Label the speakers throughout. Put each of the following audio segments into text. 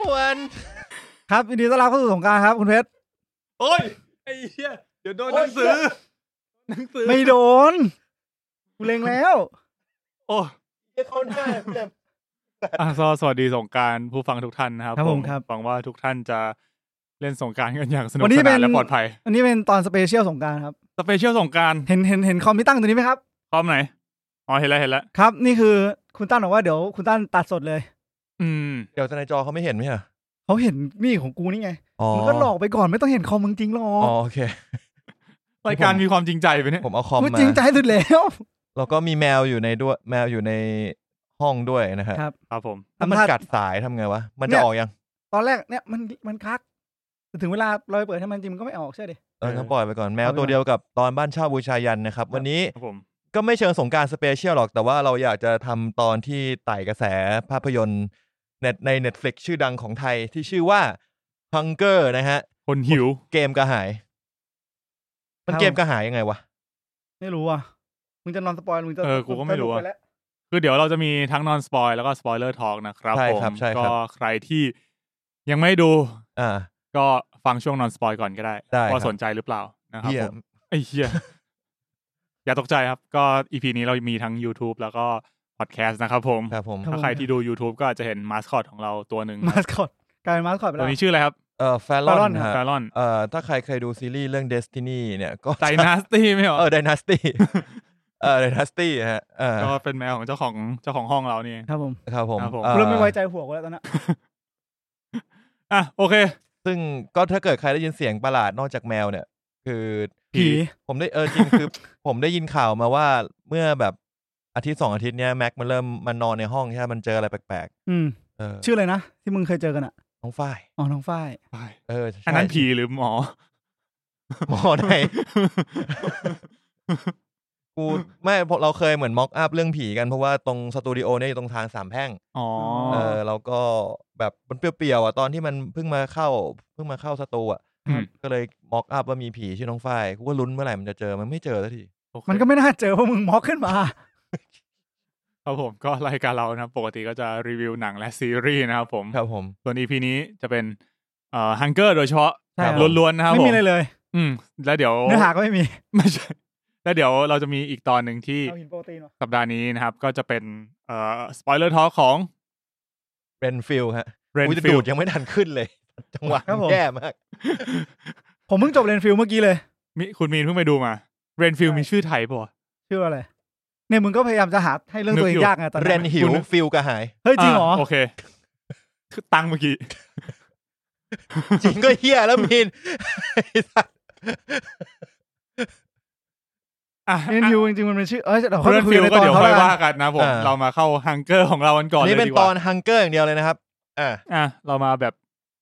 Speaker 1: ควร
Speaker 2: ครับยินดีต้อนรับเข้าสู่สงกรารครับ คุณเพชร
Speaker 3: โอ้ยไอ้เหี้ยเดี๋ยวโดนหนังสือหนังสือ
Speaker 2: ไม่โดนกูเล็งแล้ว
Speaker 3: โอ้
Speaker 1: เขาหน้าแบบ
Speaker 3: อ่ะสวสวัสดีสงกรารผู้ฟังทุกท่านนะครับ
Speaker 2: ครับผมครับ
Speaker 3: หวังว่าทุกท่านจะเล่นสงกรารกันอย่างสนุก
Speaker 2: วันนี้เป็น
Speaker 3: สาน
Speaker 2: น
Speaker 3: และปลอดภัย
Speaker 2: อันนี้เป็นตอนสเปเชียลสงกรารครับ
Speaker 3: สเปเชียลสงกราร
Speaker 2: เห็นเห็นเห็นคอมที่ตั้งตัวนี้ไหมครับ
Speaker 3: พร้อมไหนอ๋อเห็นแล้วเห็นแล้ว
Speaker 2: ครับ นี่คือคุณตั้นบอกว่าเดี๋ยวคุณตั้นตัดสดเลย
Speaker 3: อืม
Speaker 1: เดี๋ยวแต่ในจอเขาไม่เห็นไหมอ่ะ
Speaker 2: เขาเห็นนี่ของกูนี่ไง
Speaker 1: อ๋อ
Speaker 2: มันก็หลอกไปก่อนไม่ต้องเห็นคอมมึงจริงหรอ
Speaker 1: อ๋อก โอเค
Speaker 3: รายการ
Speaker 1: ผม
Speaker 3: มีความจริงใจไปเนี่ย
Speaker 1: ผมเอาคอม
Speaker 2: มึง
Speaker 1: มา
Speaker 2: จริงใจสุดแล้ว
Speaker 1: แล้วก็มีแมวอยู่ในด้วยแมวอยู่ในห้องด้วยนะฮะ
Speaker 2: ครับ
Speaker 3: ครับผม
Speaker 1: ถ้ามัน
Speaker 2: ทำท่า
Speaker 1: กัดสายทำไงวะ มัน
Speaker 2: เนี่
Speaker 1: จะ
Speaker 2: ย
Speaker 1: ออกยัง
Speaker 2: ตอนแรกเนี่ยมันมันคักแต่ถึงเวลาเราไปเปิดให้มันจริงมันก็ไม่ออกใช่ดิ
Speaker 1: เอองั้นปล่อยไปก่อนแมว
Speaker 2: เอาไปก่อน
Speaker 1: ตัวเดียวกับตอนบ้านเช่าบูชายันนะครับ วันนี้
Speaker 3: ครับผม
Speaker 1: ก็ไม่เชิงสงกรารสเปเชียลหรอก แต่ว่าเราอยากจะทำตอนที่ไต่กระแสภาพยนตร์ในใน Netflix ชื่อดังของไทยที่ชื่อว่า Hunger นะฮะ
Speaker 3: คนหิว
Speaker 1: เกมกระหาย มัน
Speaker 2: ครับ
Speaker 1: เกมกระหายยังไงวะ
Speaker 2: ไม่รู้อ่ะมึงจะนอนสปอยล์มึงจะ
Speaker 3: เออกูก็ไม่รู้อะ
Speaker 2: สปปแล้ว
Speaker 3: คือเดี๋ยวเราจะมีทั้งนอนสปอยแล้วก็สปอยเลอร์ทอล์กนะครับ
Speaker 1: ใช่
Speaker 3: ผม
Speaker 1: ครับใช่ครับ
Speaker 3: ก็ใครที่ยังไม่ดู
Speaker 1: อ่า
Speaker 3: ก็ฟังช่วงนอนสปอยก่อนก็ได้
Speaker 1: ได้ครับ
Speaker 3: ว่าสนใจหรือเปล่านะครับ
Speaker 1: เหี้ย
Speaker 3: ผม ไอ้เหี้ย อย่าตกใจครับ ก็อีพีนี้เรามีทั้ง YouTube แล้วก็พอดแคสต์นะครับผม
Speaker 1: ครับผม
Speaker 3: ถ้าใครที่ดู YouTube ก็อาจจะเห็นมาสคอตของเราตัวหนึ่ง
Speaker 2: มาสคอตกลายเป็นมาสคอตไป
Speaker 3: ตั
Speaker 2: แล้ว ว
Speaker 3: นี้ชื่ออะไรครับ
Speaker 1: เอ่อแฟลอ
Speaker 2: Fallon
Speaker 1: น
Speaker 2: ครับ
Speaker 1: ฮะ
Speaker 3: แฟลอน
Speaker 1: เอ่อถ้าใครเคยดูซีรีส์เรื่อง Destiny เนี่ยก็
Speaker 3: ไดนาสตี้ไม่เหรอ
Speaker 1: เออ Dynasty เออ Dynasty ฮะเออ
Speaker 3: ก็เป็นแมวของเจ้าของเจ้าของห้องเรานี่เอง
Speaker 2: ครับผม
Speaker 1: ครับผม
Speaker 3: ครับผม
Speaker 1: เอ่อ
Speaker 2: กูเริ่มไม่ไว้ใจหัวกูแล้วตอนนั้น
Speaker 3: อ่ะโอเค
Speaker 1: ซึ่งก็ถ้าเกิดใครได้ยินเสียงประหลาดนอกจากแมวเนี่ย คือ
Speaker 3: ผี
Speaker 2: ผี
Speaker 1: ผมได้เออจริง คือ ผมได้ยินข่าวมาว่าเมื่อแบบอาทิตย์สองอาทิตย์เนี้ยแม็กมันเริ่มมันนอนในห้องใช่ไหมมันเจออะไรแปลก
Speaker 2: อืม
Speaker 1: ๆเออ
Speaker 2: ชื่ออะไรนะที่มึงเคยเจอกันอ่ะ
Speaker 1: น้องฝ้าย
Speaker 2: อ๋อน้องฝ้าย
Speaker 3: ไป
Speaker 1: เออใช่
Speaker 3: อันนั้นผีหรือหมอ
Speaker 1: ห มอไหน กูไม่เพราะเราเคยเหมือนม็อกอัพเรื่องผีกันเพราะว่าตรงสตูดิโอเนี่ยอยู่ตรงทางสามแพร่ง
Speaker 3: อ๋อ
Speaker 2: อ๋อ
Speaker 1: เออแล้วก็แบบมันเปรี้ยวๆอ่ะตอนที่มันเพิ่งมาเข้าเพิ่งมาเข้าสตูอ่ะ
Speaker 3: อืม
Speaker 1: ก็เลยม็อกอัพว่ามีผีชื่อน้องฝ้ายกูก็ลุ้นเมื่อไหร่มันจะเจอมันไม่เจอสักที
Speaker 3: โอเค
Speaker 2: มันก็ไม่น่าเจอเพราะมึงมอกขึ้นมา
Speaker 3: ครับผมก็รายการเรานะครับปกติก็จะรีวิวหนังและซีรีส์นะครับผม
Speaker 1: ครับผม
Speaker 3: ส่วนอีพีนี้จะเป็นเอ่อฮังเกอร์โดยเฉพาะ
Speaker 2: ใช่ครับ
Speaker 3: ล้วนๆนะครับ
Speaker 2: ไม่
Speaker 3: ผ
Speaker 2: มี
Speaker 3: ม
Speaker 2: อะไรเลย
Speaker 3: อืม แล้วเดี๋ยว
Speaker 2: เนื้อหาก็ไม่มี
Speaker 3: ไม่ใช่แล้วเดี๋ยวเราจะมีอีกตอนหนึ่งที่
Speaker 2: เอาหินโปรตีนมา
Speaker 3: สัปดาห์นี้นะครับ ก็จะเป็นเอ่อสปอยเลอร์ทอของ
Speaker 1: เรนฟิลฮะ
Speaker 3: เรน
Speaker 1: กูจะ
Speaker 3: ฟิ
Speaker 1: ดู
Speaker 3: ล
Speaker 1: ดยังไม่ทันขึ้นเลย จังหวะ
Speaker 2: ครับผม
Speaker 1: แย่มาก
Speaker 2: ผมเพิ่งจบเรนฟิลเมื่อกี้เลย
Speaker 3: มีคุณมีนเพิ่งไปดูมาเรนฟิล
Speaker 2: ใช่
Speaker 3: มีชื่อไทยป่ะวะ
Speaker 2: ชื่อว่าอะไรเนี่ยมึงก็พยายามจะหาให้เรื่องตัวเอง
Speaker 3: นึกอยู่
Speaker 2: ยากไงตอน
Speaker 1: เร
Speaker 2: นั้น
Speaker 1: นหิว
Speaker 3: คุณ
Speaker 1: ฟิลกระหาย
Speaker 2: เฮ้ยจริงเหรอ
Speaker 3: อ่ะโอเคคือตังเมื่อกี้
Speaker 1: จริงก็เฮียแล้วมีน ไอ้สัส
Speaker 3: อ่ะ
Speaker 2: เรนฟิลจริงๆมันเป็นชื่อเอ้ยเดี๋ยวเขา
Speaker 3: เร
Speaker 2: ไป
Speaker 3: น
Speaker 2: คุย
Speaker 3: ฟิล
Speaker 2: ในต
Speaker 3: ก็
Speaker 2: อน
Speaker 3: เดี๋ยว
Speaker 2: เขา
Speaker 3: ค่อย
Speaker 2: ละ
Speaker 3: ว่า
Speaker 2: กัน
Speaker 3: กันนะผมเรามาเข้าฮังเกอร์ของเรากันก่อน
Speaker 1: อัน
Speaker 3: เล
Speaker 1: นี่
Speaker 3: ย
Speaker 1: เป็น
Speaker 3: ดีก
Speaker 1: ตอ
Speaker 3: ว่าน
Speaker 1: ฮังเกอร์อย่างเดียวเลยนะครับ อ่า
Speaker 3: อ่ะเรามาแบบ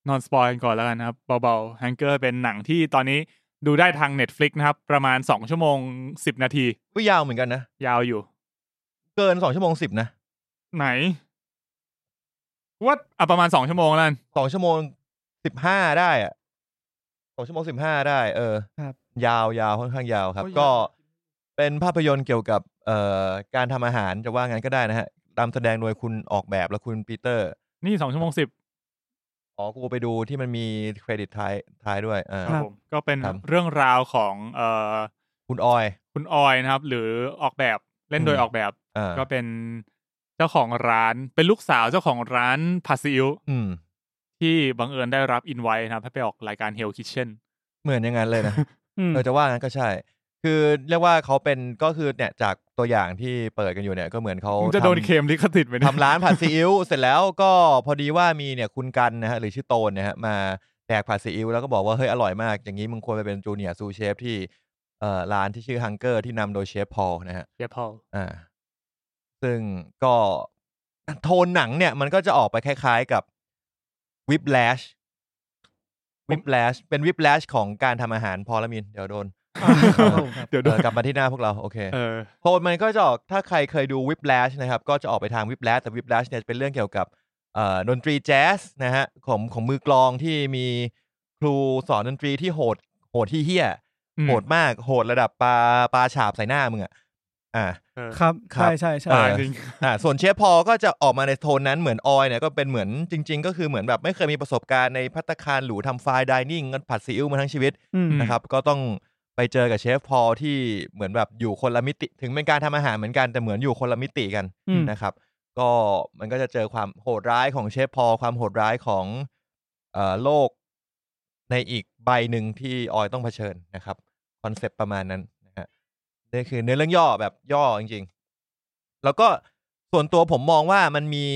Speaker 3: นอนสปอยกันก่อนแล้วกันนะครับเบาๆฮังเกอร์เป็นหนังที่ตอนนี้ดูได้ทาง Netflix นะครับ ประมาณ2ชั่วโมง10นาที
Speaker 1: ก็ยาวเหมือนกันนะ
Speaker 3: ยาวอยู่
Speaker 1: เกินสองชั่วโมงสิบนะ
Speaker 3: ไหนว่าอ่ะประมาณสองชั่วโมงแล้วกัน
Speaker 1: สองชั่วโมงสิบห้าได้อะสองชั่วโมงสิบห้าได้ เออ ยาวยาวค่อนข้างยาวครับ
Speaker 3: โอ้ย
Speaker 1: ก็
Speaker 3: ยาว
Speaker 1: เป็นภาพยนตร์เกี่ยวกับเอ่อการทำอาหารจะว่างั้นก็ได้นะฮะตามแสดงโดยคุณออกแบบและคุณปีเตอร์
Speaker 3: นี่สองชั่วโมงสิบ
Speaker 1: อ๋อกูไปดูที่มันมีเครดิตท้ายท้ายด้วยอ่า
Speaker 3: ครับผมก็เป็น
Speaker 1: ครับ
Speaker 3: เรื่องราวของเอ่อ
Speaker 1: คุณออย
Speaker 3: คุณออยนะครับ หรือออกแบบเล่นโดย
Speaker 1: อืม
Speaker 3: ออกแบบ
Speaker 1: อ่า
Speaker 3: ก็เป็นเจ้าของร้าน เป็นลูกสาวเจ้าของร้านพาซิล
Speaker 1: อืม
Speaker 3: ที่บังเอิญได้รับอินไว้นะครับ ให้ไปออกรายการ Hell Kitchen
Speaker 1: เหมือนอย่างนั้นเลยนะ
Speaker 2: อืม
Speaker 1: เออจะว่างั้นก็ใช่ คือเรียกว่าเขาเป็นก็คือเนี่ยจากตัวอย่างที่เปิดกันอยู่เนี่ยก็เหมือนเขา
Speaker 3: มึงจะโดน
Speaker 1: ทำ
Speaker 3: เคมลิขสิทธิ์ไหมเนี่ย
Speaker 1: ทำร้านผัดซีอิ๊วเสร็จแล้วก็พอดีว่ามีเนี่ยคุณกันนะฮะหรือชื่อโตนนะฮะมาแดกผัดซีอิ๊วแล้วก็บอกว่าเฮ้ยอร่อยมาก อย่างนี้มึงควรไปเป็นจูเนียร์ซูเชฟที่เอ่อร้านที่ชื่อฮังเกอร์ที่นำโดยเชฟพอลนะฮะ
Speaker 3: เดี๋ยวพอ
Speaker 1: อ่า ซึ่งก็โทนหนังเนี่ย มันก็จะออกไปคล้ายๆกับวิบแลชวิบแลชเป็นวิบแลชของการทำอาหารพอละมิน เดี๋ยวโดน
Speaker 2: ครับผมครับ
Speaker 3: เดี๋ยว
Speaker 1: เอ
Speaker 3: ดู
Speaker 1: อกลับมาที่หน้าพวกเรา โอเค
Speaker 3: เออ
Speaker 1: โทนมันก็จะออกถ้าใครเคยดูวิบแลชนะครับ ก็จะออกไปทางวิบแลชแต่วิบแลชเนี่ยเป็นเรื่องเกี่ยวกับเอ่อดนตรีแจ๊สนะฮะของของมือกลองที่มีครูสอนดนตรีที่โหด โหดที่เฮี้ย
Speaker 3: อืม
Speaker 1: โหดมากโหดระดับปลาปลาฉาบใส่หน้ามึงอะ อ่า
Speaker 3: เออ
Speaker 2: ครับ
Speaker 1: ครับ
Speaker 2: ใช่ใช่ใช่
Speaker 3: ตายจริง
Speaker 1: อ่าส่วนเชฟพอก็จะออกมาในโทนนั้นเหมือนออยเนี่ยก็เป็นเหมือนจริง ๆ ก็คือเหมือนแบบไม่เคยมีประสบการณ์ในพัตตาคารหรูทำไฟน์ดิเนิ่งผัดซีอิ๊วมาทั้งชีวิต
Speaker 2: อืม
Speaker 3: ม
Speaker 1: นะครับ ก็ต้องไปเจอกับเชฟพอที่เหมือนแบบอยู่คนละมิติ ถึงเป็นการทำอาหารเหมือนกันแต่เหมือนอยู่คนละมิติกัน
Speaker 2: อืม
Speaker 1: นะครับ ก็มันก็จะเจอความโหดร้ายของเชฟพอความโหดร้ายของเอ่อโลกในอีกใบหนึ่งที่ออยต้องเผชิญนะครับคอนเซปต์ประมาณนั้นนะฮะนี่คือเนื้อเรื่องย่อแบบย่อจริง ๆ แล้วก็ส่วนตัวผมมองว่ามันมี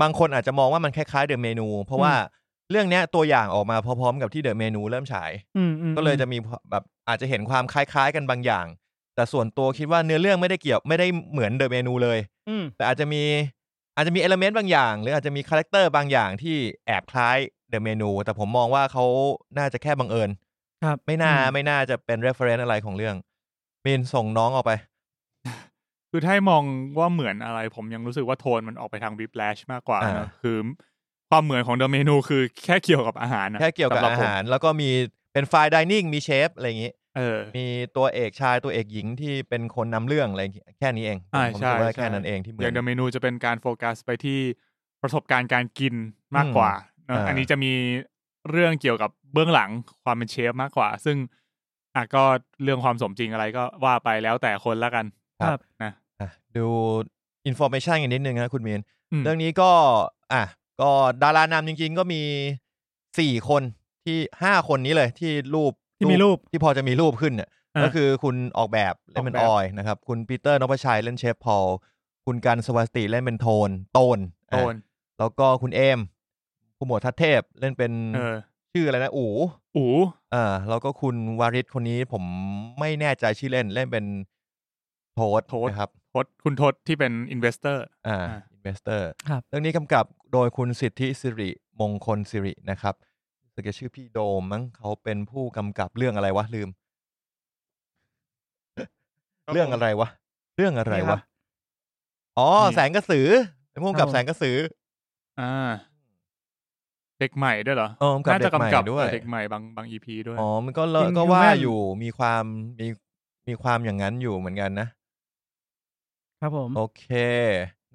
Speaker 1: บางคนอาจจะมองว่ามันคล้ายๆเดอะเมนู เพราะว่าเรื่องเนี้ยตัวอย่างออกมาพร้อมๆกับที่เดอะเมนูเริ่มฉาย
Speaker 2: อืมอืม
Speaker 1: ก็เลยจะมีแบบอาจจะเห็นความคล้าย ๆ กันบางอย่าง แต่ส่วนตัวคิดว่าเนื้อเรื่องไม่ได้เกี่ยวไม่ได้เหมือนเดอะเมนูเลย
Speaker 2: อืม
Speaker 1: แต่อาจจะมีอาจจะมีเอลเมนต์บางอย่าง หรืออาจจะมีคาแรคเตอร์บางอย่างที่แอบคล้ายเดอะเมนู แต่ผมมองว่าเขาน่าจะแค่บังเอิญ
Speaker 2: ครับ
Speaker 1: ไม่น่า
Speaker 2: อืม
Speaker 1: ไม่น่าจะเป็น reference อะไรของเรื่องมีนส่งน้องออกไป
Speaker 3: คือถ้าให้มองว่าเหมือนอะไรผมยังรู้สึกว่าโทนมันออกไปทางวิ l a s h มากกว่า
Speaker 1: อ่า
Speaker 3: เนอะคือความเหมือนของเดอะเมนูคือแค่เกี่ยวกับอาหารนะ
Speaker 1: แค่เกี่ยวกั
Speaker 3: สำห
Speaker 1: บอา
Speaker 3: ผม
Speaker 1: หาร แล้วก็มีเป็นไฟดิเนิ่งมีเชฟอะไรอย่างนี้
Speaker 3: เออ
Speaker 1: มีตัวเอกชายตัวเอกหญิงที่เป็นคนนำเรื่องอะไรอย่างงี้แค่นี้เอง
Speaker 3: อ่า
Speaker 1: ผม
Speaker 3: ใช่
Speaker 1: คิดว่า
Speaker 3: ใช่
Speaker 1: แค่นั้นเองที่เหมือย่
Speaker 3: อาน งเดอะเมนูจะเป็นการโฟกัสไปที่ประสบการณ์การกินมากกว่าเนอะ
Speaker 1: อ่า
Speaker 3: อันนี้จะมีเรื่องเกี่ยวกับเบื้องหลังความเป็นเชฟมากกว่า ซึ่งอ่ะก็เรื่องความสมจริงอะไรก็ว่าไปแล้วแต่คนละกัน
Speaker 1: ครับ
Speaker 3: นะ
Speaker 1: อ่ะดูอินโฟ a t ชันกันนิดนึงนะคุณมีน
Speaker 3: อืม
Speaker 1: เรื่องนี้ก็ อ่ะ ก็ดารานำจริงๆ ก็มีสี่คนที่ห้าคนนี้เลยที่รูป
Speaker 2: ที่มีรูป
Speaker 1: ที่พอจะมีรูปขึ้นเนี่ย
Speaker 3: อ่า
Speaker 1: ก็คือคุณออกแบบเล่นเป็น
Speaker 3: ออกแบ
Speaker 1: อบ อยนะครับ คุณปีเตอร์นพชัยเล่นเชฟพอลคุณกันสวัสติเล่นเป็นโทนโตน
Speaker 3: โท
Speaker 1: อ่ะ
Speaker 3: น
Speaker 1: แล้วก็คุณเอมผู้หมวดทัศเทพเล่นเป็น
Speaker 3: เออ
Speaker 1: ชื่ออะไรนะ อู๋
Speaker 3: อู
Speaker 1: อ่าแล้วก็คุณวาริศคนนี้ผมไม่แน่ใจชื่อเล่นเล่นเป็นโทษนะครับ
Speaker 3: ทศคุณทศที่เป็นอินเวสเตอร์
Speaker 1: อ่า
Speaker 3: อ่า
Speaker 1: อินเวสเตอร์
Speaker 2: ครับ
Speaker 1: เรื่องนี้กำกับโดยคุณสิทธิสิริมงคลสิรินะครับรู้สึกจะชื่อพี่โดมมั้งเขาเป็นผู้กำกับเรื่องอะไรวะลืม เรื่องอะไรวะ เรื่องอะไร
Speaker 2: นี่ครั
Speaker 1: วะ
Speaker 2: บ
Speaker 1: อ๋อ
Speaker 3: นี่
Speaker 1: แสงกระสือเป็นผู้กำกับ
Speaker 2: ครับผม
Speaker 1: แสงกระสือ
Speaker 3: อ่าเด็กใหม่ด้วยเหรอ
Speaker 1: เออกำกับ
Speaker 3: น่าจะกำกับ
Speaker 1: เด็กใหม่ด้วย
Speaker 3: เออเด็กใหม่บางบางอีพีด้วย
Speaker 1: อ๋อมันก็เลอะก็
Speaker 2: Inhuman
Speaker 1: ว่าอยู่มีความมีมีความอย่างนั้นอยู่เหมือนกันนะ
Speaker 2: ครับผม
Speaker 1: โอเค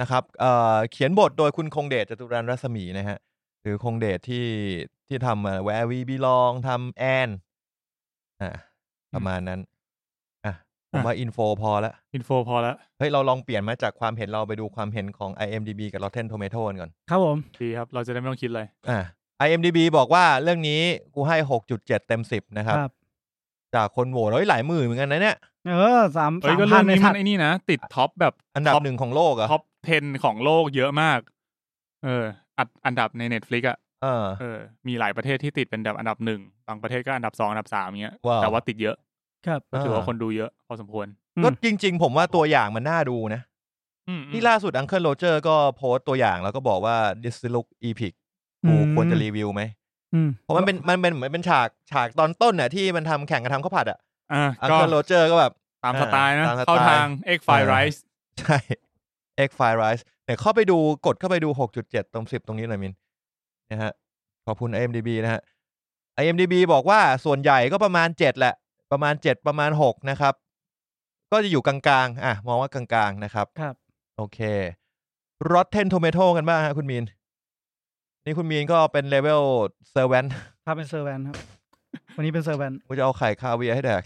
Speaker 1: นะครับเอ่อเขียนบทโดยคุณคงเดชจตุรันรัศมีนะฮะ หรือคงเดชที่ที่ทำแวร์วีบีลองทำแอนอ่าประมาณนั้น อ่ะ ผม
Speaker 3: อ่ะ
Speaker 1: ว่าอินโฟพอละ
Speaker 3: อินโฟพอแล้ว
Speaker 1: เฮ้ย เราลองเปลี่ยนมาจากความเห็นเราไปดูความเห็นของ IMDB กับ Rotten Tomato กันก่อน
Speaker 2: ครับผม
Speaker 3: ดีครับ เราจะได้ไม่ต้องคิดอะไร
Speaker 1: อ่ะ IMDB บอกว่าเรื่องนี้กูให้ 6.7 เต็ม 10 นะครับ
Speaker 2: ครับ
Speaker 1: จากคนโหวตเฮ้ยหลายหมื่นเหมือนกันนะเนี่ย
Speaker 2: เออสาม
Speaker 3: เอ้ย
Speaker 2: สาม
Speaker 3: ก็
Speaker 2: พั
Speaker 3: เรื่อน
Speaker 2: ใน
Speaker 3: งนี้
Speaker 2: ทั
Speaker 3: มั
Speaker 2: ด
Speaker 3: นไอ้นี่นะติดท็อปแบบ
Speaker 1: อันดับ
Speaker 3: ท็ป
Speaker 1: หนึ่งของโลกเหร
Speaker 3: ท็อ
Speaker 1: อะ
Speaker 3: ป 10 ของโลกเยอะมาก เออ อัดอันดับใน Netflix อ่ะ
Speaker 1: เออ
Speaker 3: เออมีหลายประเทศที่ติดเป็นอันดับอันดับหนึ่งบางประเทศก็อันดับสองอันดับสามเงี้ย
Speaker 1: ว้าว
Speaker 3: แต่ว่าติดเยอะ
Speaker 2: ครับ
Speaker 3: ก็ถือว่า
Speaker 1: อ่า
Speaker 3: คนดูเยอะ พอสมควร
Speaker 2: อืม
Speaker 1: ก็จริง ๆ ผมว่าตัวอย่างมันน่าดูนะ
Speaker 3: อืมอืม
Speaker 1: นี่ล่าสุดอังเคิลโรเจอร์ก็โพสต์ตัวอย่างแล้วก็บอกว่า This Look Epic
Speaker 2: อื
Speaker 1: กู
Speaker 2: ม
Speaker 1: ควรจะรีวิวไหม
Speaker 2: อืม
Speaker 1: เพราะมันเป็นมันเป็นเหมือนเป็นฉากฉากตอนต้นน่ะที่มันทำแข่งกันทำข้าวผัดอ่ะ
Speaker 3: อ่ะ
Speaker 1: อัง
Speaker 3: ก็
Speaker 1: เคิลโรเจอร์ก็แบบ
Speaker 3: ตามสไตล์นะ
Speaker 1: ตามสไตล์
Speaker 3: เข้าทางเอ็กไฟ
Speaker 1: เออ
Speaker 3: ไรส์
Speaker 1: ใช่ Egg Fried Rice เนี่ยเข้าไปดูกดเข้าไปดู 6.7 ตรง 10 ตรงนี้หน่อยมินนะฮะ ขอบคุณ IMDB นะฮะ IMDB บอกว่าส่วนใหญ่ก็ประมาณ 7 แหละ ประมาณ 7 ประมาณ 6 นะครับ ก็จะอยู่กลางๆ อ่ะ มองว่ากลางๆ นะครับ
Speaker 2: ครับ
Speaker 1: โอเค Rotten Tomato กันบ้างฮะคุณมีน นี่คุณมีนก็เป็นเลเวลเซอร์ n t น
Speaker 2: ถ้าเป็นเซอร์แวนครับ วันนี้เป็นเซอร์แวน
Speaker 1: กูจะเอาไข่คาเวียร์ให้แดก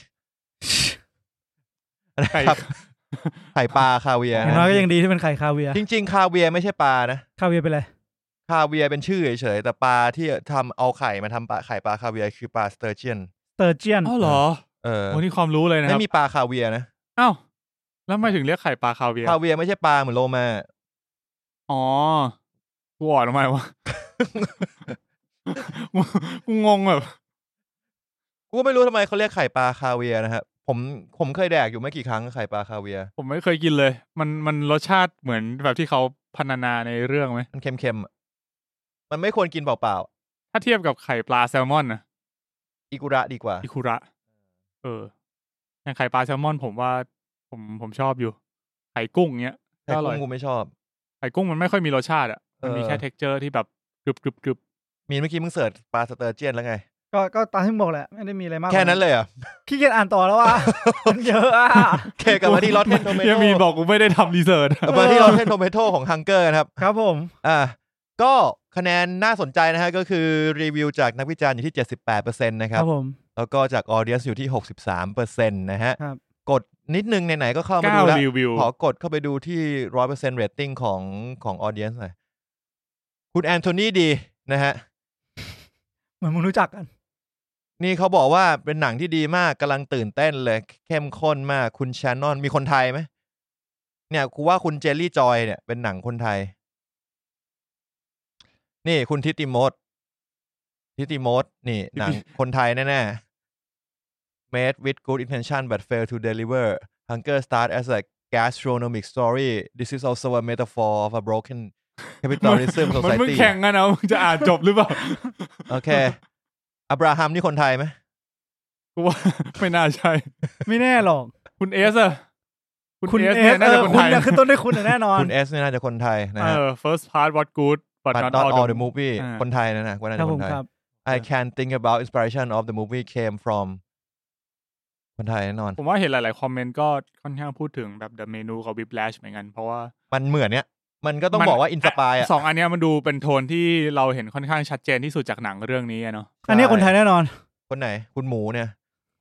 Speaker 1: นะ
Speaker 3: ไก่
Speaker 1: ครับไข่ป ลาคาเวียร์
Speaker 2: อย่างน้อย
Speaker 1: นะ
Speaker 2: ก็ยังดีที่เป็นไข่คาเวียร์
Speaker 1: จริง ๆ คาเวียร์ไม่ใช่ปลานะ
Speaker 2: คาเวียร์เป็นอะไร
Speaker 1: คาเวียร์เป็นชื่อเฉยๆแต่ปลาที่ทำเอาไข่มาทำปลาไข่ปลาคาเวียร์คือปลาสเตอร์เจียน
Speaker 2: เตอร์เจียน
Speaker 3: อ้าวเหรอ
Speaker 1: เออ
Speaker 3: โอ้นี่ความรู้เลยนะค
Speaker 1: ไม่
Speaker 3: รับ
Speaker 1: มีปลาคาเวียร์นะ
Speaker 3: อ้าวแล้วทำไมถึงเรียกไข่ปลาคาเวียร์
Speaker 1: คาเวียร์ไม่ใช่ปลาเหมือนโล มา
Speaker 3: อ๋อ กูอ่อนทำไมวะ กูงงแบบ
Speaker 1: กูก็ไม่รู้ทำไมเขาเรียกไข่ปลาคาเวียร์นะครับผมผมเคยแดกอยู่ไม่กี่ครั้งไข่ปลาคาเวียร์
Speaker 3: ผมไม่เคยกินเลย มันมันรสชาติเหมือนแบบที่เขาพรรณนาในเรื่องไหม
Speaker 1: มันเค็มๆอะมันไม่ควรกินเปล่า
Speaker 3: ถ้าเทียบกับไข่ปลาแซลมอนนะ
Speaker 1: ๆอิกุระดีกว่า
Speaker 3: อิคุระ เอออย่างไข่ปลาแซลมอน ผมว่า ผมผมชอบอยู่ ไข่กุ้งเนี้ย
Speaker 1: ไข่
Speaker 3: ก็อร่อ
Speaker 1: กุ้
Speaker 3: ย
Speaker 1: งกูไม่ชอบ
Speaker 3: ไข่กุ้งมันไม่ค่อยมีรสชาติอ่ะ มันมี
Speaker 1: เออ
Speaker 3: แค่ texture ที่แบบกรึบกรึบกรึบ
Speaker 1: มีนเมื่อกี้มึงเสิร์ชปลาสเตอร์เจียนแล้วไง
Speaker 2: ก็ก็ตามที่บอกแหละไม่ได้มีอะไรมาก
Speaker 1: แค่นั้นเลยเหรอ่ะ
Speaker 2: ขี้เกียจอ่านต่อแล้ว ว่า มันเยอะอ่ะ
Speaker 1: แค่กลับมาที่ Rotten
Speaker 3: เฮียมีนบ
Speaker 1: Tomato
Speaker 3: อกกูไม่ได้ทำรีเสิร์ช
Speaker 1: กลับมาที่ Rotten Tomato ของ Hunger นะครับ
Speaker 2: ครับผม
Speaker 1: อ่าก็คะแนนน่าสนใจนะฮะก็คือรีวิวจากนักวิจารณ์อยู่ที่ 78%นะค
Speaker 2: ครับ รับผม
Speaker 1: แล้วก็จากออเดียสอยู่ที่ 63%นะฮะ
Speaker 2: ครับ
Speaker 1: กดนิดนึงไหนๆก็เข้ามา
Speaker 3: เก้า
Speaker 1: ดูแล้ว
Speaker 3: รีวิว
Speaker 1: ขอกดเข้าไปดูที่ 100% rating ของของออเดียนหน่อย คุณแอนโทนีดีนะฮะ
Speaker 2: เหมือนมึงรู้จักกัน
Speaker 1: นี่เขาบอกว่าเป็นหนังที่ดีมากกำลังตื่นเต้นเลย เข้มข้นมากคุณชานอนมีคนไทยไหมเนี่ยกูว่าคุณเจลลี่จอยเนี่ยเป็นหนังคนไทย นี่คุณทิติโมดทิติโมดนี่ หนังคนไทยแน่ๆ Made with good intention but fail to deliver Hunger start as a gastronomic story This is also a metaphor of a broken capitalism
Speaker 3: มันมึง
Speaker 1: society
Speaker 3: แข่งกันเอามึงจะอ่านจบหรือเปล่า
Speaker 1: โอเคอับราฮัมนี่คนไทยไหม
Speaker 3: กูว่าไม่น่าใช่
Speaker 2: ไม่แน่หรอก
Speaker 3: คุณเอสอะ
Speaker 2: คุณเอส
Speaker 3: นี่ย
Speaker 2: เอ
Speaker 3: น่าจะ
Speaker 2: อ
Speaker 3: คน
Speaker 2: คุ
Speaker 3: ไท
Speaker 2: ณ
Speaker 3: ย
Speaker 2: เนี่ยขึ้นต้นด้วยคุณอะแน่นอน
Speaker 1: คุณเอสนี่น่าจะคนไทยนะ
Speaker 3: เอ
Speaker 1: ฮะ
Speaker 3: อ first part what good but
Speaker 1: but
Speaker 3: not
Speaker 1: not
Speaker 3: all
Speaker 1: all
Speaker 3: the
Speaker 1: the movie
Speaker 3: อ่า
Speaker 1: คนไทยนะนะว่าน่า
Speaker 2: ครับ
Speaker 1: จะ
Speaker 2: ผ
Speaker 1: ค
Speaker 2: ม
Speaker 1: นไทย
Speaker 2: ครับ
Speaker 1: I can think about inspiration of the movie came from คนไทยแน่นอน
Speaker 3: ผมว่าเห็นหลายๆ คอมเมนต์ก็ค่อนข้างพูดถึงแบบ The Menu กับ Whiplash เหมือนกัน เพราะว่า
Speaker 1: มันเหมือนเนี้ยมันก็ต้อง
Speaker 3: มั
Speaker 1: บอกว่าอินสปายอ่ะ
Speaker 3: สองอันเนี้ยมันดูเป็นโทนที่เราเห็นค่อนข้างชัดเจนที่สุดจากหนังเรื่องนี้อะเนาะ
Speaker 2: อันนี้คนไทยแน่นอน
Speaker 1: คนไหน คุณหมูเนี่ย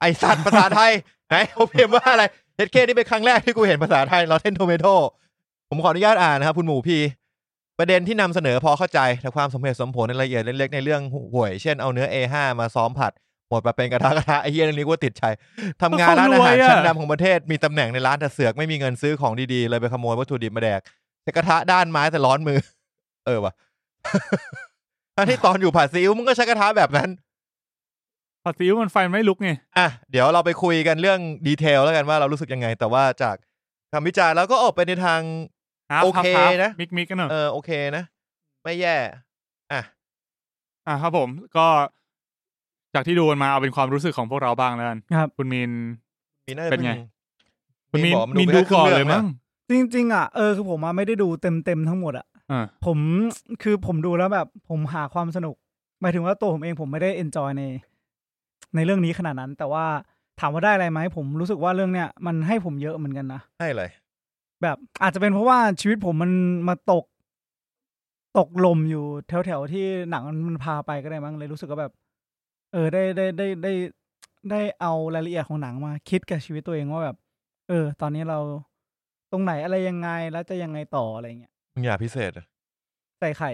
Speaker 1: ไอสัตว์ภาษาไทย ไหนเขาพิมพ์ว่าอะไรเฮดเคนี่เป็นครั้งแรกที่กูเห็นภาษาไทยเราเทนโทเมโตผมขออนุญาตอ่านนะครับ คุณหมูพี ประเด็นที่นำเสนอพอเข้าใจแต่ความสมเหตุสมผลในรายละเอียดเล็กๆในเรื่องห่วย เช่นเอาเนื้อ A5 มาซ้อมผัด หมดไปเป็นกระทะกระทะไอ้เหี้ยนี่ว่าติดใจทำงานร้านอาหารชั้นนำของประเทศมีตำแหน่งในร้านแต่เสือกไม่มีเงินซื้อของดีๆ เลยไปขโมยวัตถุดิบมาแดกแต่กระทะด้านไม้แต่ร้อนมือ เออว่ะ ทั้งที่ตอนอยู่ผัดซีอิ๊วมึงก็ใช้กระทะแบบนั้น
Speaker 3: พอซีอิ๊วมันไฟไม่ลุกไง
Speaker 1: อ่ะเดี๋ยวเราไปคุยกันเรื่องดีเทลแล้วกันว่าเรารู้สึกยังไง แต่ว่าจากคำวิจารณ์แล้วก็ออกไปในทาง
Speaker 3: ฮาร์ฟ
Speaker 1: โอเค
Speaker 3: ฮาร์ฟ
Speaker 1: นะ
Speaker 3: มิกมิกกันเนอะ
Speaker 1: เออโอเคนะ ไม่แย่ อ่ะ
Speaker 3: อ่ะครับผมก็จากที่ดูกันมาเอาเป็นความรู้สึกของพวกเราบ้างแล้วกัน
Speaker 2: ครับ
Speaker 3: คุณมีน
Speaker 1: มีน่าจะ
Speaker 3: เป็นไง
Speaker 1: พิ่
Speaker 3: คุณมีน
Speaker 1: มีนบอกมันดู
Speaker 3: มีน
Speaker 1: ไป
Speaker 3: ดู
Speaker 1: แค่ครึ่ง
Speaker 3: ก่อน
Speaker 1: เรื่อ
Speaker 3: เลย
Speaker 1: ง
Speaker 3: มั้ง
Speaker 2: จริง ๆ อ่ะเออคือผมอะไม่ได้ดูเต็มเต็มๆทั้งหมดอ่ะ
Speaker 3: อ่า
Speaker 2: ผมคือผมดูแล้วแบบผมหาความสนุกหมายถึงว่าตัวผมเองผมไม่ได้เอนจอยใน ในเรื่องนี้ขนาดนั้น แต่ว่าถามว่าได้อะไรไหมผมรู้สึกว่าเรื่องเนี้ยมันให้ผมเยอะเหมือนกันนะ
Speaker 1: ให้เลย
Speaker 2: แบบอาจจะเป็นเพราะว่าชีวิตผมมันมาตก ตกหลมอยู่แถวๆที่หนังมันพาไปก็ได้มั้งเลยรู้สึกว่าแบบ เออได้ได้ได้ได้ได้เอารายละเอียดของหนังมา คิดกับชีวิตตัวเองว่าแบบ เออ ตอนนี้เราตรงไหนอะไรยังไงแล้วจะยังไงต่ออะไรเงี้ย
Speaker 1: มึงอย่าพิเศษอะ
Speaker 2: ใส่ไข่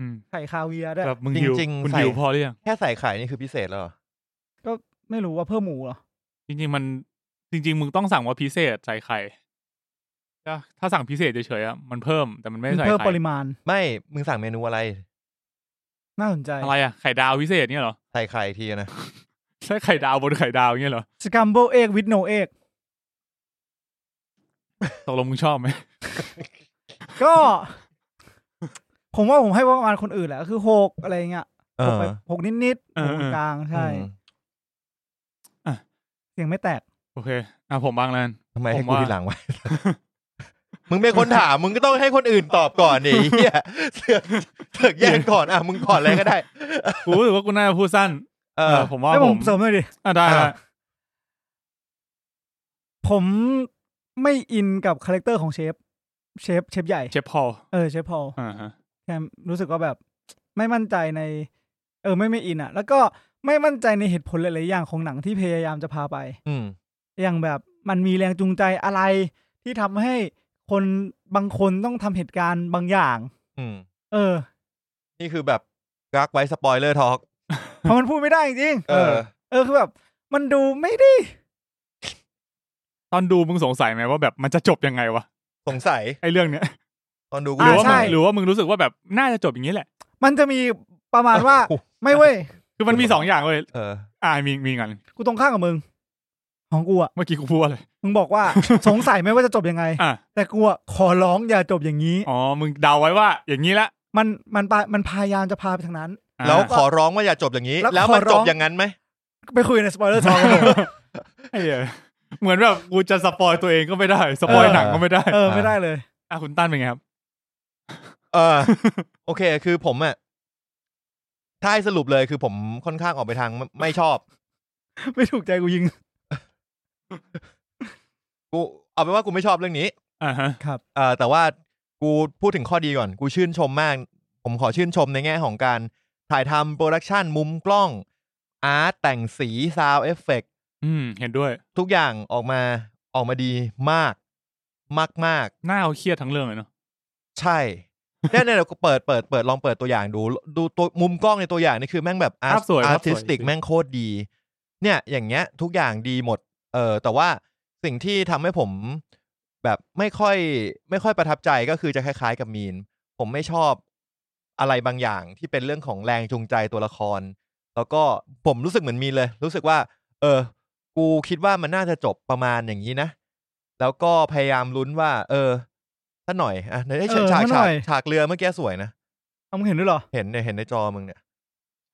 Speaker 3: อืม
Speaker 2: ไข่คาเวียร์ด้วย
Speaker 3: แบบมึงหิว
Speaker 1: จริงๆ
Speaker 3: คุณ
Speaker 1: ใส่
Speaker 3: หิวพอหรือยัง
Speaker 1: แค่ใส่ไข่นี่คือพิเศษแล้วเหรอ
Speaker 2: ก็ไม่รู้ว่าเพิ่มหมูเหรอ
Speaker 3: จริง ๆ มันจริง ๆ มึงต้องสั่งว่าพิเศษใส่ไข่ถ้าถ้าสั่งพิเศษเฉยๆอ่ะมันเพิ่มแต่มันไม่ได้
Speaker 2: มัน
Speaker 3: ใส่
Speaker 2: เพิ่ม
Speaker 3: ไข่
Speaker 2: ปริมาณ
Speaker 1: ไม่มึงสั่งเมนูอะไร
Speaker 2: น่าสนใจ
Speaker 3: อะไรอะไข่ดาวพิเศษเนี่ยเหรอ
Speaker 1: ใส่ไข่ทีนะ
Speaker 3: ใช่ไข่ดาวบนไข่ดาวเนี่ยเหรอ
Speaker 2: สกัมโบเอ็กวิดโนเอ็ก
Speaker 3: ตกลงมึงชอบไหม
Speaker 2: ก็ ผมว่าผมให้ประมาณคนอื่นแหละก็คือหกอะไรเงี้ย
Speaker 1: เอ
Speaker 2: หก
Speaker 1: อ
Speaker 2: ไปหกนิดนิดๆหกกลางๆใช่
Speaker 1: อืม
Speaker 3: อ่ะ
Speaker 2: เสียงไม่แตก
Speaker 3: โอเคอ่ะผมบ้างแล้วกัน
Speaker 1: ทำไมให้
Speaker 3: ผม
Speaker 1: กู
Speaker 3: ว่า
Speaker 1: ทีหลังวะ มึงเป็นคนถาม มึงก็ต้องให้คนอื่นตอบก่อนดิ เหี้ยเสือกเสือกแย่งก่อนอ่ะมึงก่อนเลยก็ได้
Speaker 3: กูรู้สึกว่ากูน่าจะพูดสั้น
Speaker 1: เอ
Speaker 3: เอ
Speaker 1: อ
Speaker 3: อผมว่า
Speaker 2: ให้
Speaker 3: ผ
Speaker 2: ผม
Speaker 3: ม
Speaker 2: เสริมหน่อยดิ
Speaker 3: อ่ะได้ละ
Speaker 1: อ่ะ
Speaker 2: ผมไม่อินกับคาแรคเตอร์ของเชฟ เชฟเชฟใหญ่
Speaker 3: เชฟพอล
Speaker 2: เออเชฟพอล
Speaker 3: อ่าฮะ
Speaker 2: แค่รู้สึกว่าแบบ ไม่มั่นใจใน เออไม่ไม่อินอ่ะ แล้วก็ไม่มั่นใจในเหตุผลหลายๆอย่างของหนังที่พยายามจะพาไป
Speaker 1: อืม
Speaker 2: อย่างแบบมันมีแรงจูงใจอะไรที่ทำให้คนบางคนต้องทำเหตุการณ์บางอย่าง
Speaker 1: อืม
Speaker 2: เออ
Speaker 1: นี่คือแบบกักไว้สปอยเลอร์ทอก
Speaker 2: เพราะมันพูดไม่ได้จริงๆ
Speaker 1: เออ
Speaker 2: เออคือแบบ มันดูไม่ได้
Speaker 3: ตอนดูมึงสงสัยไหมว่าแบบมันจะจบยังไงวะ
Speaker 1: สงสัย
Speaker 3: ไอ้เรื่องเนี้ย
Speaker 1: ตอนดูกู
Speaker 3: หรือว่า
Speaker 2: ใช่
Speaker 3: มึงหรือว่ามึงรู้สึกว่าแบบน่าจะจบอย่างนี้แหละ
Speaker 2: มันจะมีประมาณว่า
Speaker 1: โอ้โห
Speaker 2: ไม่เว้ย
Speaker 3: คือมันมีสองอย่างเลย
Speaker 1: เออ
Speaker 3: อ่ามีมีกัน
Speaker 2: กูตรงข้างกับมึง ของกูอ่ะ
Speaker 3: เมื่อกี้กูพูดอะไร
Speaker 2: มึงบอกว่า สงสัยไหมว่าจะจบยังไง
Speaker 3: อ่ะ
Speaker 2: แต่กูอ่ะขอร้องอย่าจบอย่างนี้
Speaker 3: อ๋อมึงเดาไว้ว่า อย่างนี้ละ
Speaker 2: มันมันปะมันพยายามจะพาไปทางนั้น
Speaker 3: อ่ะ
Speaker 1: แล้วขอร้องว่าอย่าจบอย่างนี้
Speaker 2: แล้ว
Speaker 1: แล้ว
Speaker 2: ขอ
Speaker 1: มัน
Speaker 2: ร้
Speaker 1: จ
Speaker 2: อบ ง
Speaker 1: อย่างนั้นไหม
Speaker 2: ไปคุยในสปอยเลอร์ซองกันเลย
Speaker 3: ไอ้เหี้ยเหมือนแบบกูจะสปอยตัวเองก็ไม่ได้สปอยหนังก็ไม่ได้
Speaker 2: เออไม่ได้เลย
Speaker 3: อ่ะ คุณตั้นเป็นไงครับ
Speaker 1: เออ โอเค คือผมอ่ะ ถ้าให้สรุปเลยคือผมค่อนข้างออกไปทางไม่ไม่ชอบ
Speaker 2: ไม่ถูกใจกูยิง
Speaker 1: กูเอาเป็นว่ากูไม่ชอบเรื่องนี้
Speaker 3: อ่าฮะ
Speaker 2: ครับ
Speaker 1: เอ่อแต่ว่ากูพูดถึงข้อดีก่อน กูชื่นชมมาก ผมขอชื่นชมในแง่ของการถ่ายทำโปรดักชันมุมกล้อง อาร์ตแต่งสีซาวเอฟเฟก
Speaker 3: อืม เห็นด้วย
Speaker 1: ทุกอย่างออกมาออกมาดีมาก มากมาก
Speaker 3: หน้าเขาเครียดทั้งเรื่องเลยเนาะ
Speaker 1: ๆใช่แน่ๆเดี๋ยวกูเปิดเปิดเปิดลองเปิดตัวอย่างดู ดูตัวมุมกล้องในตัวอย่างนี่คือแม่งแบบอา
Speaker 3: ภาพ
Speaker 1: ร์
Speaker 3: สวยภาพสวย
Speaker 1: ติสติก
Speaker 3: จริง
Speaker 1: แม่งโคตรดี เนี่ยอย่างเงี้ย ทุกอย่างดีหมด เออแต่ว่าสิ่งที่ทำให้ผมแบบไม่ค่อยไม่ค่อยประทับใจก็คือจะคล้าย ๆ กับมีน ผมไม่ชอบอะไรบางอย่างที่เป็นเรื่องของแรงจูงใจตัวละคร แล้วก็ผมรู้สึกเหมือนมีนเลย รู้สึกว่า เออ กูคิดว่ามันน่าจะจบประมาณอย่างนี้นะ แล้วก็พยายามลุ้นว่า เออถ้าหน่อยอ่ะในฉา
Speaker 2: เออ
Speaker 1: กฉาก
Speaker 2: ถ้าหน่อย
Speaker 1: ฉากเรือเมื่อกี้สวยนะ
Speaker 2: เอามึงเห็นด้วยเหรอ
Speaker 1: เห็นเนี่ยเห็นในจอมึงเนี่ย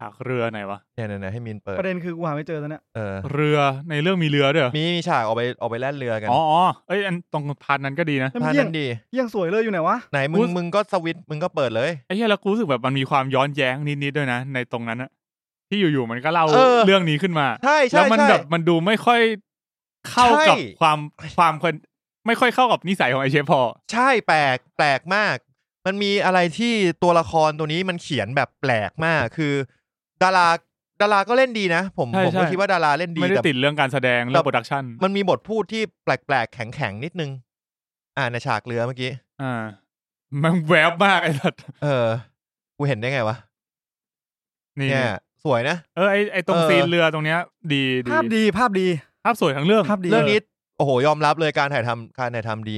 Speaker 3: ฉากเรือไหนวะ
Speaker 1: เนี่ยเนี่ยเนี่ยให้มีนเปิด
Speaker 2: ประเด็นคือกูหาไม่เจอตอนเนี้ย
Speaker 1: เออ
Speaker 3: เรือในเรื่องมีเรือด้วยเหรอ
Speaker 1: มีมีฉากออกไปออกไปแล่นเรือกัน
Speaker 3: อ๋ออ๋อเอ้ยอันตรงพาร์ทนั้นก็ดีนะ
Speaker 2: แล้วมั
Speaker 1: ท่าน
Speaker 2: เยี่ยง
Speaker 1: นั้นดี
Speaker 2: เยี่ยงสวยเลยอยู่ไหนวะ
Speaker 1: ไหนมึ
Speaker 3: อุ๊
Speaker 1: ง
Speaker 3: ย
Speaker 1: มึงก็สวิตช์มึงก็เปิดเลย
Speaker 3: ไอ้เหี้ยแล้วกูรู้สึกแบบมันมีความย้อนแย้งนิดๆด้วยนะ ในตรงนั้นอะที่อยู่ๆมันก็เล่า
Speaker 1: เออ
Speaker 3: เรื่องนี้ขึ้นมา
Speaker 1: ใช่
Speaker 3: แล้ว
Speaker 1: ใช่
Speaker 3: มัน
Speaker 1: ใช่
Speaker 3: แบบมันดูไม่ค่อยเข้ากับ
Speaker 1: ใช่
Speaker 3: ความความคนไม่ค่อยเข้ากับนิสัยของไอเชฟพอ
Speaker 1: ใช่แปลกแปลกมาก มันมีอะไรที่ตัวละครตัวนี้มันเขียนแบบแปลกมาก คือ ดาราดาราก็เล่นดีนะ ผม
Speaker 3: ใช่
Speaker 1: ผมก็
Speaker 3: ใช่
Speaker 1: คิดว่าดาราเล่นดี
Speaker 3: ไม่ได้
Speaker 1: แต่
Speaker 3: ติดเรื่องการแสดงเรื่อง
Speaker 1: แต่
Speaker 3: โปรดักชัน
Speaker 1: มันมีบทพูดที่แปลกๆแข็งๆนิดนึง อ่าในฉากเรือเมื่อกี้
Speaker 3: อ่า มันแวบมากไอ้สัตว์
Speaker 1: เออ กูเห็นได้ไงวะ
Speaker 3: นี่
Speaker 1: เนี่ยสวยนะ
Speaker 3: เออไอไอตรง
Speaker 1: เออ
Speaker 3: ซีนเรือตรงเนี้ย ดีดี
Speaker 2: ภาพดีภาพดี
Speaker 3: ภาพสวยทั้งเรื่อง
Speaker 2: ภาพดี
Speaker 1: เรื่องนี้โอ้โหยอมรับเลยการถ่ายทำการถ่ายทำดี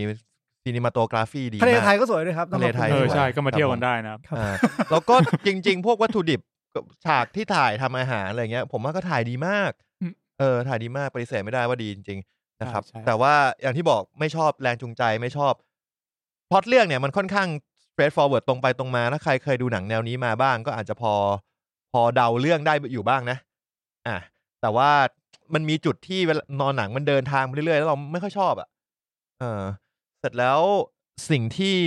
Speaker 1: ซีนิมาโตกราฟีดี
Speaker 2: ทะเลไท
Speaker 1: มาย ก
Speaker 2: ก็สวยด้วยครับต้องขอบคุณ
Speaker 1: ทะเลไทย
Speaker 3: เออ
Speaker 1: วย
Speaker 3: ใช่
Speaker 1: ส
Speaker 3: ก็มาเที่ยวกันได้นะครับ
Speaker 2: ครับ
Speaker 1: อ่า แล้วก็ จริง ๆ พวกวัตถุดิบกับฉากที่ถ่ายทำอาหารอะไรเงี้ย ผมว่าก็ถ่ายดีมาก
Speaker 3: อืม
Speaker 1: เออ ถ่ายดีมากปฏิเสธไม่ได้ว่าดีจริง ๆ นะครับ
Speaker 3: ใช่ใช่
Speaker 1: แต่ว่าอย่างที่บอกไม่ชอบแรงจูงใจไม่ชอบพล็อตเรื่องเนี่ยมันค่อนข้าง straightforward ตรงไปตรงมาถ้าใครเคยดูหนังแนวนี้มาบ้าง ก็อาจจะพอ พอเดาเรื่องได้อยู่บ้างนะ อ่ะแต่ว่ามันมีจุดที่เวลานอนหนังมันเดินทางไปเรื่อยๆแล้วเราไม่ค่อยชอบอ่ะเออ เสร็จแล้วสิ่งที่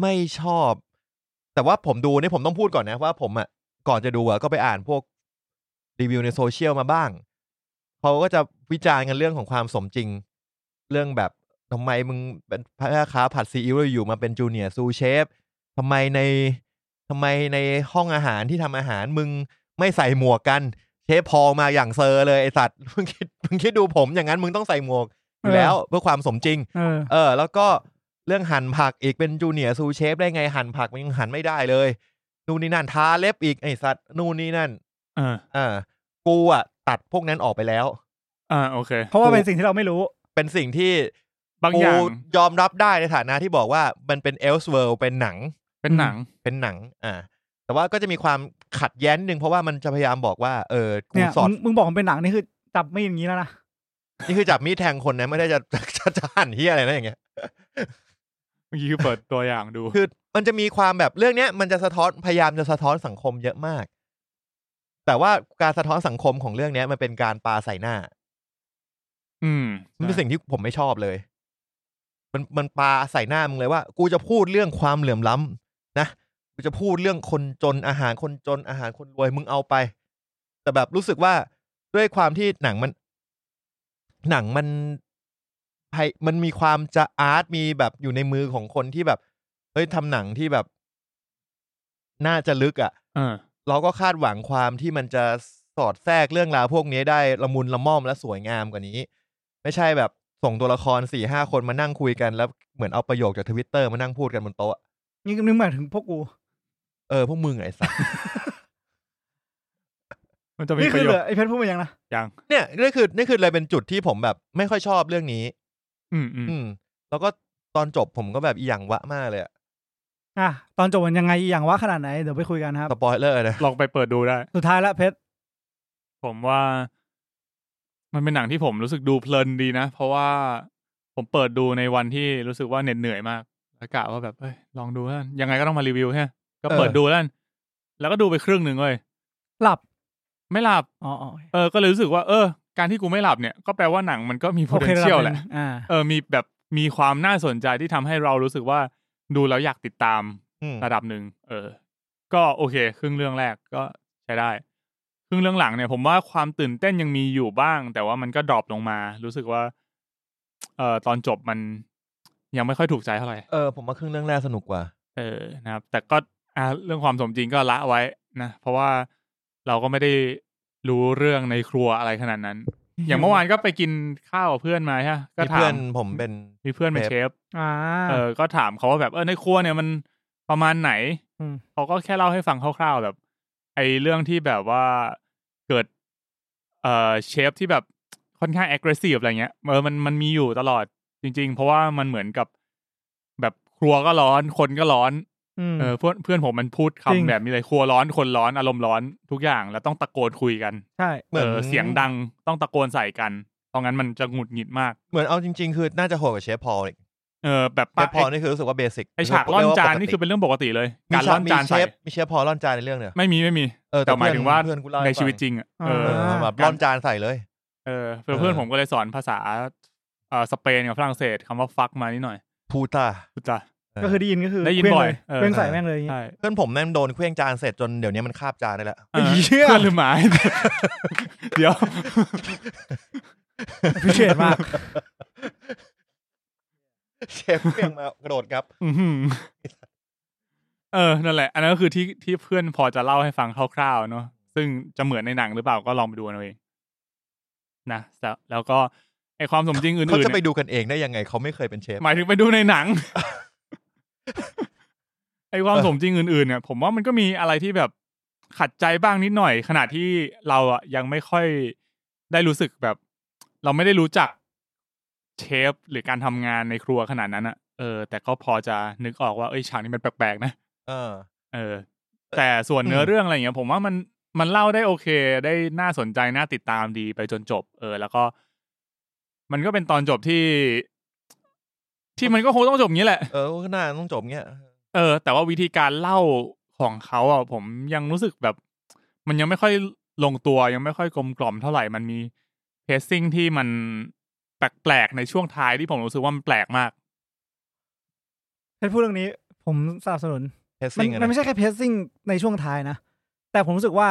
Speaker 1: ไม่ชอบ แต่ว่าผมดูเนี่ยผมต้องพูดก่อนนะว่าผมอ่ะก่อนจะดูอ่ะก็ไปอ่านพวกรีวิวในโซเชียลมาบ้างเขาก็จะวิจารณ์กันเรื่องของความสมจริง เรื่องแบบทำไมมึงเป็นพ่อค้าผัดซีอิ๊วแล้วอยู่มาเป็นจูเนียร์ซูเชฟทำไมในทำไมในห้องอาหารที่ทำอาหารมึงไม่ใส่หมวกกัน เชฟพอลมาอย่างเซอร์เลยไอสัตว์ มึงคิดมึงคิดดูผมอย่างนั้นมึงต้องใส่หมวกอยู่แล้วเพื่อความสมจริง
Speaker 2: เออ
Speaker 1: เออแล้วก็เรื่องหั่นผักอีกเป็นจูเนียร์ซูเชฟได้ไงหั่นผักมันยังหั่นไม่ได้เลย นู่นนี่นั่นทาเล็บอีกไอสัตว์นู่นนี่นั่น
Speaker 3: เออ
Speaker 1: อ่ากูอ่ะตัดพวกนั้นออกไปแล้ว
Speaker 3: อ่าโอเค
Speaker 2: เพราะว่าเป็นสิ่งที่เราไม่รู้
Speaker 1: เป็นสิ่งที่
Speaker 3: บาง
Speaker 1: กู
Speaker 3: อย่าง
Speaker 1: ยอมรับได้ในฐานะที่บอกว่ามันเป็นเอลส์เวิลเป็นหนัง
Speaker 3: เป็นหนัง
Speaker 1: เป็นหนัง อ่า แต่ว่าก็จะมีความขัดแย้งนิดนึงเพราะว่ามันจะพยายามบอกว่าเออกู
Speaker 2: เนี่ย
Speaker 1: สอด
Speaker 2: มึงมึงบอกมันเป็นหนังนี่คือจับไม่อย่างนี้แล้วนะ
Speaker 1: นี่คือจับมีดแทงคนนะไม่ได้จะ จะจะจะหั่นเฮียอะไรนะอย่างเงี้ย
Speaker 3: เมื่อกี้คือเปิดตัวอย่างดู
Speaker 1: คือมันจะมีความแบบเรื่องเนี้ยมันจะสะท้อนพยายามจะสะท้อนสังคมเยอะมาก แต่ว่าการสะท้อนสังคมของเรื่องเนี้ยมันเป็นการปาใส่หน้า
Speaker 3: อืม
Speaker 1: มันเป็นสิ่งที่ผมไม่ชอบเลย มันมันปาใส่หน้ามึงเลยว่า กูจะพูดเรื่องความเหลื่อมล้ำนะ กูจะพูดเรื่องคนจนอาหารคนจนอาหารคนรวยมึงเอาไป แต่แบบรู้สึกว่าด้วยความที่หนังมัน หนังมันไพมันมีความจะอาร์ตมีแบบอยู่ในมือของคนที่แบบ เฮ้ยทำหนังที่แบบ น่าจะลึกอ่ะ
Speaker 3: เออ
Speaker 1: เราก็คาดหวังความที่มันจะสอดแทรกเรื่องราวพวกนี้ได้ละมุนละม่อมและสวยงามกว่านี้ ไม่ใช่แบบส่งตัวละครสี่ห้าคนมานั่งคุยกันแล้วเหมือนเอาประโยคจากทวิตเตอร์มานั่งพูดกันบนโต๊ะ
Speaker 2: นี่นึกหมายถึงพวกกู
Speaker 1: เออพวกมึงไอ้สัส
Speaker 3: มันจะมี
Speaker 2: นี่
Speaker 3: ป
Speaker 2: คื
Speaker 3: ระ
Speaker 2: อ
Speaker 3: โย
Speaker 2: เหลื
Speaker 3: ช
Speaker 2: อ
Speaker 3: น์
Speaker 2: ไอ้เพชรพูดมายังนะ
Speaker 3: อย่าง
Speaker 1: เนี่ยนี่คือนี่คือเลยเป็นจุดที่ผมแบบไม่ค่อยชอบเรื่องนี้
Speaker 3: อืมอืม
Speaker 1: อืม แล้วก็ตอนจบผมก็แบบอีหยังวะมากเลยอะ
Speaker 2: อ่ะตอนจบมันยังไงอย่างว่าขนาดไหน เดี๋ยวไปคุยกันครับ
Speaker 1: สปอยเลอร์นะ
Speaker 3: ลองไปเปิดดูได้
Speaker 2: สุดท้ายละเพชร
Speaker 3: ผมว่า มันเป็นหนังที่ผมรู้สึกดูเพลินดีนะ เพราะว่าผมเปิดดูในวันที่รู้สึกว่าเหน็ดเหนื่อยมากแล้วกะว่าแบบเอ้ยลองดูแล้วกันยังไงก็ต้องมารีวิวฮะก็เปิดดูแล้วกันแล้วก็ดูไปครึ่งหนึ่งเลย
Speaker 2: หลับ
Speaker 3: ไม่หลับ
Speaker 2: อ๋ออ๋อ
Speaker 3: เออก็เลยรู้สึกว่าเออ การที่กูไม่หลับเนี่ยก็แปลว่าหนังมันก็มี
Speaker 2: โอเคระดับ
Speaker 3: potential
Speaker 2: ห
Speaker 3: แห
Speaker 2: นึ่
Speaker 3: ละ
Speaker 2: งอ่า
Speaker 3: เออมีแบบมีความน่าสนใจที่ทำให้เรารู้สึกว่า ดูแล้วอยากติดตาม
Speaker 1: อืม
Speaker 3: ระดับหนึ่งเออ ก็โอเค ครึ่งเรื่องแรกก็ใช้ได้ ครึ่งเรื่องหลังเนี่ย ผมว่าความตื่นเต้นยังมีอยู่บ้าง แต่ว่ามันก็ดรอปลงมา รู้สึกว่า เอ่อตอนจบมันยังไม่ค่อยถูกใจเท่าไหร่
Speaker 1: เออผมว่าครึ่งเรื่องแรกสนุกกว่า
Speaker 3: เออ นะครับ แต่ก็อ่าเรื่องความสมจริงก็ละไว้นะ เพราะว่าเราก็ไม่ได้รู้เรื่องในครัวอะไรขนาดนั้น อย่างเมื่อวานก็ไปกินข้าวกับเพื่อนมาใช่ปะก็
Speaker 1: มี
Speaker 3: ถา
Speaker 1: เพื่อ
Speaker 3: ม
Speaker 1: นผมเป็น
Speaker 3: มีเพื่อนเป็นเชฟ
Speaker 2: อ่า
Speaker 3: เออ ก็ถามเขาว่าแบบเออในครัวเนี่ยมันประมาณไหน
Speaker 2: อืม
Speaker 3: เขาก็แค่เล่าให้ฟังคร่าวๆแบบ ไอ้เรื่องที่แบบว่าเกิด เอ่อเชฟที่แบบค่อนข้าง aggressive อะไรเงี้ยเออมันมันมีอยู่ตลอดจริง ๆ เพราะว่ามันเหมือนกับแบบครัวก็ร้อนคนก็ร้อน
Speaker 2: ม
Speaker 3: เออเพื่อนเพื่อนผมมันพูด
Speaker 2: จริง
Speaker 3: คำแบบนี้เลยครัวร้อนคนร้อนอารมณ์ร้อนทุกอย่างแล้วต้องตะโกนคุยกัน
Speaker 2: ใช่
Speaker 1: เหมื
Speaker 3: เอ
Speaker 1: อน
Speaker 3: อเสียงดังต้องตะโกนใส่กันเพราะงั้นมันจะหงุดหงิดมาก
Speaker 1: เหมือนเอาจริง ๆ คือน่าจะโหดกว่าเชฟพอลอีก
Speaker 3: เออแบบ
Speaker 1: เช
Speaker 3: ปะ
Speaker 1: ฟพอลนี่คือรู้สึกว่าเบสิก
Speaker 3: ไอฉากล่อนจานนี่คือเป็นเรื่องปกติเลย การล่อนจาน
Speaker 1: มีเช
Speaker 3: ใส่
Speaker 1: ฟมีเชฟพอลล่อนจานในเรื่องเนี่ย
Speaker 3: ไม่มีไม่มี
Speaker 1: เออ
Speaker 3: แต่หมาย
Speaker 1: เพื่อน
Speaker 3: ถึงว่า
Speaker 1: เพื่อนกูเล่า
Speaker 3: ใน
Speaker 1: ห้ฟั
Speaker 3: ชีวิตจริงอ่ะเอ
Speaker 1: เอ
Speaker 3: อ
Speaker 1: อ
Speaker 2: อ่า
Speaker 1: แบบล่อนจานใส่เลย
Speaker 3: เออเพื่อนเพื่อน
Speaker 1: เออ
Speaker 3: ผมก็เลยสอนภาษาเอ่อสเปนกับฝรั่งเศสคำว่าฟักมานิดหน่อย
Speaker 1: พูตา
Speaker 3: พูดจ้ะ
Speaker 2: ก็คือได้ยินก็คือ
Speaker 3: ได้ยิน
Speaker 2: เครื่ง
Speaker 3: บ่อย
Speaker 2: เล
Speaker 3: เออ
Speaker 2: เครื่องใส่แม่งเลยอย่างงี้
Speaker 3: ใช่
Speaker 1: เพื่อนผมแม่งโดนเครื่องจานเสร็จจนเดี๋ยวนี้มันคาบจานได้แล้ว
Speaker 3: เออ
Speaker 2: เหี้ย
Speaker 3: เพื่อนหรือหมา เดี๋ยว
Speaker 2: พิเศษมาก
Speaker 1: เชฟเครื่องมากระโดดครับ
Speaker 3: อื้อหือเออ นั่นแหละ อันนั้นก็คือที่ที่เพื่อนพอจะเล่าให้ฟังคร่าวๆเนอะซึ่งจะเหมือนในหนังหรือเปล่าก็ลองไปดูเอาเองนะแล้วแล้วก็ไอความสมจริงอื่นๆ
Speaker 1: เขาจะไป
Speaker 3: เนี่ย
Speaker 1: ดูกันเองได้ยังไงเขาไม่เคยเป็นเชฟ
Speaker 3: หมายถึงไปดูในหนัง ไอความสมจริงอื่นๆเนี่ย ผมว่ามันก็มีอะไรที่แบบขัดใจบ้างนิดหน่อย ขณะที่เราอะยังไม่ค่อยได้รู้สึกแบบ เราไม่ได้รู้จักเชฟหรือการทำงานในครัวขนาดนั้นอะเออ แต่ก็พอจะนึกออกว่าเอ้ยฉากนี้มันแปลกๆนะ
Speaker 1: เออ
Speaker 3: เออแต่ส่วนเนื้อ
Speaker 1: อืม
Speaker 3: เรื่องอะไรอย่างเงี้ย ผมว่ามันมันเล่าได้โอเค ได้น่าสนใจน่าติดตามดีไปจนจบ เออ แล้วก็ มันก็เป็นตอนจบที่ ที่มันก็คงต้องจบอย่างนี้แหละ
Speaker 1: เออก็น่าต้องจบเงี้ย
Speaker 3: เออ แต่ว่าวิธีการเล่าของเขาอ่ะผมยังรู้สึกแบบ มันยังไม่ค่อยลงตัวยังไม่ค่อยกลมกล่อมเท่าไหร่มันมีเพซซิ่งที่มันแปลกๆในช่วงท้ายที่ผมรู้สึกว่ามันแปลกมาก
Speaker 2: ถ้าพูดเรื่องนี้ผมสนับสนุน มัน
Speaker 1: pacing
Speaker 2: มัน
Speaker 1: อะนะ
Speaker 2: ไม่ใช่แค่เพสซิ่งในช่วงท้ายนะ แต่ผมรู้สึกว่า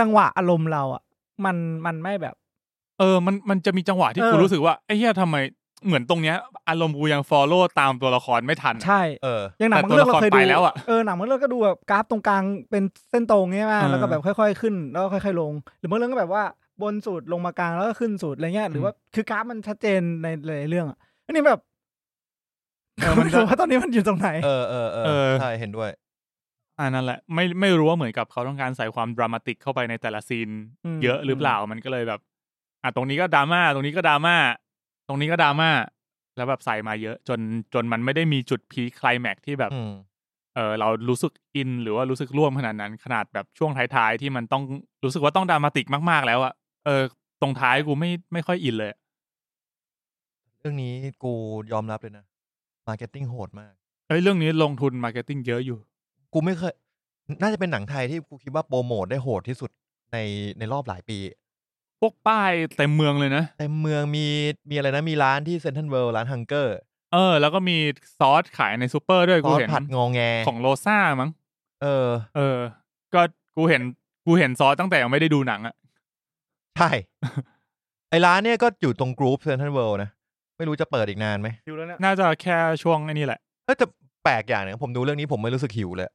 Speaker 2: จังหวะอารมณ์เราอ่ะ มันมันไม่แบบ
Speaker 3: เออ มัน มันจะมีจังหวะที่
Speaker 2: เออ
Speaker 3: กูรู้สึกว่าไอ้เหี้ยทำไม เหมือนตรงเนี้ย อารมณ์กูยังฟอลโล่ตามตัวละครไม่ทัน
Speaker 2: ใช่
Speaker 1: เออ
Speaker 2: อย่างหนัง
Speaker 3: แต่
Speaker 2: บางเรื่อง
Speaker 3: ตัวละคร
Speaker 2: เราเคยดู
Speaker 3: ไปแล้วอะ
Speaker 2: เออหนังบางเรื่องก็ดูแบบกราฟตรงกลางเป็นเส้นตรงเงี้ยมา
Speaker 3: เออ
Speaker 2: แล้วก็แบบค่อย ๆ ขึ้นแล้วก็ค่อยๆลง หรือบางเรื่องก็แบบว่าบนสุดลงมากลางแล้วก็ขึ้นสุดอะไรเงี้ยหรือว่าคือกราฟมันชัดเจนในหลายๆเรื่องอะอันนี้แบบ
Speaker 3: เออ มัน
Speaker 2: ไม่
Speaker 3: จะ
Speaker 2: รู้ว่าตอนนี้มันอยู่ตรงไหน
Speaker 1: เออเออเอ
Speaker 3: เอ
Speaker 1: อ
Speaker 3: อ
Speaker 1: ใช่เห็นด้วย
Speaker 3: อ่านั่นแหละ ไม่ ไม่รู้ว่าเหมือนกับเขาต้องการใส่ความดรามาติกเข้าไปในแต่ละซีน
Speaker 2: อืม
Speaker 3: เยอะหรือเปล่า มันก็เลยแบบ อ่ะตรงนี้ก็ดราม่า ตรงนี้ก็ดราม่า ตรงนี้ก็ดราม่า แล้วแบบใส่มาเยอะ จน จนมันไม่ได้มีจุดพีคไคลแม็กซ์ที่แบบ
Speaker 1: อืม
Speaker 3: เออเรารู้สึกอินหรือว่ารู้สึกร่วมขนาดนั้น ขนาดแบบช่วงท้ายๆที่มันต้องรู้สึกว่าต้องดรามาติกมากๆแล้วอะเออ ตรงท้ายกูไม่ ไม่ค่อยอินเลย
Speaker 1: เรื่องนี้กูยอมรับเลยนะมาร์เก็ตติ้งโหดมาก
Speaker 3: เอ้ยเรื่องนี้ลงทุนมาร์เก็ตติ้งเยอะอยู่
Speaker 1: กูไม่เคย น่าจะเป็นหนังไทยที่กูคิดว่าโปรโมทได้โหดที่สุดในในรอบหลายปี
Speaker 3: พวกป้ายเต็มเมืองเลยนะ
Speaker 1: ในเมืองมีมีอะไรนะ มีร้านที่เซนทรัลเวิลด์ร้านฮังเกอร์
Speaker 3: เออ แล้วก็มีซอสขายในซูเปอร์ด้วย
Speaker 1: ซ
Speaker 3: กู
Speaker 1: อส
Speaker 3: เห็น
Speaker 1: ผัดงองแง
Speaker 3: ของโลซ่ามั้ง
Speaker 1: เออ
Speaker 3: เออ ก็กูเห็นกูเห็นซอสตั้งแต่ยังไม่ได้ดูหนังอะ
Speaker 1: ใช่ ไอร้านเนี่ยก็อยู่ตรงกรุ๊ปเซนทรัลเวิลด์นะ ไม่รู้จะเปิดอีกนานไหม
Speaker 2: อยู่แล้วเนี่ย
Speaker 3: น่าจะแค่ช่วงไอ้นี่แหละ
Speaker 1: เออแต่แปลกอย่างหนึงผมดูเรื่องนี้ผมไม่รู้สึกหิวเลย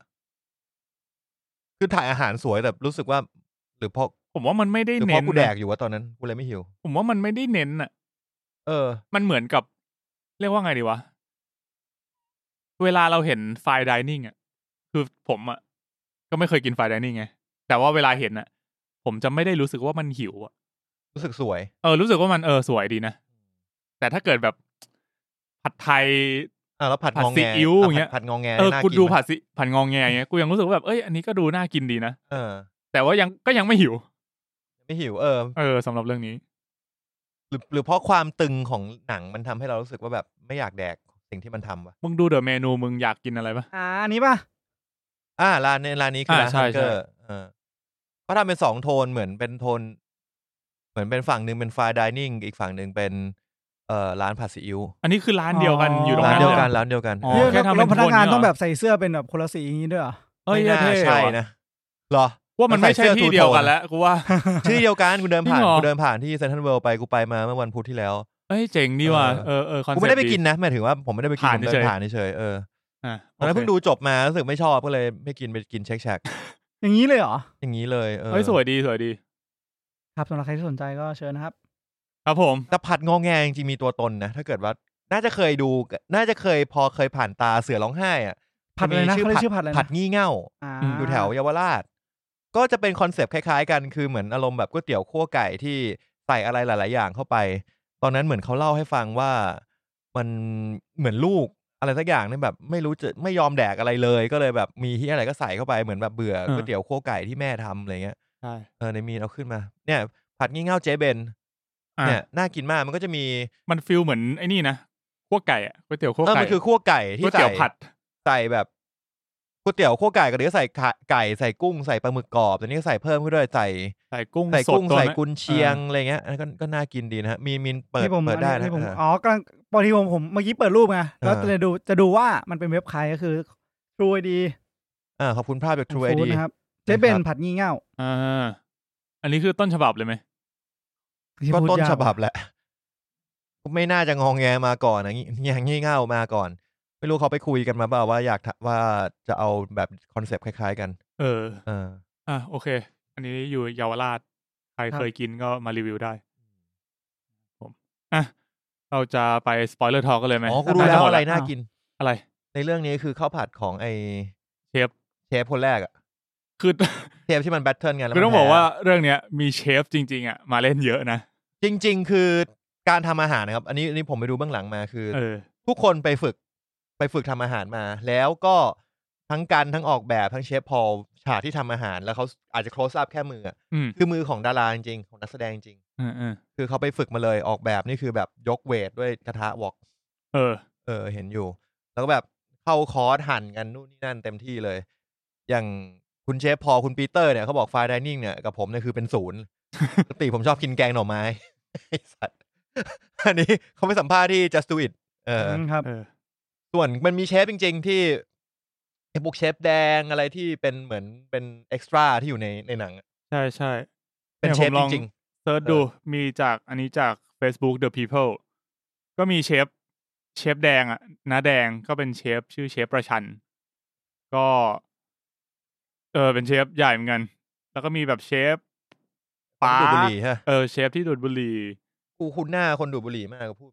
Speaker 1: คือถ่ายอาหารสวยแต่รู้สึกว่า หรือเพราะ
Speaker 3: ผมว่ามันไม่ได้
Speaker 1: หรือเพ
Speaker 3: เน้
Speaker 1: ราะ
Speaker 3: น
Speaker 1: กูแดก
Speaker 3: นะ
Speaker 1: อยู่ว่าตอนนั้นกูเลยไม่หิว
Speaker 3: ผมว่ามันไม่ได้เน้นอะ
Speaker 1: เออ
Speaker 3: มันเหมือนกับ เรียกว่าไงดีวะ เวลาเราเห็นไฟดิเนิ่งอะคือผมอะก็ไม่เคยกินไฟดิเนิ่งไง แต่ว่าเวลาเห็นอะผมจะไม่ได้รู้สึกว่ามันหิวอะ
Speaker 1: รู้สึกสวย
Speaker 3: เออรู้สึกว่ามันเออสวยดีนะ แต่ถ้าเกิดแบบผัดไทย
Speaker 1: อ่ะแล้วผัด
Speaker 3: ผัด
Speaker 1: งอง
Speaker 3: ซี
Speaker 1: แง
Speaker 3: อิ๊วอย่างเงี้
Speaker 1: อ่ะผัด
Speaker 3: ย
Speaker 1: ผัดงองแง
Speaker 3: เออ
Speaker 1: น่า
Speaker 3: กู
Speaker 1: กิน
Speaker 3: ดู
Speaker 1: ไหม
Speaker 3: ผัดสิผัดงองแงอย่างเงี้ยกูยังรู้สึกว่าแบบเอ้ยอันนี้ก็ดูน่ากินดีนะ
Speaker 1: เออ
Speaker 3: แต่ว่ายังก็ยังไม่หิว
Speaker 1: ไม่หิวเออ
Speaker 3: เออสำหรับเรื่องนี้
Speaker 1: หรือหรือเพราะความตึงของหนังมันทำให้เรารู้สึกว่าแบบไม่อยากแดกสิ่งที่มันทำวะ
Speaker 3: มึงดูเดอะเมนูมึงอยากกินอะไรปะ
Speaker 2: อ่าอันนี้ป่ะ
Speaker 1: อ่าร้านเนี่ยร้านนี้คือร้าน
Speaker 3: อ่าใช่
Speaker 1: ฮังเกอร์เออเขาทำเป็นสองโทนเหมือนเป็นโทน เหมือนเป็นฝั่งหนึ่งเป็นฟาดิเนิ่งอีกฝั่งหนึ่งเป็นเอ่อร้านผัดซีอิ๊ว
Speaker 3: อันนี้คือร้านเดียวกันอยู่ตรง
Speaker 1: ร้าน
Speaker 3: นั้น
Speaker 1: เดี
Speaker 3: เลย
Speaker 1: วย กัน
Speaker 3: อะ
Speaker 1: ร้านเดียวกัน
Speaker 3: อ๋อ
Speaker 2: เรียก
Speaker 3: แค่ทำเป็น
Speaker 2: แล้วพนักงาน
Speaker 3: คนเหรอ
Speaker 2: ต้องแบบใส่เสื้อเป็นแบบคนละสีอย่างงี้ด้วยเหรอ
Speaker 3: เ เฮ้ย
Speaker 1: ไม่น่า
Speaker 3: เท่
Speaker 1: ใช่
Speaker 3: ว่ะ
Speaker 1: นะเหรอ
Speaker 3: ว่ามันไม่ใช่
Speaker 1: มันใส่เสื้อ
Speaker 3: ที่เดียว
Speaker 1: ทูโทน
Speaker 3: กันแล้วกู ว่า
Speaker 1: ชื่อเดียวกันกูเดินผ่าน
Speaker 3: จริงเหรอ
Speaker 1: กูเดินผ่านที่เซนทรัลเวิลด์ไปกูไปมาเมื่อวันพุธที่แล้ว
Speaker 3: เอ้ยเจ๋งดีว่ะ
Speaker 1: เอ
Speaker 3: เอ
Speaker 1: อ
Speaker 3: อเออคอนเซ็
Speaker 1: กู
Speaker 3: ปต์
Speaker 1: ไม่ได้ไปกินนะหมายถึงว่าผมไม่ได้ไปกิน
Speaker 3: ผ่าน
Speaker 1: ผมเดิ
Speaker 3: เฉ
Speaker 1: น
Speaker 3: ยๆ
Speaker 1: ผ่านเฉยๆเออ
Speaker 3: อ่ะ
Speaker 1: ตอนนั้น
Speaker 3: โค
Speaker 1: เพิ่งดูจบมารู้สึกไม่ชอบก็เลยไม่กินไปกินเช็คแชก
Speaker 2: อย่างนี้เลยเหรอ
Speaker 1: อย่างนี้เลยเออ
Speaker 3: เฮ้ยสวยดีสวยดี
Speaker 2: ครับสำหรับใครที่สนใจก็เชิญนะครับ
Speaker 3: ครับผม
Speaker 1: แต่ผัดงอแงจริงๆมีตัวตนนะถ้าเกิดว่าน่าจะเคยดู น่าจะเคยพอเคยผ่านตาเสือร้องไห้อะ
Speaker 2: ผัดอะไรนะ
Speaker 1: จ
Speaker 2: เขาเรียก
Speaker 1: มี
Speaker 2: ชื่อผัดอะไรนะ
Speaker 1: ผัดงี่เง่า
Speaker 2: า
Speaker 3: อืม
Speaker 1: อยู่แถวเยาวราช ก็จะเป็นคอนเซปต์คล้ายๆกันคือเหมือนอารมณ์แบบก๋วยเตี๋ยวคั่วไก่ที่ใส่อะไรหลาย ๆ อย่างเข้าไป ตอนนั้นเหมือนเขาเล่าให้ฟังว่ามันเหมือนลูกอะไรสักอย่างเนี่ยแบบ ไม่รู้จะไม่ยอมแดกอะไรเลย ก็เลยแบบมีที่อะไรก็ใส่เข้าไปเหมือนแบบเบื่อก๋วยเตี๋ยวคั่วไก่ที่แม่ทำอะไรเงี้ย
Speaker 3: ใช่
Speaker 1: เออในมีนเอาขึ้นมา เนี่ย ผัดงี่เง่าเจ๊เบน
Speaker 3: อ่ะ
Speaker 1: เนี่ยน่ากินมากมันก็จะมี
Speaker 3: มันฟิลเหมือนไอ้นี่นะขั้วไก่อะก๋วยเตี๋ยวขั้ว
Speaker 1: เออ
Speaker 3: ไก่
Speaker 1: มันคือคั่วไก่ที่
Speaker 3: ก๋วย
Speaker 1: ใส่
Speaker 3: เตี๋ยวผัด
Speaker 1: ใส่แบบก๋วยเตี๋ยวคั่วไก่ก็เดี๋ยวใส่ไข่ไก่ใส่กุ้งใส่ปลาหมึกกรอบแต่นี้ก็ใส่เพิ่มขึ้นด้วยใส่
Speaker 3: ใส่กุ้ง
Speaker 1: ใส่
Speaker 3: สด
Speaker 1: กุ้ง
Speaker 3: ตัว
Speaker 1: ใส่
Speaker 3: นั้น
Speaker 1: กุนเชียง
Speaker 3: อ
Speaker 1: อะไรเงี้ยอันนั้นก็ก็น่ากินดีนะฮะมีมีนเปิด
Speaker 2: ที่ผม
Speaker 1: เปิดได้นะ
Speaker 2: ที่ผม
Speaker 1: เออ
Speaker 2: อ๋อกำลังพอดีผมผมเมื่อกี้เปิดรูปไงแล้ว
Speaker 1: เออ
Speaker 2: จะดูจะดูว่ามันเป็นเว็บใครก็คือ True ID
Speaker 1: อ่าขอบคุณภาพจาก True
Speaker 2: Food
Speaker 1: ID
Speaker 2: นะครับเจ๊เบนผัดงี่เง่า
Speaker 3: ่าอ่าอันนี้คือต้นฉบับเลยไหม
Speaker 2: ที่
Speaker 1: ก็
Speaker 2: พูด
Speaker 1: ต้น
Speaker 2: ยา
Speaker 1: ฉบับ
Speaker 2: ว่ะ
Speaker 1: แหละ ไม่น่าจะงองแงมาก่อนนะงี้อย่างงี่เง่ามาก่อน ไม่รู้เขาไปคุยกันมาเปล่าว่าอยากทะว่าจะเอาแบบคอนเซปต์คล้าย ๆ กัน
Speaker 3: เออ
Speaker 1: เออ
Speaker 3: อ่ะโอเค อันนี้อยู่เยาวราช ใครเคยกินก็มารีวิวได้ผมอ่ะเราจะไปสปอยเลอร์ทอกันเลยไหม
Speaker 1: อ๋อกูรู้แล้ว
Speaker 3: หมด
Speaker 1: อะไรน่ากิน
Speaker 3: อะไร
Speaker 1: ในเรื่องนี้คือข้าวผัดของไอ
Speaker 3: เชฟ
Speaker 1: เชฟคนแรกอะ
Speaker 3: คือ
Speaker 1: เชฟที่มันแบทเทิลกันแล้ว
Speaker 3: คือ
Speaker 1: มัน
Speaker 3: ต้องบอก
Speaker 1: แพ้
Speaker 3: ว่าเรื่องเนี้ยมีเชฟจริง ๆอ่ะมาเล่นเยอะนะ
Speaker 1: จริง ๆ คือการทำอาหารนะครับ อันนี้อันนี้ผมไปดูเบื้องหลังมาคือ
Speaker 3: เออ
Speaker 1: ทุกคนไปฝึกไปฝึกทำอาหารมา แล้วก็ทั้งการทั้งออกแบบทั้งเชฟพอลฉากที่ทำอาหารแล้วเขาอาจจะ close up แค่มืออะ
Speaker 3: อืม
Speaker 1: คือมือของดาราจริงๆของนักแสดงจริง
Speaker 3: เออเออ
Speaker 1: คือเขาไปฝึกมาเลยออกแบบนี่คือแบบยกเวทด้วยกระทะวอก
Speaker 3: เออ
Speaker 1: เออเห็นอยู่ แล้วก็แบบเข้าคอร์สหั่นกันนู่นนี่นั่นเต็มที่เลย อย่างคุณเชฟพอลคุณปีเตอร์เนี่ยเขาบอกไฟดิเนิ่งเนี่ยกับผมเนี่ยคือเป็นศูนย์ ปกติผมชอบกินแกงหน่อไม้ ไอ้สัตว์อันนี้เขาไปสัมภาษณ์ที่ just do it เอออ
Speaker 2: มครับ
Speaker 3: เออ
Speaker 1: ส่วนมันมีเชฟจริง ๆ ที่ไอ้พวกเชฟแดงอะไรที่เป็นเหมือนเป็นเอ็กซ์ตร้าที่อยู่ในในหนังอะ
Speaker 3: ใช่ใช่
Speaker 1: เป็น
Speaker 3: ย
Speaker 1: เชฟ
Speaker 3: ผมล
Speaker 1: จ
Speaker 3: อง
Speaker 1: ริง
Speaker 3: เซิร์ช
Speaker 1: เออ
Speaker 3: ดูมีจากอันนี้จาก Facebook The People ก็มีเชฟเชฟแดงอ่ะน้าแดงก็เป็นเชฟชื่อเชฟประชัน ก็ เออเป็นเชฟใหญ่เหมือนกัน แล้วก็มีแบบเชฟ
Speaker 1: ๆ
Speaker 3: ป๋า
Speaker 1: คนดูดบุหรี่ฮะ
Speaker 3: เออเชฟที่ดูดบุหรี่
Speaker 1: กูคุ้นหน้าคนดูดบุหรี่มากกูพูด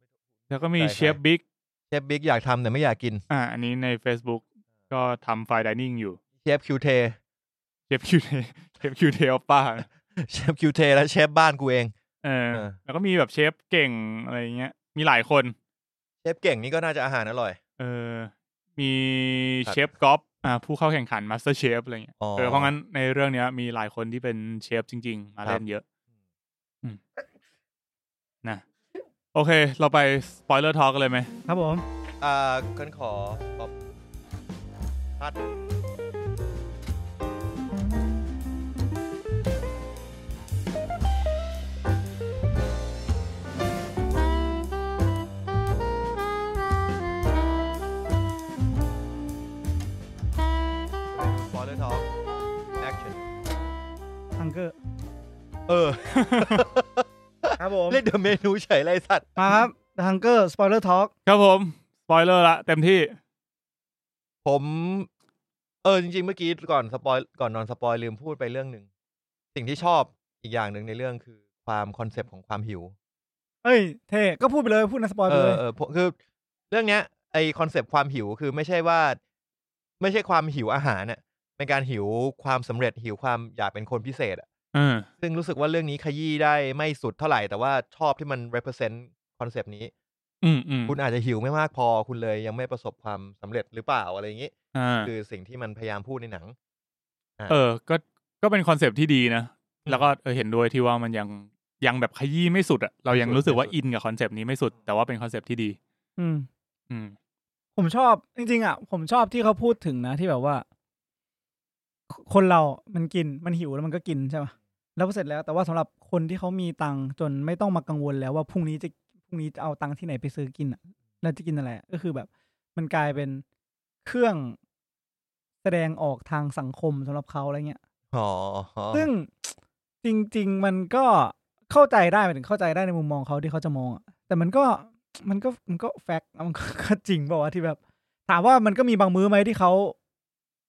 Speaker 3: แล้วก็มี
Speaker 1: ใช่ใช่
Speaker 3: เชฟบิ๊ก
Speaker 1: เชฟบิ๊กอยากทำแต่ไม่อยากกิน
Speaker 3: อ่า อันนี้ใน Facebook ก็ทำไฟดิเนิ่งอยู่
Speaker 1: เชฟคิวเท
Speaker 3: เชฟคิวเท เชฟคิวเทอป้า
Speaker 1: เชฟคิวเทและเชฟบ้านกูเอง
Speaker 3: เออ
Speaker 1: เออ
Speaker 3: แล้วก็มีแบบเชฟเก่งอะไรอย่างเงี้ย มีหลายคน
Speaker 1: เชฟเก่งนี่ก็น่าจะอาหารอร่อย
Speaker 3: เออ มี
Speaker 1: ครับ
Speaker 3: เชฟกอล์ฟอ่า ผู้เข้าแข่งขันมาสเตอร์เชฟอะไรเงี้ย
Speaker 1: อ๋อ
Speaker 3: เออ เพราะงั้นในเรื่องเนี้ย มีหลายคนที่เป็นเชฟจริง ๆ มาเล่นเยอะ อืมนะ โอเค เราไปสปอยเลอร์ทอกันเลยไหม
Speaker 2: ครับผม
Speaker 1: อ่ากันขอปรับพัดสปอยเลอร์ทอล์กแอคชั่น
Speaker 2: ทังเกอร์
Speaker 1: เออ
Speaker 2: ครับผม
Speaker 1: เล่นเดอะเมนูเฉยไรสัตว์
Speaker 2: มาครับทังเกอร์สปอยเลอร์ทอล์ก
Speaker 3: ครับผมสปอยเลอร์ละเต็มที่
Speaker 1: ผม เออ จริง ๆ เมื่อกี้ก่อนสปอยก่อนนอนสปอยลืมพูดไปเรื่องหนึ่ง สิ่งที่ชอบอีกอย่างหนึ่งในเรื่องคือความคอนเซปต์ของความหิว
Speaker 2: เอ้ยเท่ก็พูดไปเลยพูดในสปอย
Speaker 1: เอ
Speaker 2: ไปเล
Speaker 1: อย เออผมคือเรื่องเนี้ยไอคอนเซปต์ความหิวคือไม่ใช่ว่า ไม่ใช่ความหิวอาหารน่ะเป็นการหิวความสำเร็จหิวความอยากเป็นคนพิเศษอะ
Speaker 3: เออ
Speaker 1: ซึ่งรู้สึกว่าเรื่องนี้ขยี้ได้ไม่สุดเท่าไหร่ แต่ว่าชอบที่มัน represent คอนเซปต์นี้
Speaker 3: อืมอืม
Speaker 1: คุณอาจจะหิวไม่มากพอคุณเลยยังไม่ประสบความสำเร็จหรือเปล่าอะไรอย่างนี้
Speaker 3: อ่า
Speaker 1: คือสิ่งที่มันพยายามพูดในหนัง
Speaker 3: เออ ก็ ก็เป็นคอนเซปต์ที่ดีนะ แล้วก็เออเห็นด้วยที่ว่ามันยังยังแบบขยี้ไม่สุดอะเรายังรู้สึกว่าอินกับคอนเซปต์นี้ไม่สุด แต่ว่าเป็นคอนเซปต์ที่ดี
Speaker 2: อืม
Speaker 3: อืม
Speaker 2: ผมชอบจริงๆอ่ะผมชอบที่เขาพูดถึงนะที่แบบว่า คนเรา มันกินมันหิวแล้วมันก็กินใช่ปะแล้วพอเสร็จแล้วแต่ว่าสำหรับคนที่เขามีตังค์จนไม่ต้องมากังวลแล้วว่าพรุ่งนี้จะพรุ่งนี้จะเอาตังค์ที่ไหนไปซื้อกินอ่ะ แล้วจะกินอะไรอะก็คือแบบ มันกลายเป็นเครื่องเส แสดงออกทางสังคมสำหรับเขาอะไรเงี้ย
Speaker 1: อ๋อ
Speaker 2: ซึ่ง จริง ๆ มันก็เข้าใจได้หมายถึงเข้าใจได้ในมุมมองเขาที่เขาจะมองอะแต่มันก็มันก็มันก็แฟกต์มันก็ ก็จริงเปล่าวะที่แบบ ถามว่ามันก็มีบางมื้อไหมที่เขา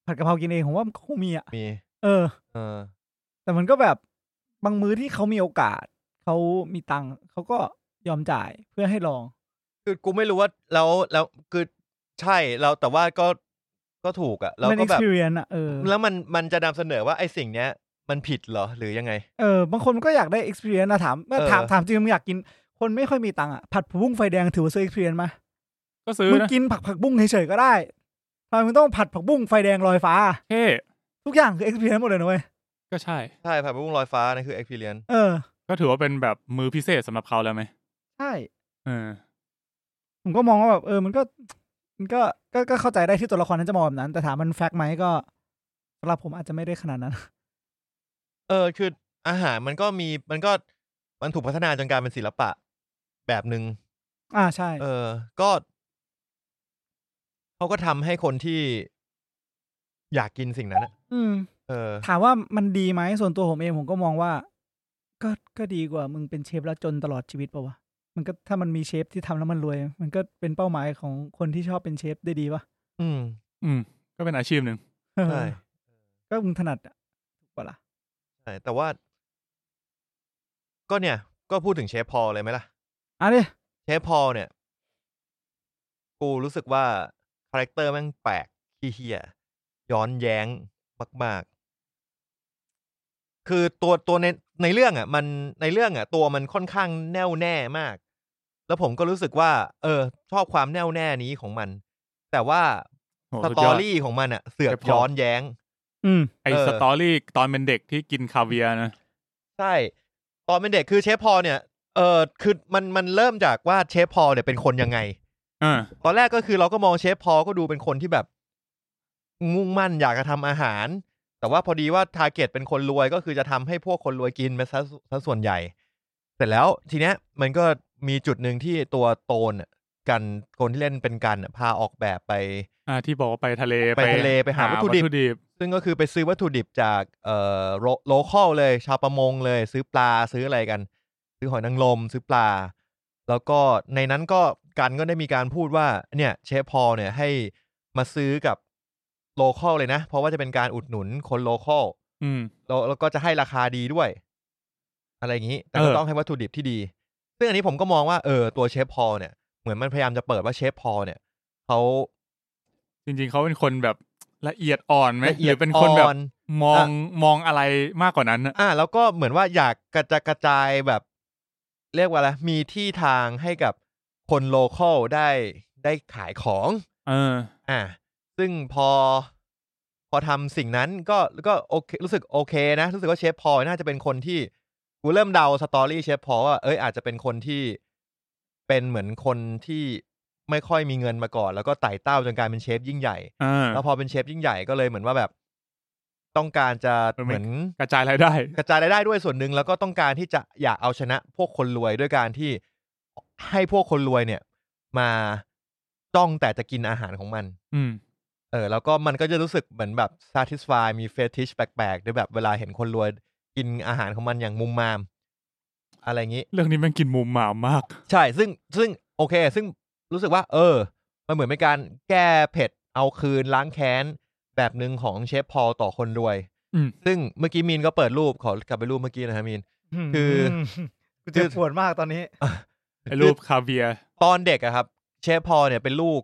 Speaker 2: ผัดกะเพรากินเองผมว่ามันก็คงมีอ่ะ
Speaker 1: มี
Speaker 2: เออ
Speaker 1: เออ
Speaker 2: แต่มันก็แบบบางมื้อที่เขามีโอกาส เขามีตังค์เขาก็ยอมจ่ายเพื่อให้ลอง
Speaker 1: คือกูไม่รู้ว่าแล้วแล้วคือใช่เราแต่ว่าก็ก็ถูกอะเรา
Speaker 2: มัน
Speaker 1: ก็
Speaker 2: เอ็ก
Speaker 1: แบบ
Speaker 2: ซ์เพรียนอะเออ
Speaker 1: แล้วมันมันจะนำเสนอว่าไอ้สิ่งเนี้ย มันผิดเหรอหรือยังไง
Speaker 2: เออบางคนมันก็อยากได้เอ็กซ์เพรียนนะถามเมื่อ
Speaker 1: เออ
Speaker 2: ถามถามจริงมึงอยากกิน คนไม่ค่อยมีตังค์อะผัดผักบุ้งไฟแดงถือว่าซื้อเอ็กซ์เพรียนมา
Speaker 3: ก็ซื้อ
Speaker 2: มึง
Speaker 3: นะ
Speaker 2: กินผักผักบุ้งเฉยๆก็ได้ทำไมมึงต้องผัดผักบุ้งไฟแดงลอยฟ้า
Speaker 3: เท่
Speaker 2: ทุกอย่างคือเอ็กซ์เพรียนหมดเลยนะเว้ย
Speaker 3: ก็ใช่
Speaker 1: ใช่ผัดผักบุ้งลอยฟ้านั่นคือ experience
Speaker 2: เออ
Speaker 3: ก็ถือว่าเป็นแบบมือพิเศษสำหรับเขาแล้วไหม
Speaker 2: ใช่
Speaker 3: เออ
Speaker 2: ผมก็มองว่าแบบเออมันก็มันก็ก็ก็เข้าใจได้ที่ตัวละครนั้นจะมองแบบนั้น แต่ถามมันแฟกต์ไหมก็สำหรับผมอาจจะไม่ได้ขนาด นั้น
Speaker 1: เออคืออาหารมันก็มีมันก็มันถูกพัฒนาจนกลายเป็นศิลปะ แบบหนึ่ง
Speaker 2: อ่าใช่
Speaker 1: เออ ก็เขาก็ทำให้คนที่อยากกินสิ่งนั้นอะ
Speaker 2: อืม
Speaker 1: เออ
Speaker 2: ถามว่ามันดีไหมส่วนตัวผมเองผมก็มองว่า ก็ก็ดีกว่ามึงเป็นเชฟแล้วจนตลอดชีวิตปะวะมันก็ถ้ามันมีเชฟที่ทำแล้วมันรวย มันก็เป็นเป้าหมายของคนที่ชอบเป็นเชฟได้ดีปะ
Speaker 1: อืม
Speaker 3: อืม ก็เป็นอาชีพหนึ่ง
Speaker 1: ใช่
Speaker 2: ก็มึงถนัดอะถูกปะล่ะ
Speaker 1: ใช่แต่ว่า ก็เนี่ย ก็พูดถึงเชฟพอลเลยไหมล่ะ
Speaker 2: อ่ะดิ
Speaker 1: เชฟพอลเนี่ย กูรู้สึกว่า คาแรคเตอร์แม่งแปลกขี้เฮียย้อนแย้งมาก ๆ คือตัวตัวในในเรื่องอ่ะ มันในเรื่องอ่ะ ตัวมันค่อนข้างแน่วแน่มาก แล้วผมก็รู้สึกว่า เออ ชอบความแน่วแน่นี้ของมัน แต่ว่า
Speaker 3: โห
Speaker 1: ส
Speaker 3: สุด
Speaker 1: ต
Speaker 3: ย
Speaker 1: อ
Speaker 3: อด
Speaker 1: รี่ของมันอ่ะ เสือก
Speaker 3: เชฟพอล
Speaker 1: ย้อนแย้ง
Speaker 2: อืม
Speaker 3: ไอ
Speaker 1: เออ
Speaker 3: สตอรี่ตอนเป็นเด็กที่กินคาเวียร์นะ
Speaker 1: ใช่ ตอนเป็นเด็กคือเชฟพอลเนี่ย เออคือมันมันเริ่มจากว่าเชฟพอลเนี่ยเป็นคนยังไง
Speaker 3: เออ
Speaker 1: ตอนแรกก็คือเราก็มองเชฟพอลก็ดูเป็นคนที่แบบ มุ่งมั่นอยากจะทำอาหาร แต่ว่าพอดีว่าทาร์เก็ตเป็นคนรวยก็คือจะทำให้พวกคนรวยกินไปซะซะส่วนใหญ่ เสร็จแล้วทีเนี้ย มันก็มีจุดหนึ่งที่ตัวโตนน่ะกันคนที่เล่นเป็นกันน่ะพาออกแบบไป
Speaker 3: อ่าที่บอกว่าไปทะเล
Speaker 1: ไปทะเลไปหาวัตถุดิบ
Speaker 3: ดิบ
Speaker 1: ซึ่งก็คือไปซื้อวัตถุดิบจากเอ่อโลคอลเลย ชาวประมงเลย ซื้อปลาซื้ออะไรกัน ซื้อหอยนางรมซื้อปลา แล้วก็ในนั้นก็กันก็ได้มีการพูดว่า เนี่ยเชฟพอลเนี่ยให้มาซื้อกับโลคอลเลยนะ เพราะว่าจะเป็นการอุดหนุนคนโลคอล
Speaker 3: อืม
Speaker 1: แล้วแล้วก็จะให้ราคาดีด้วย อะไรอย่างนี้ แต่ก็
Speaker 3: เออ
Speaker 1: ต้องให้วัตถุดิบที่ดี ซึ่งอันนี้ผมก็มองว่าเออตัวเชฟพอลเนี่ยเหมือนมันพยายามจะเปิดว่าเชฟพอลเนี่ยเขา
Speaker 3: จริงๆเขาเป็นคนแบบละเอียดอ่อนไหม
Speaker 1: ละ
Speaker 3: ห
Speaker 1: เอีย
Speaker 3: รื
Speaker 1: ด
Speaker 3: อเป็นคนแบบ
Speaker 1: อ่อน
Speaker 3: มอง
Speaker 1: อ่ะ
Speaker 3: มองอะไรมากกว่านั้นน่ะ
Speaker 1: อ่าแล้วก็เหมือนว่าอยากกระจะกระจายแบบ เรียกว่าอะไรมีที่ทางให้กับคนโลคอลได้ได้ขายของ
Speaker 3: เออ
Speaker 1: อ่า ซึ่งพอ พอทำสิ่งนั้นก็ก็โอเครู้สึกโอเคนะ รู้สึกว่าเชฟพอลน่าจะเป็นคนที่กูเริ่มเดาสตอรี่เชฟพอลว่าเอ้ยอาจจะเป็นคนที่เป็นเหมือนคนที่ไม่ค่อยมีเงินมาก่อน แล้วก็ไต่เต้าจนกลายเป็นเชฟยิ่งใหญ่
Speaker 3: เออ
Speaker 1: แล้วพอเป็นเชฟยิ่งใหญ่ก็เลยเหมือนว่าแบบ ต้องการจะ
Speaker 3: เออ
Speaker 1: เห
Speaker 3: มัน
Speaker 1: มือน
Speaker 3: กระจายรายได้
Speaker 1: กระจายรายได้ด้วยส่วนหนึ่งแล้วก็ต้องการที่จะอยากเอาชนะพวกคนรวยด้วยการที่ให้พวกคนรวยเนี่ย มาจ้องแต่จะกินอาหารของมัน
Speaker 3: อืม
Speaker 1: เออ แล้วก็มันก็จะรู้สึกเหมือนแบบ satisfy มี fetish แปลกๆด้วยแบบเวลาเห็นคนรวยกินอาหารของมันอย่างมุมมาม อะไรอย่างนี้
Speaker 3: เรื่องนี้แมันกินมุมหมามมาก
Speaker 1: ใช่ซึ่งซึ่งโอเค ซึ่งรู้สึกว่า เออ มันเหมือนเป็นการแก้เผ็ดเอาคืนล้างแค้น แบบหนึ่งของเชฟพอลต่อคนรวย
Speaker 3: อืม
Speaker 1: ซึ่งเมื่อกี้มีนก็เปิดรูปขอกลับไปรูปเมื่อกี้นะฮะมีน คือ
Speaker 2: กูเจ็บปวดมากตอนนี้
Speaker 3: ไอ้รูปคาเวียร์
Speaker 1: ตอนเด็กอะครับ เชฟพอลเนี่ยเป็นลูก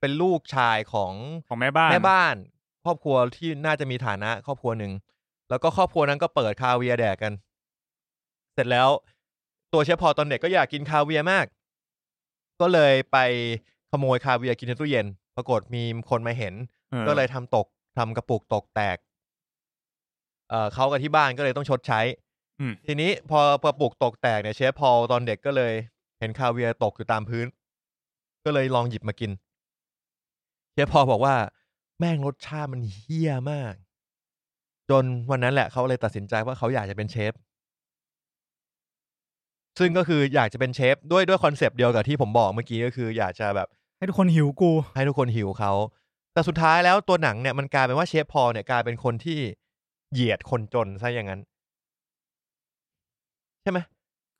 Speaker 1: เป็นลูกชายของ
Speaker 3: ของแม่บ้าน
Speaker 1: แม่บ้าน ครอบครัวที่น่าจะมีฐานะครอบครัวหนึ่ง แล้วก็ครอบครัวนั้นก็เปิดคาเวียร์แดกกัน เสร็จแล้ว ตัวเชฟพอลตอนเด็กก็อยากกินคาเวียร์มาก ก็เลยไปขโมยคาเวียร์กินในตู้เย็น ปรากฏมีคนมาเห็น
Speaker 3: ออ
Speaker 1: ก็เลยทำตกทำกระปุกตกแตก เอ่อเขากับที่บ้านก็เลยต้องชดใช้
Speaker 3: อืม
Speaker 1: ทีนี้พอกระปุกตกแตกเนี่ยเชฟพอลตอนเด็กก็เลยเห็นคาเวียร์ตกอยู่ตามพื้น ก็เลยลองหยิบมากิน เชฟพอลบอกว่า แม่งรสชาติมันเฮี้ยมาก จนวันนั้นแหละเขาเลยตัดสินใจว่าเขาอยากจะเป็นเชฟ ซึ่งก็คืออยากจะเป็นเชฟด้วยด้วยคอนเซปต์เดียวกับที่ผมบอกเมื่อกี้ก็คือ อยากจะแบบ
Speaker 2: ให้ทุกคนหิวกู
Speaker 1: ให้ทุกคนหิวเขา ส แต่สุดท้ายแล้วตัวหนังเนี่ยมันกลายเป็นว่าเชฟพอลเนี่ยกลายเป็นคนที่เหยียดคนจนซะอย่างนั้น ใช่ไหม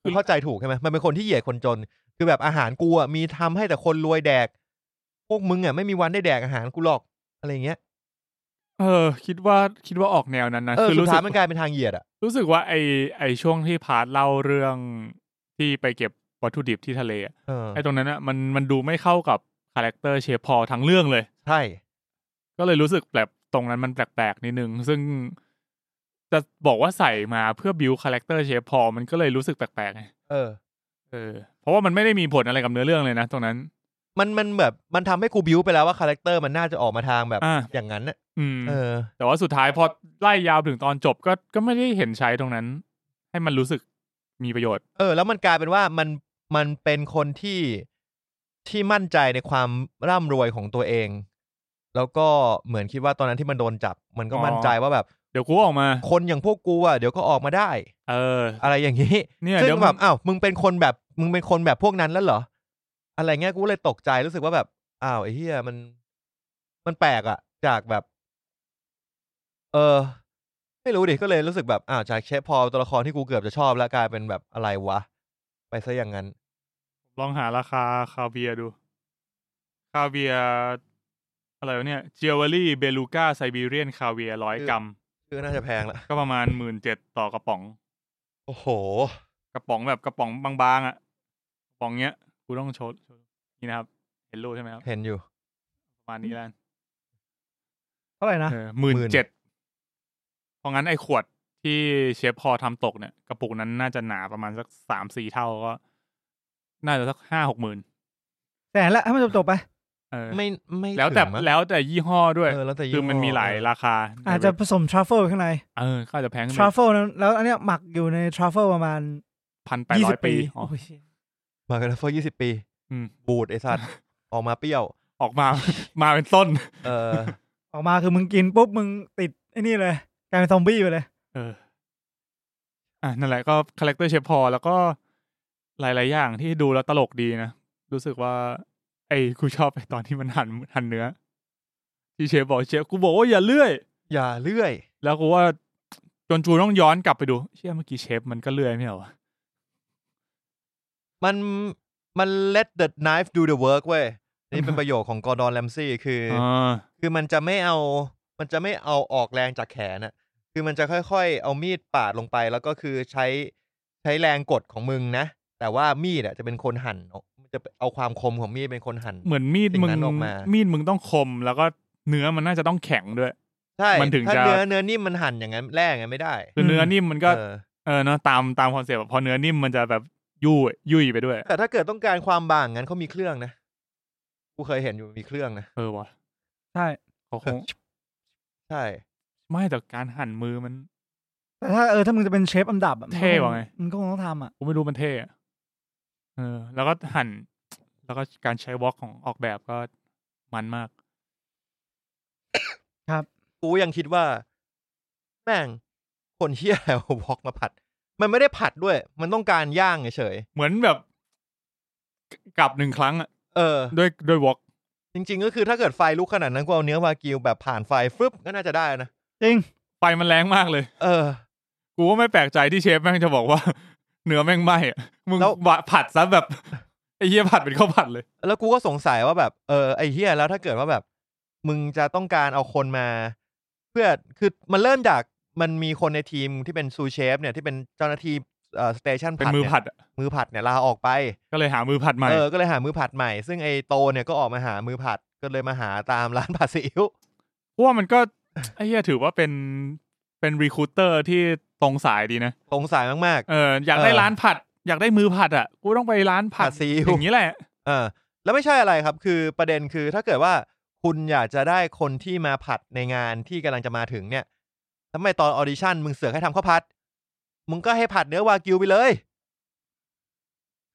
Speaker 1: กูเข้าใจถูกใช่ไหมมันเป็นคนที่เหยียดคนจน คือแบบอาหารกูอ่ะมีทำให้แต่คนรวยแดก พวกมึงอ่ะไม่มีวันได้แดกอาหารกูหรอกอะไรอย่างเงี้ย
Speaker 3: เออ คิดว่าคิดว่าออกแนวนั้นนะ
Speaker 1: เออ
Speaker 3: คือ
Speaker 1: สุด
Speaker 3: รู้สึ
Speaker 1: ท้าย
Speaker 3: ก
Speaker 1: มันกลายเป็นทางเหยียดอ่ะ
Speaker 3: รู้สึกว่าไอไอช่วงที่พาร์ทเล่าเรื่องที่ไปเก็บวัตถุดิบที่ทะเลอะ
Speaker 1: เออ
Speaker 3: ไอตรงนั้นอะมันมันดูไม่เข้ากับคาแรคเตอร์เชฟพอลทั้งเรื่องเลย
Speaker 1: ใช่
Speaker 3: ก็เลยรู้สึกแบบตรงนั้นมันแปลกๆนิดนึง ซึ่งจะบอกว่าใส่มาเพื่อบิวคาแรคเตอร์เชฟพอลมันก็เลยรู้สึกแปลกๆไง
Speaker 1: เออ
Speaker 3: เออเพราะว่ามันไม่ได้มีผลอะไรกับเนื้อเรื่องเลยนะ ตรงนั้น
Speaker 1: มันมันแบบมันทำให้กูบิวไปแล้วว่าคาแรคเตอร์มันน่าจะออกมาทางแบบ
Speaker 3: อ่า
Speaker 1: อย่างนั้นน่ะ
Speaker 3: อืม
Speaker 1: เออ
Speaker 3: แต่ว่าสุดท้ายพอไล่ยาวถึงตอนจบก็ก็ไม่ได้เห็นใช้ตรงนั้น ให้มันรู้สึกมีประโยชน์
Speaker 1: เออ แล้วมันกลายเป็นว่ามันมันเป็นคนที่ที่มั่นใจในความร่ำรวยของตัวเอง แล้วก็เหมือนคิดว่าตอนนั้นที่มันโดนจับ มันก็
Speaker 3: อ๋อ
Speaker 1: มั่นใจว่าแบบ
Speaker 3: เดี๋ยวกูออกมา
Speaker 1: คนอย่างพวกกูอ่ะเดี๋ยวก็ออกมาได้
Speaker 3: เออ
Speaker 1: อะไรอย่างนี้
Speaker 3: เนี่ย
Speaker 1: ซึ่
Speaker 3: เดี๋ย
Speaker 1: ง
Speaker 3: ว
Speaker 1: แบ
Speaker 3: มัน
Speaker 1: บอ้าวมึงเป็นคนแบบมึงเป็นคนแบบพวกนั้นแล้วเหรอ อะไรเงี้ยกูเลยตกใจรู้สึกว่าแบบอ้าวไอ้เหี้ยมัน มันแปลกอ่ะ จากแบบ เออ ไม่รู้ดิก็เลยรู้สึกแบบอ้าวจากเชฟพอลตัวละครที่กูเกือบจะชอบแล้วกลายเป็นแบบอะไรวะ ไปซะอย่างนั้น
Speaker 3: ลองหาราคาคาเวียร์ดู คาเวียร์อะไรวะเนี่ยเจเวลรี่เบลูก้าไซบีเรียนคาเวียร้อย
Speaker 1: คือ
Speaker 3: กรัม
Speaker 1: ชื่อน่าจะแพงละ
Speaker 3: ก็ประมาณหมื่นเจ็ดต่อกระป๋อง
Speaker 1: โอ้โห
Speaker 3: กระป๋องแบบกระป๋องบางๆอะ่ะกระป๋องเนี้ยกูต้องโชว์โชว์นี่นะครับ เห็นรูปใช่ไหมครับ
Speaker 1: เห็นอยู่
Speaker 3: ประมาณนี้แล้ว
Speaker 2: เท่าไหร่นะ
Speaker 3: หมื่น
Speaker 1: 17,000
Speaker 3: เจ็ดเพราะงั้นไอ้ขวดที่เชฟพอทำตกเนี่ย กระปุกนั้นน่าจะหนาประมาณสักสามสี่เท่าก็ น่าจะสักห้าหกหมื่น
Speaker 2: แสนละให้มันจบๆไป
Speaker 3: เออ
Speaker 1: ไม่ไม่
Speaker 3: แล้วแต่
Speaker 1: ถึงมั้ง
Speaker 3: แล้วแต่ยี่ห้อด้วย
Speaker 1: เออแล้วแต่
Speaker 3: คือมัน
Speaker 1: ห้
Speaker 3: มีหลายราคา
Speaker 2: อาจจะผสมทรัฟเฟิลข้างใน
Speaker 3: เออก็อาจจะแพง
Speaker 2: ทรัฟเฟิลนั้นแล้วอันเนี้ยหมักอยู่ในทรัฟเฟิลประมาณ
Speaker 3: พันแปด
Speaker 2: ยี่
Speaker 3: ร้อ
Speaker 2: สิ
Speaker 3: ย
Speaker 2: บ
Speaker 3: ปี
Speaker 2: ปี
Speaker 3: อ๋อ
Speaker 2: โอ้ยเชี่ย
Speaker 1: มากันแล้วเฟอร์ยี่สิบปี
Speaker 3: อืม
Speaker 1: บูดไอสัตว์ ออกมาเปรี้ยว
Speaker 3: ออกมา มาเป็นต้น
Speaker 1: เออ
Speaker 2: ออกมาคือมึงกินปุ๊บมึงติดไอ้นี่เลยกลายเป็นซอมบี้ไปเลย
Speaker 3: เออ อ่ะ นั่นแหละก็คาแรคเตอร์เชฟพอ แล้วก็หลาย ๆ อย่างที่ดูแล้วตลกดีนะ รู้สึกว่า ไอ้กูชอบไอ้ตอนที่มันหั่นหั่นเนื้อ ที่เชฟบอกเชฟกูบอกว่าอย่าเลื่อย
Speaker 1: อย่าเลื่อย
Speaker 3: แล้วกูว่าจนจูต้องย้อนกลับไปดู เชื่อเมื่อกี้เชฟมันก็เลื่อยไม่เหรอวะ
Speaker 1: มันมัน let the knife do the work เว้ย นี่เป็นประโยคของกอร์ดอนแรมซี่คืออ
Speaker 3: อ่า
Speaker 1: คือมันจะไม่เอา มันจะไม่เอาออกแรงจากแขนอะคือมันจะค่อยๆ เอามีดปาดลงไป แล้วก็คือใช้ใช้แรงกดของมึงนะ แต่ว่ามีดอะจะเป็นคนหั่นออกจะเอาความคมของมีดเป็นคนหั่น
Speaker 3: เหมือนมีดมึง
Speaker 1: สิ่งนั้นออกมา
Speaker 3: มีดมึงต้องคม แล้วก็เนื้อมันน่าจะต้องแข็งด้วย
Speaker 1: ใช่
Speaker 3: มันถึง
Speaker 1: ถ้า
Speaker 3: จะ
Speaker 1: เนื้อเนื้อนิ่มมันหั่นอย่างนั้นแรงอะไม่ได้
Speaker 3: คือเนื้อนิ่มมันก็
Speaker 1: เออ
Speaker 3: เออเนาะตามตามคอนเซปต์อะพอเนื้อนิ่มมันจะแบบยุ่ยยุ่ยไปด้วย
Speaker 1: แต่ถ้าเกิดต้องการความบางงั้นเขามีเครื่องนะ กูเคยเห็นอยู่มีเครื่องนะ
Speaker 3: เออวะ
Speaker 2: ใช่
Speaker 3: เขาคง
Speaker 1: ใช่
Speaker 3: ไม่แต่การหั่นมือมัน
Speaker 2: แต่ถ้าเออถ้ามึงจะเป็นเชฟอันดับอะมันก็
Speaker 3: เท่ว่ะไง
Speaker 2: มันก็คงต้องทำอ่ะ
Speaker 3: กูไม่รู้มันเท่อะเออ แล้วก็หั่น แล้วก็การใช้วอล์กของออกแบบก็มันมาก
Speaker 1: กูยังคิดว่า แม่ง คนเฮี้ยเอา วอกมาผัด มันไม่ได้ผัดด้วย มันต้องการย่างเฉย
Speaker 3: เหมือนแบบกกลับหนึ่งครั้งอะ
Speaker 1: ๆเออ
Speaker 3: ด้วยด้วยวอล์ก
Speaker 1: จริง ๆ ก็คือถ้าเกิดไฟลุกขนาดนั้นกูเอาเนื้อวากิวแบบผ่านไฟฟึบก็น่าจะได้นะ
Speaker 2: จริง
Speaker 3: ไฟมันแรงมากเลย
Speaker 1: เออ
Speaker 3: กูว่าไม่แปลกใจที่เชฟแม่งจะบอกว่า เนื้อแม่งไหม้อะมึง
Speaker 1: แล้ว
Speaker 3: บะผัดซะแบบ ไอ้เหี้ยผัดเป็นข้าวผัดเลย
Speaker 1: แล้วกูก็สงสัยว่าแบบเออไอเฮี้ยแล้วถ้าเกิดว่าแบบ มึงจะต้องการเอาคนมา เพื่อคือมันเริ่มจากมันมีคนในทีมที่เป็นซูเชฟเนี่ยที่เป็นเจ้าหน้าที่เอ่อสเตชัน
Speaker 3: เป็น
Speaker 1: ผัด
Speaker 3: มือ
Speaker 1: เนี่ย
Speaker 3: ผัดอะ
Speaker 1: มือผัดเนี่ยลาออกไป
Speaker 3: ก็เลยหามือผัดใหม่
Speaker 1: เออ ก็เลยหามือผัดใหม่ ซึ่งไอโตเนี่ยก็ออกมาหามือผัด ก็เลยมาหาตามร้านผัดซีอิ๊ว
Speaker 3: เพราะว่ามันก็ ไอ้เหี้ยถือว่าเป็นเป็นรีคูเตอร์ที่ตรงสายดีนะ
Speaker 1: สงสารมาก
Speaker 3: เอออยากได้
Speaker 1: เออ
Speaker 3: ร้านผัด อยากได้มือผัดอ่ะกูต้องไปร้านผั
Speaker 1: ผั
Speaker 3: ด
Speaker 1: ดซีอิ๊ว
Speaker 3: อย่างนี้แหละ
Speaker 1: ๆ เออ แล้วไม่ใช่อะไรครับ คือประเด็นคือถ้าเกิดว่าคุณอยากจะได้คนที่มาผัดในงานที่กำลังจะมาถึงเนี่ยทำไมตอนออดิชั่นมึงเสือกให้ทำข้าวผัด มึงก็ให้ผัดเนื้อวากิวไปเลย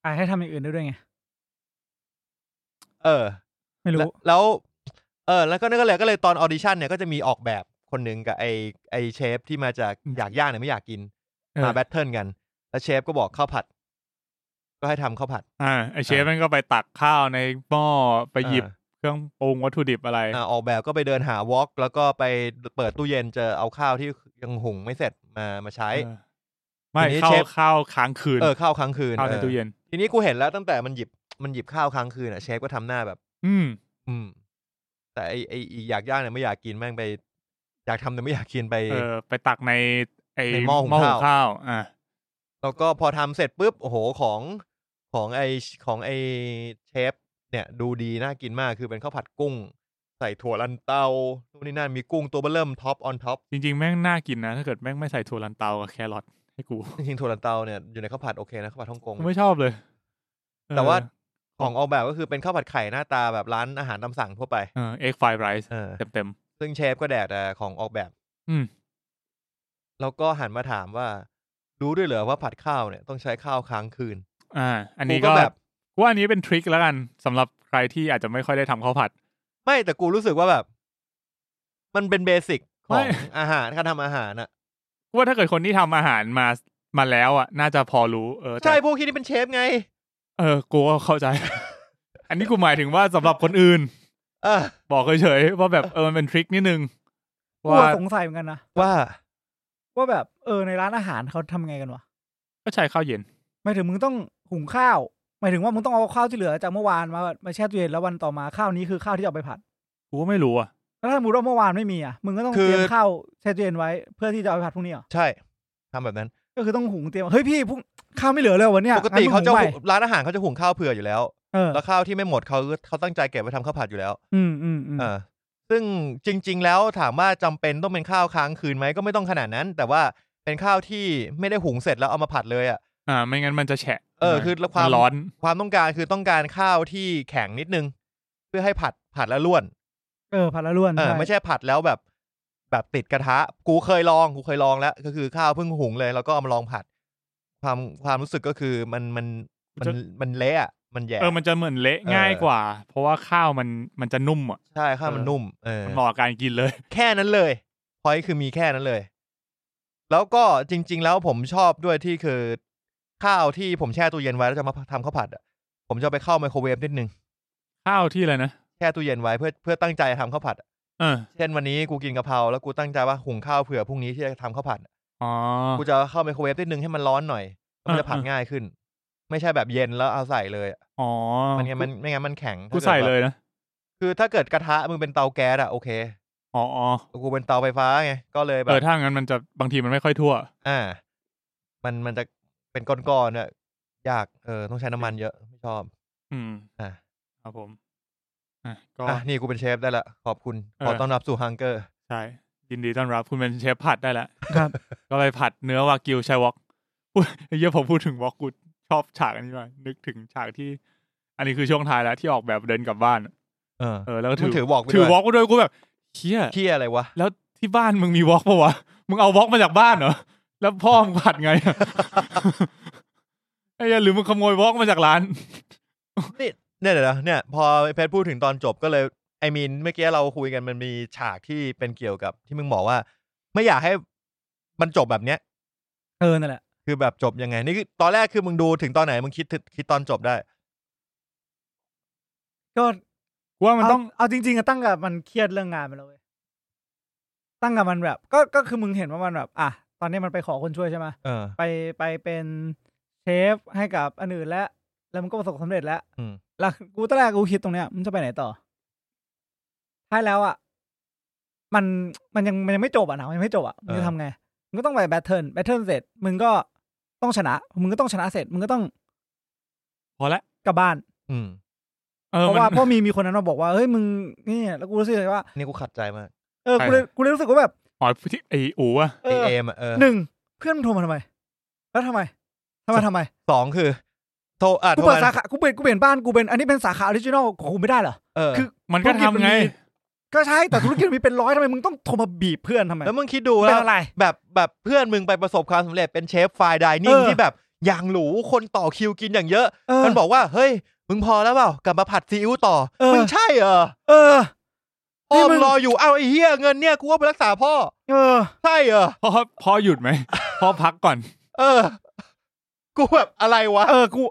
Speaker 2: อ่ะให้ทำอย่างอื่นได้ด้วยไง
Speaker 1: เออ
Speaker 2: ไม่รู้
Speaker 1: แล้วแล้ว เออ แล้วก็นั่นก็เลยก็เลยตอนออดิชั่นเนี่ยก็จะมีออกแบบคนหนึ่งกับไอไอเชฟที่มาจาก
Speaker 3: อืม
Speaker 1: อยากย่างเนี่ยไม่อยากกิน
Speaker 3: เออ
Speaker 1: มาแบทเทิลกัน แล้วเชฟก็บอกข้าวผัด ก็ให้ทำข้าวผัด
Speaker 3: อ่าไอเชฟมันก็ไปตักข้าวในหม้อไปหยิบ
Speaker 1: เออ
Speaker 3: เครื่องปรุงวัตถุดิบอะไร
Speaker 1: อ่าออกแบบก็ไปเดินหาวอล์กแล้วก็ไปเปิดตู้เย็นเจอเอาข้าวที่ยังหุงไม่เสร็จมามาใช้
Speaker 3: เออไม่
Speaker 1: ทีนี้
Speaker 3: เข้า
Speaker 1: เชฟ
Speaker 3: เข้าค้างคืน
Speaker 1: เออข้าวค้างคืน
Speaker 3: เข้าใน
Speaker 1: ออ
Speaker 3: ตู้เย็น
Speaker 1: ทีนี้กูเห็นแล้วตั้งแต่มันหยิบมันหยิบข้าวค้างคืนอ่ะเชฟก็ทำหน้าแบบ
Speaker 3: อืม
Speaker 1: อืม แต่ไอไออีอยากย่างเนี่ยไม่อยากกินแม่งไป อยากทำแต่ไม่อยากกินไป
Speaker 3: เออ ไปตักในไอ
Speaker 1: ในหม้อหุงข้าว
Speaker 3: ข้าวอ่ะ
Speaker 1: แล้วก็พอทำเสร็จปุ๊บโอ้โหของของไอของไอเชฟเนี่ยดูดีน่ากินมากคือเป็นข้าวผัดกุ้ง ใส่ถั่วลันเตานู่นนี่นั่นมีกุ้งตัวเบอร์เริ่มท็อปออนท็อป
Speaker 3: จริง ๆ แม่งน่ากินนะ ถ้าเกิดแม่งไม่ใส่ถั่วลันเตากับแครอทให้กู
Speaker 1: จริงๆถั่วลันเตาเนี่ยอยู่ในข้าวผัดโอเคนะข้าวผัดฮ่องกง
Speaker 3: กูไม่ชอบเลยเออ
Speaker 1: แต่ว่า ของออกแบบก็คือเป็นข้าวผัดไข่หน้าตาแบบร้านอาหารตามสั่งทั่วไป
Speaker 3: เออเอ็กไฟไรซ์
Speaker 1: เออ
Speaker 3: เต็มเต็ม
Speaker 1: ซึ่งเชฟก็แดกแต่ของออกแบบ
Speaker 3: ๆอืม
Speaker 1: แล้วก็หันมาถามว่า รู้ด้วยเหรอว่าผัดข้าวเนี่ยต้องใช้ข้าวค้างคืน
Speaker 3: อ่า อัน
Speaker 1: กู
Speaker 3: นี้
Speaker 1: ก็
Speaker 3: ก็
Speaker 1: แบบ
Speaker 3: กูว่าอันนี้เป็นทริคแล้วกันสำหรับใครที่อาจจะไม่ค่อยได้ทำข้าวผัด
Speaker 1: ไม่แต่กูรู้สึกว่าแบบ มันเป็นเบสิกข
Speaker 3: ไม่
Speaker 1: องอาหารการทำอาหารน่ะ
Speaker 3: กูว่าถ้าเกิดคนที่ทำอาหารมามาแล้วอ่ะ น่าจะพอรู้เออแต่
Speaker 1: ใช่พวกที่นี่เป็นเชฟไง
Speaker 3: เออกูก็เข้าใจ อันนี้กูหมายถึงว่าสำหรับคนอื่น
Speaker 1: เออ
Speaker 3: บอกเฉยๆว่าแบบเออมันเป็นทริคนิดนึง
Speaker 2: กู
Speaker 3: ว่า
Speaker 2: สงสัยเหมือนกันนะ
Speaker 1: ว่า
Speaker 2: ว่าแบบเออในร้านอาหารเขาทำไงกันวะ
Speaker 3: ก็ใช้ข้าวเย็น
Speaker 2: หมายถึงมึงต้องหุงข้าวหมายถึงว่ามึงต้องเอาข้าวที่เหลือจากเมื่อวานมามาแช่ตู้เย็นแล้ววันต่อมาข้าวนี้คือข้าวที่เอาไปผัด
Speaker 3: กูก็ไม่รู้อ่ะ
Speaker 2: แล้วถ้าสมมติว่าเมื่อวานไม่มีอ่ะมึงก็ต้อง
Speaker 1: คือ
Speaker 2: เตรียมข้าวแช่ตู้เย็นไว้ เพื่อที่จะเอาไปผัดพรุ่งนี้เหรอ
Speaker 1: ใช่ทำแบบนั้น
Speaker 2: ก็คือต้องหุงเตรียมเฮ้ยพี่พรุ่งข้าวไม่เหลือเลยวันเนี้ย
Speaker 1: ปกติ
Speaker 2: งั้น
Speaker 1: เขาจะ
Speaker 2: มึงหุง
Speaker 1: หุ
Speaker 2: ใหม่
Speaker 1: งร้านอาหารเขาจะหุงข้าวเผื่ออยู่แล้ว
Speaker 2: เออ
Speaker 1: แล้วข้าวที่ไม่หมดเขาเขาตั้งใจเก็บไว้ทำข้าวผัดอยู่แล้ว
Speaker 2: อืมอืมอืม
Speaker 1: เออซึ่งจริง ๆ แล้วถามว่าจำเป็นต้องเป็นข้าวค้างคืนไหมก็ไม่ต้องขนาดนั้น แต่ว่าเป็นข้าวที่ไม่ได้หุงเสร็จแล้วเอามาผัดเลยอ่ะ
Speaker 3: อ่า ไม่งั้นมันจะแฉะ
Speaker 1: เออคือความ
Speaker 3: นร้อน
Speaker 1: ความต้องการคือต้องการข้าวที่แข็งนิดนึง เพื่อให้ผัดผัดแล้วล้วน
Speaker 2: เออผัดละล้วน
Speaker 1: เออ
Speaker 2: ใช่
Speaker 1: ไม่ใช่ผัดแล้วแบบ แบบติดกระทะ กูเคยลองกูเคยลองแล้ว ก็คือข้าวเพิ่งหุงเลย แล้วก็เอามาลองผัด ความความรู้สึกก็คือมันมันมัน
Speaker 3: จะ
Speaker 1: มันเละอะมันแย่
Speaker 3: เออมันจะเหมือนเละ
Speaker 1: เออ
Speaker 3: ง่ายกว่า เพราะว่าข้าวมันมันจะนุ่มอ่ะ
Speaker 1: ใช่ข้าวมัน
Speaker 3: เออ
Speaker 1: นุ่มเออ
Speaker 3: มันเหมาะกับการกินเลย
Speaker 1: แค่นั้นเลยพอยคือมีแค่นั้นเลย แล้วก็จริง ๆ แล้วผมชอบด้วยที่คือ ข้าวที่ผมแช่ตู้เย็นไว้แล้วจะมาทำข้าวผัดอะผมจะเอาไปเข้าไมโครเวฟนิดนึง
Speaker 3: ข้าวที่อะไรนะ
Speaker 1: แช่ตู้เย็นไว้เพื่อเพื่อตั้งใจทำข้าวผัดอะ
Speaker 3: เออ
Speaker 1: เช่นวันนี้กูกินกะเพราแล้วกูตั้งใจว่าหุงข้าวเผื่อพรุ่งนี้ที่จะทำข้าวผัดอะ
Speaker 3: อ๋อ
Speaker 1: กูจะเข้าไมโครเวฟนิดนึงให้มันร้อนหน่อยแล้วมันจะผัด
Speaker 3: อ่าอ่า
Speaker 1: ง่ายขึ้น ไม่ใช่แบบเย็นแล้วเอาใส่เลยอะ
Speaker 3: อ๋อ
Speaker 1: มันไงมันไม่งั้นมันแข็ง
Speaker 3: กู
Speaker 1: ถ้าด
Speaker 3: ใส่
Speaker 1: แบบ
Speaker 3: เลยนะ
Speaker 1: คือถ้าเกิดกระทะมึงเป็นเตาแก๊สอะโอเค
Speaker 3: อ๋ออ๋อ
Speaker 1: กูเป็นเตาไฟฟ้าไงก็เลยแบ
Speaker 3: เอบ อถ้างั้นมันจะบางทีมันไม่ค่อยทั่ว
Speaker 1: อ่า มันมันจะเป็นก้อนๆเนี่ยยาก เออ ต้องใช้น้ำมันเยอะ ไม่ชอบ
Speaker 3: อืม
Speaker 1: อ่ะ
Speaker 3: ครับผมอ่ะก็
Speaker 1: อ่ะนี่กูเป็นเชฟได้ละ ขอบคุณ
Speaker 3: เออ
Speaker 1: ขอต้อนรับสู่ฮังเกอร์
Speaker 3: ใช่ยินดีต้อนรับ คุณเป็นเชฟผัดได้แล้ว
Speaker 2: ครับ
Speaker 3: ก็ไปผัดเนื้อวากิวชายวอกพูดเหี้ยอะผมพูดถึงวอกกูชอบฉากอันนี้มากนึกถึงฉากที่ อันนี้คือช่วงท้ายแล้วที่ออกแบบเดินกลับบ้านอะ
Speaker 1: เออ
Speaker 3: เออแล้วก็
Speaker 1: มึ
Speaker 3: ถื
Speaker 1: ง
Speaker 3: อ
Speaker 1: ถือบอกไป
Speaker 3: ถือ
Speaker 1: ด้วย
Speaker 3: วอกกูด้วยกูแบบเฮีย
Speaker 1: เที่ยอะไรวะ
Speaker 3: แล้วที่บ้านมึงมีวอกปะวะมึงเอาวอกมาจากบ้านเหรอแล้วพ่อมึงผัดไงอะ ไอ้เหี้ยหรือมึงขโมยวอกมาจากร้าน
Speaker 1: เนี่ยเดี๋ยวนะเนี่ย พอไอ้เพชรพูดถึงตอนจบก็เลยไอมีนเมื่อกี้เราคุยกันมันมีฉากที่เป็นเกี่ยวกับที่มึงบอกว่า ไม่อยากให้มันจบแบบเนี้ย
Speaker 2: เออนั่นแหละ
Speaker 1: คือแบบจบยังไง นี่คือตอนแรกคือมึงดูถึงตอนไหนมึงคิดถึงคิดตอนจบได้
Speaker 2: ก็
Speaker 3: กูว่ามัน
Speaker 2: เอา
Speaker 3: ต้อง
Speaker 2: เอาจริงๆอะตั้งกับมันเครียดเรื่องงานไปแล้วเว้ยตั้งกับมันแบบ ก็ก็คือมึงเห็นว่ามันแบบ อ่ะตอนนี้มันไปขอคนช่วยใช่ไหม
Speaker 1: เออ
Speaker 2: ไปไปเป็นเชฟให้กับอันอื่นแล้วแล้วมันก็ประสบความสำเร็จแล้ว
Speaker 1: อืม
Speaker 2: แล้วกูตอนแรกกูคิดตรงเนี้ยมันจะไปไหนต่อท้ายแล้วอ่ะมันมันยังมันยังไม่จบอ่ะหนะมันยังไม่จบอ่ะมึงจะทำไงมึงก็ต้องไปแบทเทิลแบทเทิลเสร็จมึงก็ต้องชนะมึงก็ต้องชนะเสร็จมึงก็ต้อง
Speaker 3: พอละ
Speaker 2: กลับบ้าน
Speaker 1: อืม
Speaker 3: เออ
Speaker 2: เพราะ
Speaker 3: มัน
Speaker 2: ว่าพ่อมีมีคนนั้นมาบอกว่าเฮ้ยมึงนี่แล้วกูรู้สึกเลยว่า
Speaker 1: นี่กูขัดใจมาก
Speaker 2: เออ
Speaker 3: ใคร
Speaker 2: กูเลย
Speaker 3: อะ
Speaker 2: กูเลยรู้สึกว่าแบบ
Speaker 3: อ๋อที่ไอ้อูอะ
Speaker 2: เออ
Speaker 1: ไอเอมอะเออ
Speaker 2: หนึ่งเพื่อนมึงโทรมาทำไม แล้วทำไมทำไมทำไม
Speaker 1: สองคือ โทรอ่ะ
Speaker 2: กู
Speaker 1: โทร
Speaker 2: เปิดสา
Speaker 1: มา
Speaker 2: ขา กูเปลี่ยนกูเปลี่ยนบ้าน กูเป็นอันนี้เป็นสาขาออริจินอลของกูไม่ได้เหรอ
Speaker 1: เออ
Speaker 2: คือ
Speaker 3: มันก็ทำไง
Speaker 2: ก็ใช่ แต่ธุรกิจมีเป็นร้อยทำไม มึงต้องโทรมาบีบเพื่อนทำไม
Speaker 1: แล้วมึงคิดดู
Speaker 2: เป็
Speaker 1: แล้
Speaker 2: น
Speaker 1: ว
Speaker 2: อะไร
Speaker 1: แบบแบบเพื่อนมึงไปประสบความสำเร็จเป็นเชฟไฟน์ไดนิ่ง
Speaker 2: เออ
Speaker 1: ที่แบบอย่างหรูคนต่อคิวกินอย่างเยอะ
Speaker 2: เออ
Speaker 1: มันบอกว่า เฮ้ย มึงพอแล้วเปล่ากลับมาผัดซีอิ๊วต่อ
Speaker 2: เออ
Speaker 1: มึงใช่เหรอ
Speaker 2: เออ
Speaker 1: พ่อ
Speaker 2: นี่มึ
Speaker 1: มึ
Speaker 2: ง
Speaker 1: งรออยู่เอาไอ้เหี้ยเงินเนี่ยกูว่าไปรักษาพ่อ
Speaker 2: เออ
Speaker 1: ใช่เหรอ
Speaker 3: พ่อพ่อหยุดไหม พ่อพักก่อน
Speaker 1: เออ กูแบบอะไรวะ
Speaker 2: เออ กู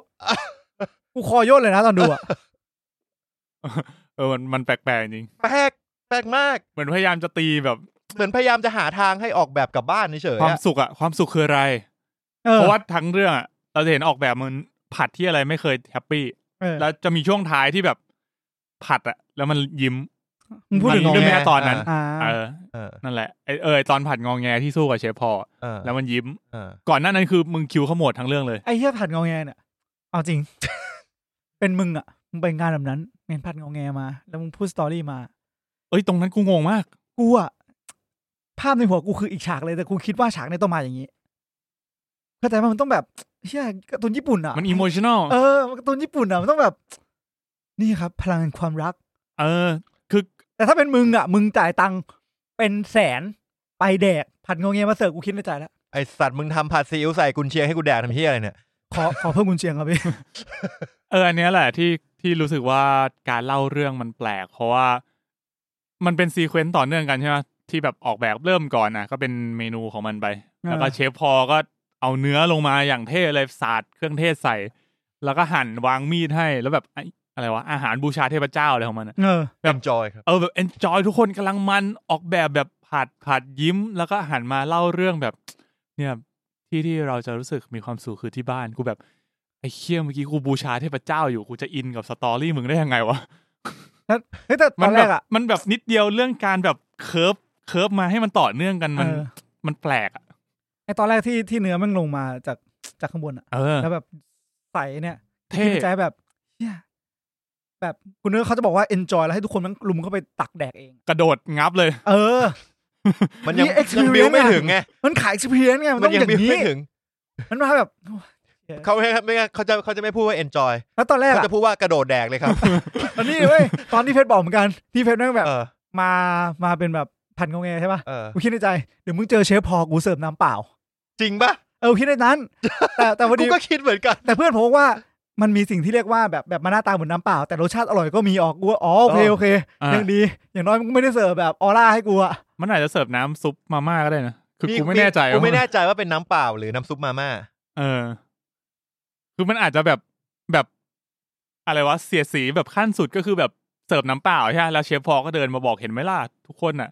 Speaker 2: กูคอโยนเลยนะตอนดูอะ
Speaker 3: เออมันมันแปลกๆจริง
Speaker 1: แปลกแปลกมาก
Speaker 3: เหมือนพยายามจะตีแบบ
Speaker 1: เหมือนพยายามจะหาทางให้ออกแบบกลับบ้านเฉย
Speaker 3: ค
Speaker 1: ๆ
Speaker 3: วาม
Speaker 1: อะ
Speaker 3: สุขอะความสุขคืออะไร
Speaker 2: เออ
Speaker 3: เพราะว่าทั้งเรื่องอะเราจะเห็นออกแบบมันผัดที่อะไรไม่เคยแฮปปี้
Speaker 2: เออ
Speaker 3: แล้วจะมีช่วงท้ายที่แบบผัดอะแล้วมันยิ้ม
Speaker 2: มึงพูด
Speaker 3: มั
Speaker 2: ถึง
Speaker 3: ยิ้มด้วย
Speaker 2: แม่
Speaker 3: แม่ตอนนั้น
Speaker 2: อ่า
Speaker 3: เออ
Speaker 1: เออ
Speaker 3: นั่นแหละไอเออไอ้ตอนผัดงองแงที่สู้กับเชฟพอลอะ
Speaker 1: เออ
Speaker 3: แล้วมันยิ้ม
Speaker 1: เออ
Speaker 3: ก่อนหน้านั้นคือมึงคิวขมวดทั้งเรื่องเลย
Speaker 2: ไอ้เหี้ยผัดงอแงเนี่ยเอาจริง เป็นมึงอ่ะมึงไปงานแบบนั้นเงานผัดงอแงมา แล้วมึงพูดสตอรี่มา
Speaker 3: เอ้ยตรงนั้นกูงงมาก
Speaker 2: กูอะภาพในหัวกูคืออีกฉากเลยแต่กูคิดว่าฉากในต้องมาอย่างนี้เข้าใจไหมมันต้องแบบเชี่ยการ์ตูนญี่ปุ่นอะ
Speaker 3: มันอิโมชั่นอล
Speaker 2: เออการ์ตูนญี่ปุ่นอะมันต้องแบบ นี่ครับ พลังแห่งความรัก
Speaker 3: เออ คือ
Speaker 2: แต่ถ้าเป็นมึงอะมึงจ่ายตังค์เป็นแสนไปแดกผัดงงเงียมาเสิร์ฟกูคิดในใจแล้ว
Speaker 1: ไอสัตว์มึงทำผัดซีอิ๊วใส่กุนเชียงให้กูแดกทำเฮียอะไรเนี่ย
Speaker 2: ขอ ขอเพิ่มกุญเชียงครับพี่
Speaker 3: เอออันเนี้ยแหละที่ที่รู้สึกว่าการเล่าเรื่องมันแปลก เพราะว่า มันเป็นซีเควนต์ต่อเนื่องกันใช่ไหมที่แบบออกแบบเริ่มก่อนนะก็เป็นเมนูของมันไป แล้วก็เชฟพอก็เอาเนื้อลงมาอย่างเท่เลยสาดเครื่องเทศใส่ แล้วก็หั่นวางมีดให้แล้วแบบไอ้อะไรวะอาหารบูชาเทพเจ้าอะไรของมันอะ
Speaker 2: เออ
Speaker 1: แอบจอยครับ
Speaker 3: เออแบบ enjoy ทุกคนกำลังมันออกแบบแบบผัดผัดยิ้ม แล้วก็หันมาเล่าเรื่องแบบ เนี่ยที่ที่เราจะรู้สึกมีความสุขคือที่บ้านกูแบบไอ้เคี้ยเมื่อกี้กูบูชาเทพเจ้าอยู่กูจะอินกับสตอรี่มึงได้ยังไงวะ
Speaker 2: เฮ้ยแต่ต
Speaker 3: มั
Speaker 2: อน น
Speaker 3: แบ
Speaker 2: แร
Speaker 3: บ
Speaker 2: กอะ
Speaker 3: มันแบบนิดเดียวเรื่องการแบบเคิร์ฟเคิร์ฟมาให้มันต่อเนื่องกันมัน
Speaker 2: เออ
Speaker 3: มันแปลกอะ
Speaker 2: ไอตอนแรกที่ที่เนื้อมันลงมาจากจากข้างบนอะ
Speaker 3: เออ
Speaker 2: แล้วแบบใส่เนี่ยคิ
Speaker 3: เท่
Speaker 2: ดในใจแบบเหียแบบคุณนึกว่าเขาจะบอกว่า enjoy แล้วให้ทุกคนมันลุมเข้าไปตักแดกเอง
Speaker 3: กระโดดงับเลย
Speaker 2: เออ
Speaker 1: มันยัง
Speaker 2: มี
Speaker 1: ยัง
Speaker 2: experience
Speaker 1: บิวไม่
Speaker 2: อะ
Speaker 1: ถึงไง
Speaker 2: มันขาย experience ไง มัน
Speaker 1: มั
Speaker 2: ต้อ
Speaker 1: น
Speaker 2: ง
Speaker 1: ยั
Speaker 2: อย่าง
Speaker 1: บิว
Speaker 2: นี้
Speaker 1: ไม่ถึง
Speaker 2: มันมาแบบโอ้ย
Speaker 1: เขาไม่ไม่งั้นเขาจะเขาจะไม่พูดว่า enjoy
Speaker 2: แล้วตอนแรก
Speaker 1: เขา
Speaker 2: อะ
Speaker 1: จะพูดว่ากระโดดแดกเลยครับ
Speaker 2: ตอนนี้เว้ย ตอนที่เพชรบอกเหมือนกัน ที่เพชรแม่งแบบ
Speaker 1: เออ
Speaker 2: มา มาเป็นแบบพันงงแงใช่ป่ะ
Speaker 1: เออ
Speaker 2: กูคิดในใจ เดี๋ยวมึงเจอเชฟพอกูเสิร์ฟน้ำเปล่า
Speaker 1: จริงปะ
Speaker 2: เออกูคิดใน นั้น แต่แต่พอ
Speaker 1: กู
Speaker 2: ดี
Speaker 1: ก็คิดเหมือนกัน
Speaker 2: แต่เพื่อนผมบอกว่า มันมีสิ่งที่เรียกว่าแบบแบบมาหน้าตาเหมือนน้ำเปล่า แต่รสชาติอร่อยก็มีออกกูว่าอ๋อโอเค
Speaker 1: อ๋อ
Speaker 2: โอเค
Speaker 3: อ่ะ
Speaker 2: ยังดี อย่างน้อยมึงไม่ได้เสิร์ฟแบบออร่าให้กูอะ
Speaker 3: มันอาจจะเสิร์ฟน้ำซุปมาม่าก็ได้นะ คือ
Speaker 1: นี่
Speaker 3: กูไม่แน่ใจ
Speaker 1: กูไม่
Speaker 3: ว่า
Speaker 1: แน่ใจว่าเป็นน้ำเปล่าหรือน้ำซุปมาม่า
Speaker 3: เออ คือมันอาจจะแบบแบบอะไรวะเสียดสีแบบขั้นสุดก็คือแบบเสิร์ฟน้ำเปล่าใช่ไหมแล้วเชฟพอก็เดินมาบอกเห็นไหมล่ะทุกคนอ่ะ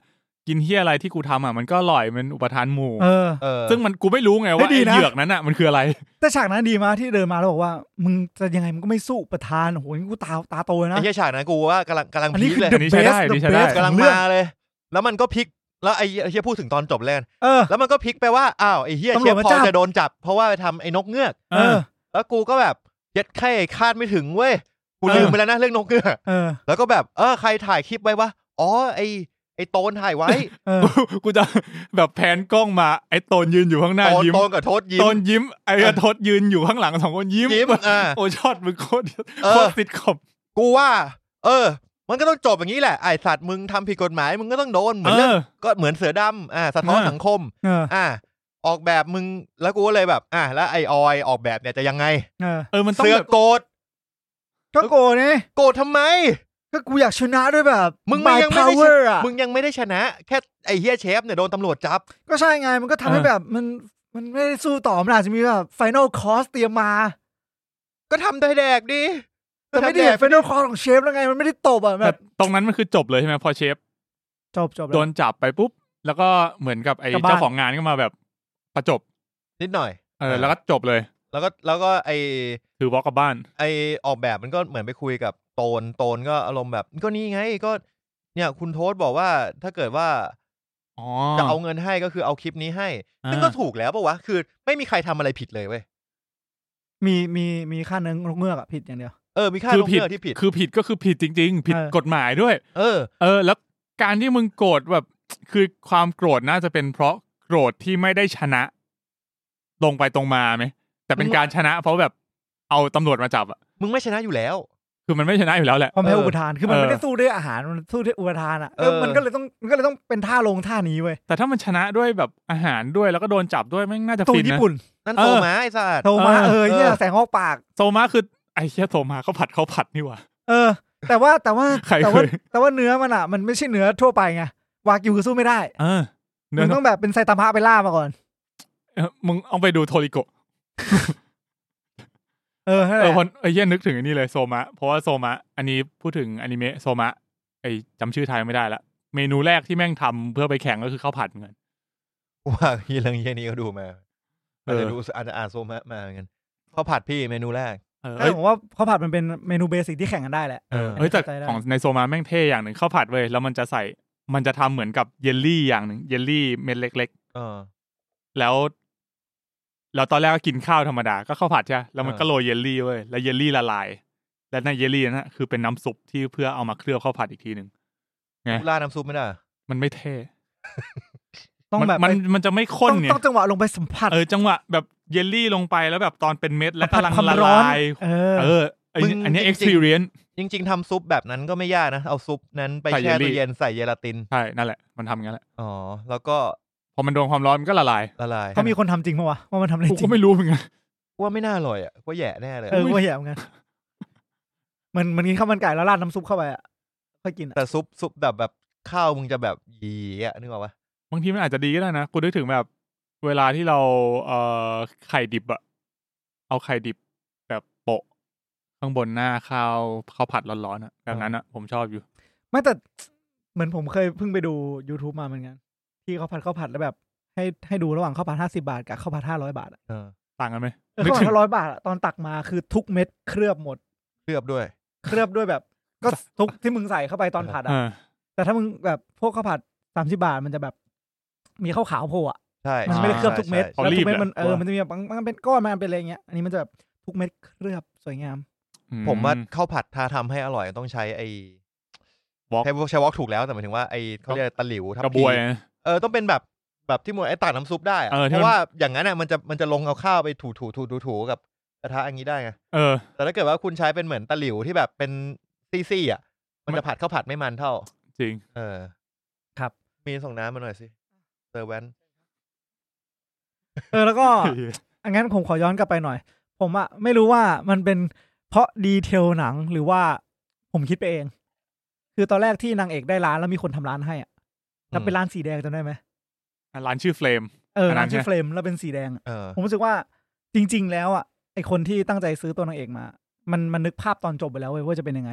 Speaker 3: กินเฮียอะไรที่กูทำอ่ะมันก็อร่อยมันอุปทานหมู่
Speaker 2: เออ
Speaker 1: เออ
Speaker 3: ซึ่งมันกูไม่รู้ไงว่า
Speaker 2: เฮ้ยดี
Speaker 3: ไอ้
Speaker 2: นะ
Speaker 3: เหยือกนั้นอ่ะมันคืออะไร
Speaker 2: แต่ฉากนั้นดีมากที่เดินมาแล้วบอกว่า มึงจะยังไงมึงก็ไม่สู้ประธานโอ้โหนี่กูตาตาโตเลย
Speaker 1: ไอ้
Speaker 2: นะ
Speaker 1: เหี้ยฉากนั้นกูว่ากำลังกำลัง
Speaker 2: อัน
Speaker 1: พี
Speaker 2: นี้
Speaker 1: ค
Speaker 2: คือ
Speaker 1: เลย
Speaker 2: the
Speaker 3: อันนี้ใช้
Speaker 2: best
Speaker 3: ได้
Speaker 2: the
Speaker 3: อันนี้ใช้ได้
Speaker 2: best
Speaker 1: กำลัง
Speaker 2: ของเรื่อง
Speaker 1: มาเลย แล้วมันก็พลิก แล้วไอ้ไอ้เฮียพูดถึงตอนจบแล้วกัน
Speaker 2: เออ
Speaker 1: แล้วมันก็พลิกไปว่า อ้าวไอ้เฮีย
Speaker 2: ตำรวจ
Speaker 1: เชฟพอ
Speaker 2: มาจับ
Speaker 1: จะโดนจับ เพราะว่าไปทำไอ้นกเงือก
Speaker 2: เออ
Speaker 1: แล้วกูก็แบบเย็ดไข้คาดไม่ถึงเว้ย กูลืม
Speaker 3: เออ
Speaker 1: ไปแล้วนะเรื่องนกเงือก
Speaker 2: เออ
Speaker 1: แล้วก็แบบ เออใครถ่ายคลิปไว้วะ อ๋อไอ้ไอ้โตนถ่ายไว้
Speaker 2: เออ
Speaker 3: กูจะแบบแผนกล้องมาไอ้โตนยืนอยู่ข้างหน้า
Speaker 1: โตน
Speaker 3: ยิ้ม
Speaker 1: โตนกับโทษยิ้ม
Speaker 3: โตนยิ้ม ไอ้
Speaker 1: เออ
Speaker 3: ทศยืนอยู่ข้างหลังสองคนยิ้
Speaker 1: ยิ้มอ่า
Speaker 3: โอ้ยอดมึงโคตร
Speaker 1: เออ
Speaker 3: โคตรซิดคอม
Speaker 1: กูว่า เออ มันก็ต้องจบอย่างนี้แหละ ไอ้สัตว์มึงทำผิดกฎหมายมึงก็ต้องโดน เหมือนเรื่องก็เหมือนเสือดำอ่า สะท้อน
Speaker 3: เออ
Speaker 1: สังคม
Speaker 2: เออ
Speaker 1: อ่า ออกแบบมึง แล้วกูก็เลยแบบ อ่าแล้วไอออยออกแบบเนี่ยจะยังไง
Speaker 2: เออ
Speaker 3: เออมันต้อง
Speaker 1: เสือ
Speaker 3: แบ
Speaker 1: ก
Speaker 3: บ
Speaker 1: โกรธ
Speaker 2: ก็โกรธนี่
Speaker 1: โกรธทำไม
Speaker 2: ก็กูอยากชนะด้วยแบบ
Speaker 1: มึงมันยังไม่ได้
Speaker 2: ได้ power อะ
Speaker 1: มึงยังไม่ได้ชนะ แค่ไอ้เฮียเชฟเนี่ยโดนตำรวจจับ
Speaker 2: ก็ใช่ไงมันก็ทำให้
Speaker 3: เออ
Speaker 2: แบบมันมันไม่ได้สู้ต่อมันอาจจะมีแบบ final cost เตรียมมา
Speaker 1: ก็ทำได้แดกดิ
Speaker 2: แต่ไม่ได้
Speaker 1: ทำแ
Speaker 2: เห็น final cost ของเชฟแล้วไงมันไม่ได้ตบอะ
Speaker 3: แบ
Speaker 2: แบบ บ
Speaker 3: ตรงนั้นมันคือจบเลยใช่ไหมพอเชฟ
Speaker 2: จบจบแล้ว
Speaker 3: โดนจับไปปุ๊บ แล้วก็เหมือนกับไอ้
Speaker 2: กลับบ้าน
Speaker 3: เจ้าของงานก็มาแบบประจบ
Speaker 1: นิดหน่อย
Speaker 3: เออ
Speaker 1: อ่า
Speaker 3: แล้วก็จบเลย
Speaker 1: แล้วก็แล้วก็ไอ
Speaker 3: ถือวอลกลับบ้าน
Speaker 1: ไอออกแบบมันก็เหมือนไปคุยกับโตนโตนก็อารมณ์แบบ ก็นี่ไงก็เนี่ยคุณโทษบอกว่าถ้าเกิดว่า
Speaker 3: อ๋อ
Speaker 1: จะเอาเงินให้ก็คือเอาคลิปนี้ให้ซึ่ง
Speaker 3: อ่า
Speaker 1: ก็ถูกแล้วปะวะคือ ไม่มีใครทำอะไรผิดเลยเว้ย
Speaker 2: มีมีมีค่าเนื้อนกเงือกอะผิดอย่างเดียว
Speaker 1: เออมีค่า
Speaker 3: คือ
Speaker 1: ลง
Speaker 3: ผิด
Speaker 1: เลือกที่ผิด
Speaker 3: คือผิดก็คือผิดจริง ๆ ผิด
Speaker 2: เออ
Speaker 3: กฎหมายด้วย
Speaker 1: เออ
Speaker 3: เออ แล้วการที่มึงโกรธแบบ คือความโกรธน่าจะเป็นเพราะโกรธที่ไม่ได้ชนะ ลงไปตรงมาไหมแต่เป็น
Speaker 1: มึง
Speaker 3: การชนะ เพราะแบบเอาตำรวจมาจับอะ
Speaker 1: มึงไม่ชนะอยู่แล้ว
Speaker 3: คือมันไม่ชนะอยู่แล้วแหละ
Speaker 2: ความแพ้
Speaker 1: เออ
Speaker 2: อุปทานคือมัน
Speaker 3: เออ
Speaker 2: ไม่ได้สู้ด้วยอาหารมันสู้ด้วยอุปทานอะ
Speaker 1: เอ
Speaker 2: เอ
Speaker 1: อ
Speaker 2: อมันก็เลยต้องมันก็เลยต้องเป็นท่าลงท่านี้เว้ย
Speaker 3: แต่ถ้ามันชนะด้วยแบบอาหารด้วยแล้วก็โดนจับด้วยแม่งน่าจะ
Speaker 2: ตู
Speaker 3: ฟิ
Speaker 2: น
Speaker 3: นนะ
Speaker 2: ญี่ปุ่น
Speaker 1: นั่น
Speaker 3: เออ
Speaker 1: โตมาไอ้สัตว์
Speaker 2: โทรมา
Speaker 3: เอ
Speaker 2: เอ
Speaker 3: อ
Speaker 2: อเนี่ย
Speaker 1: เออ
Speaker 2: แสงออกปาก
Speaker 3: โซมาคือไอ้เชี่ยโซมาเขาผัดเขาผัดนี่หว่า
Speaker 2: เออ แต่ว่าแต่ว่า
Speaker 3: ใคร
Speaker 2: แต่ว่า
Speaker 3: เคย
Speaker 2: แต่ว่าเนื้อมันอ่ะ มันไม่ใช่เนื้อทั่วไปไงวากิวคือสู้ไม่ได้
Speaker 3: เออเนื้
Speaker 2: มึ
Speaker 3: อง
Speaker 2: ต้องแบบเป็นไซตามะไปล่ามาก่อน
Speaker 3: เออมึงเอาไปดูโทริโกะ
Speaker 2: เออนั่นแห
Speaker 3: เออ
Speaker 2: ละ
Speaker 3: คนเออเหี้ยนึกถึงอันนี้เลยโซมะ เพราะว่าโซมะ อันนี้พูดถึงอนิเมะโซมะไอจำชื่อไทยไม่ได้ละ เมนูแรกที่แม่งทำเพื่อไปแข่งก็คือข้าวผัดเงิน
Speaker 1: ว่าพี่เรื่องเยี่ยนี้ก็ดูมา
Speaker 3: เออ
Speaker 1: อาจจะดูอาจจะอ่านโซมามาเหมือนกันข้าวผัดพี่เมนูแรก
Speaker 3: เออ
Speaker 2: แต่
Speaker 3: เอ้ย
Speaker 2: ผมว่าข้าวผัดมันเป็นเมนูเบสิกที่แข่งกันได้แหละ
Speaker 1: เออ
Speaker 3: เอ้ยแต่
Speaker 2: เข้าใจได้
Speaker 3: ของในโซมะแม่งเท่อย่างหนึ่งข้าวผัดเว้ยแล้วมันจะใส่มันจะทำเหมือนกับเยลลี่อย่างหนึ่งเยลลี่เม็ดเล็ก
Speaker 1: เออ
Speaker 3: ๆ แล้วแล้วตอนแรกก็กินข้าวธรรมดาก็ข้าวผัดใช่ปะแล้วมัน
Speaker 1: เออ
Speaker 3: ก็โรยเยลลี่เว้ยแล้วเยลลี่ละลาย และในเยลลี่นั้นนะคือเป็นน้ำซุปที่เพื่อเอามาเคลือบข้าวผัดอีกทีหนึ่ง
Speaker 1: กูล่าดน้ำซุปไม่ได้เหรอ
Speaker 3: มันไม่เท่
Speaker 2: ต้อง
Speaker 3: มัน
Speaker 2: แบบ
Speaker 3: มัน
Speaker 2: ไป
Speaker 3: มันจะไม่
Speaker 2: ต้
Speaker 3: ข้
Speaker 2: อน ง
Speaker 3: เนี่ย
Speaker 2: ต้องจังหวะลงไปสัมผัส
Speaker 3: เออจังหวะแบบเยลลี่ลงไปแล้วแบบตอนเป็นเม็ด แล้ว
Speaker 2: สัมผัส
Speaker 3: กำลัง
Speaker 2: ความ
Speaker 3: ละ
Speaker 2: ร้อน
Speaker 3: ลาย
Speaker 2: เออ
Speaker 3: เออไอ้นี่
Speaker 1: มึง
Speaker 3: อันเนี้ย
Speaker 1: จริงๆ
Speaker 3: experience
Speaker 1: จริง ๆทำซุปแบบนั้นก็ไม่ยากนะ เอาซุปนั้นไป
Speaker 3: ใส่เย
Speaker 1: แช่
Speaker 3: ลลี่
Speaker 1: ตู้เย็นใส่เยลาติน
Speaker 3: ใช่ นั่นแหละ มันทำอย่างนั้นแหละ
Speaker 1: อ๋อ แล้วก็
Speaker 3: พอมันโดนความร้อนมันก็ละลาย
Speaker 1: ละลาย
Speaker 2: เขามีคนทำจริงปะวะว่ามันทำอะไร
Speaker 3: กู
Speaker 2: จริ
Speaker 3: ก็
Speaker 2: ง
Speaker 3: ไม่รู้เหมือนกัน
Speaker 1: ว่าไม่น่าอร่อยอ่ะว่าแย่แน่เลย
Speaker 2: เออกูก็แย่เหมือนกันเหมันเหมันกินข้าวมันไก่แล้วราดน้ำซุปเข้าไปอ่ะค่อยกินอะ
Speaker 1: แต่ซุปซุปแบบแบบข้าวมึงจะแบบหยีอ่ะนึกออกปะ
Speaker 3: บางทีมันอาจจะดีก็ได้นะ กูนึกถึงแบบ เวลาที่เราเอ่อไข่ดิบอะเอาไข่ดิบแบบโปะ ข้างบนหน้าข้าวข้าวผัดร้อนๆอะแบบนั้นอะผมชอบอยู่
Speaker 2: ไม่แต่เหมือนผมเคยเพิ่งไปดู youtube มาเหมือนกันที่เขาผัดข้าวผัดแล้วแบบ ให้ให้ดูระหว่างข้าวผัดห้าสิบาทกับข้าวผัดห้าร้อยบาทอะ
Speaker 1: เออ
Speaker 3: ต่างกันไหม
Speaker 2: เออ
Speaker 3: นึก
Speaker 2: ข้าวผัด
Speaker 3: ถึง
Speaker 2: ห้าร้อยบาทอะตอนตักมาคือทุกเม็ดเคลือบหมด
Speaker 1: เคลือบด้วย
Speaker 2: เคลือบด้วยแบบ ก็ทุกที่มึงใส่เข้าไปตอนผัด
Speaker 3: เอ
Speaker 2: อ่ะ
Speaker 3: อ
Speaker 2: แต่ถ้ามึงแบบพวกข้าวผัดสามสิบาทมันจะแบบ มีข้าวขาวโผล่อะ
Speaker 1: ใช่
Speaker 2: มันจะไม่ได้เคลือบทุกเม็ด
Speaker 1: ใช่
Speaker 3: พอ
Speaker 2: แล้ว
Speaker 3: รี
Speaker 2: ทุ
Speaker 3: บ
Speaker 2: กเม็ด
Speaker 3: แห
Speaker 2: มันเอ
Speaker 3: ละตั
Speaker 2: อ
Speaker 3: ว
Speaker 2: มันจะมีแบบบางบางเป็นก้อนมันเป็นอะไรอย่างเงี้ย อันนี้มันจะแบบทุกเม็ดเคลือบสวยงาม
Speaker 3: อื
Speaker 1: ผมว่าข้าวผัดถ้าทำให้อร่อยต้องใช้ไอ้
Speaker 3: Wok
Speaker 1: ใช้ใช้วอกถูกแล้วแต่หมายถึงว่าไอ้เขาเรียกอะไรตะหลิวทั
Speaker 3: ก
Speaker 1: บ
Speaker 3: ระบ
Speaker 1: พี
Speaker 3: วยนะ
Speaker 1: เออต้องเป็นแบบแบบที่หมดไอ้ตักน้ำซุปได้อะ
Speaker 3: เออที่
Speaker 1: เพ
Speaker 3: มัน
Speaker 1: ราะว่าอย่างนั้นอ่ะมันจะมันจะลงเอาข้าวไปถูถูถูถูถูกับกระทะอย่างนี้ได้ไง
Speaker 3: เออ
Speaker 1: แต่ถ้าเกิดว่าคุณใช้เป็นเหมือนตะหลิวที่แบบเป็นซี่ซี่ๆอ่ะมัน
Speaker 3: มัน
Speaker 1: จะผัดข้าวผัดไม่มันเท่า
Speaker 3: จริง
Speaker 1: เออ
Speaker 2: ครับ
Speaker 1: มีนส่งน้ำมาหน่อยสิเซอร์แวน
Speaker 2: เออ แล้วก็ อันงั้นผมขอย้อนกลับไปหน่อย ผมอะไม่รู้ว่ามันเป็นเพราะดีเทลหนังหรือว่าผมคิดไปเอง คือตอนแรกที่นางเอกได้ร้านแล้วมีคนทำร้านให้อะแล้วเป็นร้านสีแดงจำได้ไหม
Speaker 3: ร้านชื่อเฟลม
Speaker 2: เออ
Speaker 3: อันนั้
Speaker 2: ร้าน นชื่อ
Speaker 3: ใช่ไหม
Speaker 2: เฟรมแล้วเป็นสีแดงอะ
Speaker 1: เออ
Speaker 2: ผมรู้สึกว่าจริง ๆ แล้วอะไอคนที่ตั้งใจซื้อตัวนางเอกมา มันมันนึกภาพตอนจบไปแล้วเว้ยว่าจะเป็นยังไง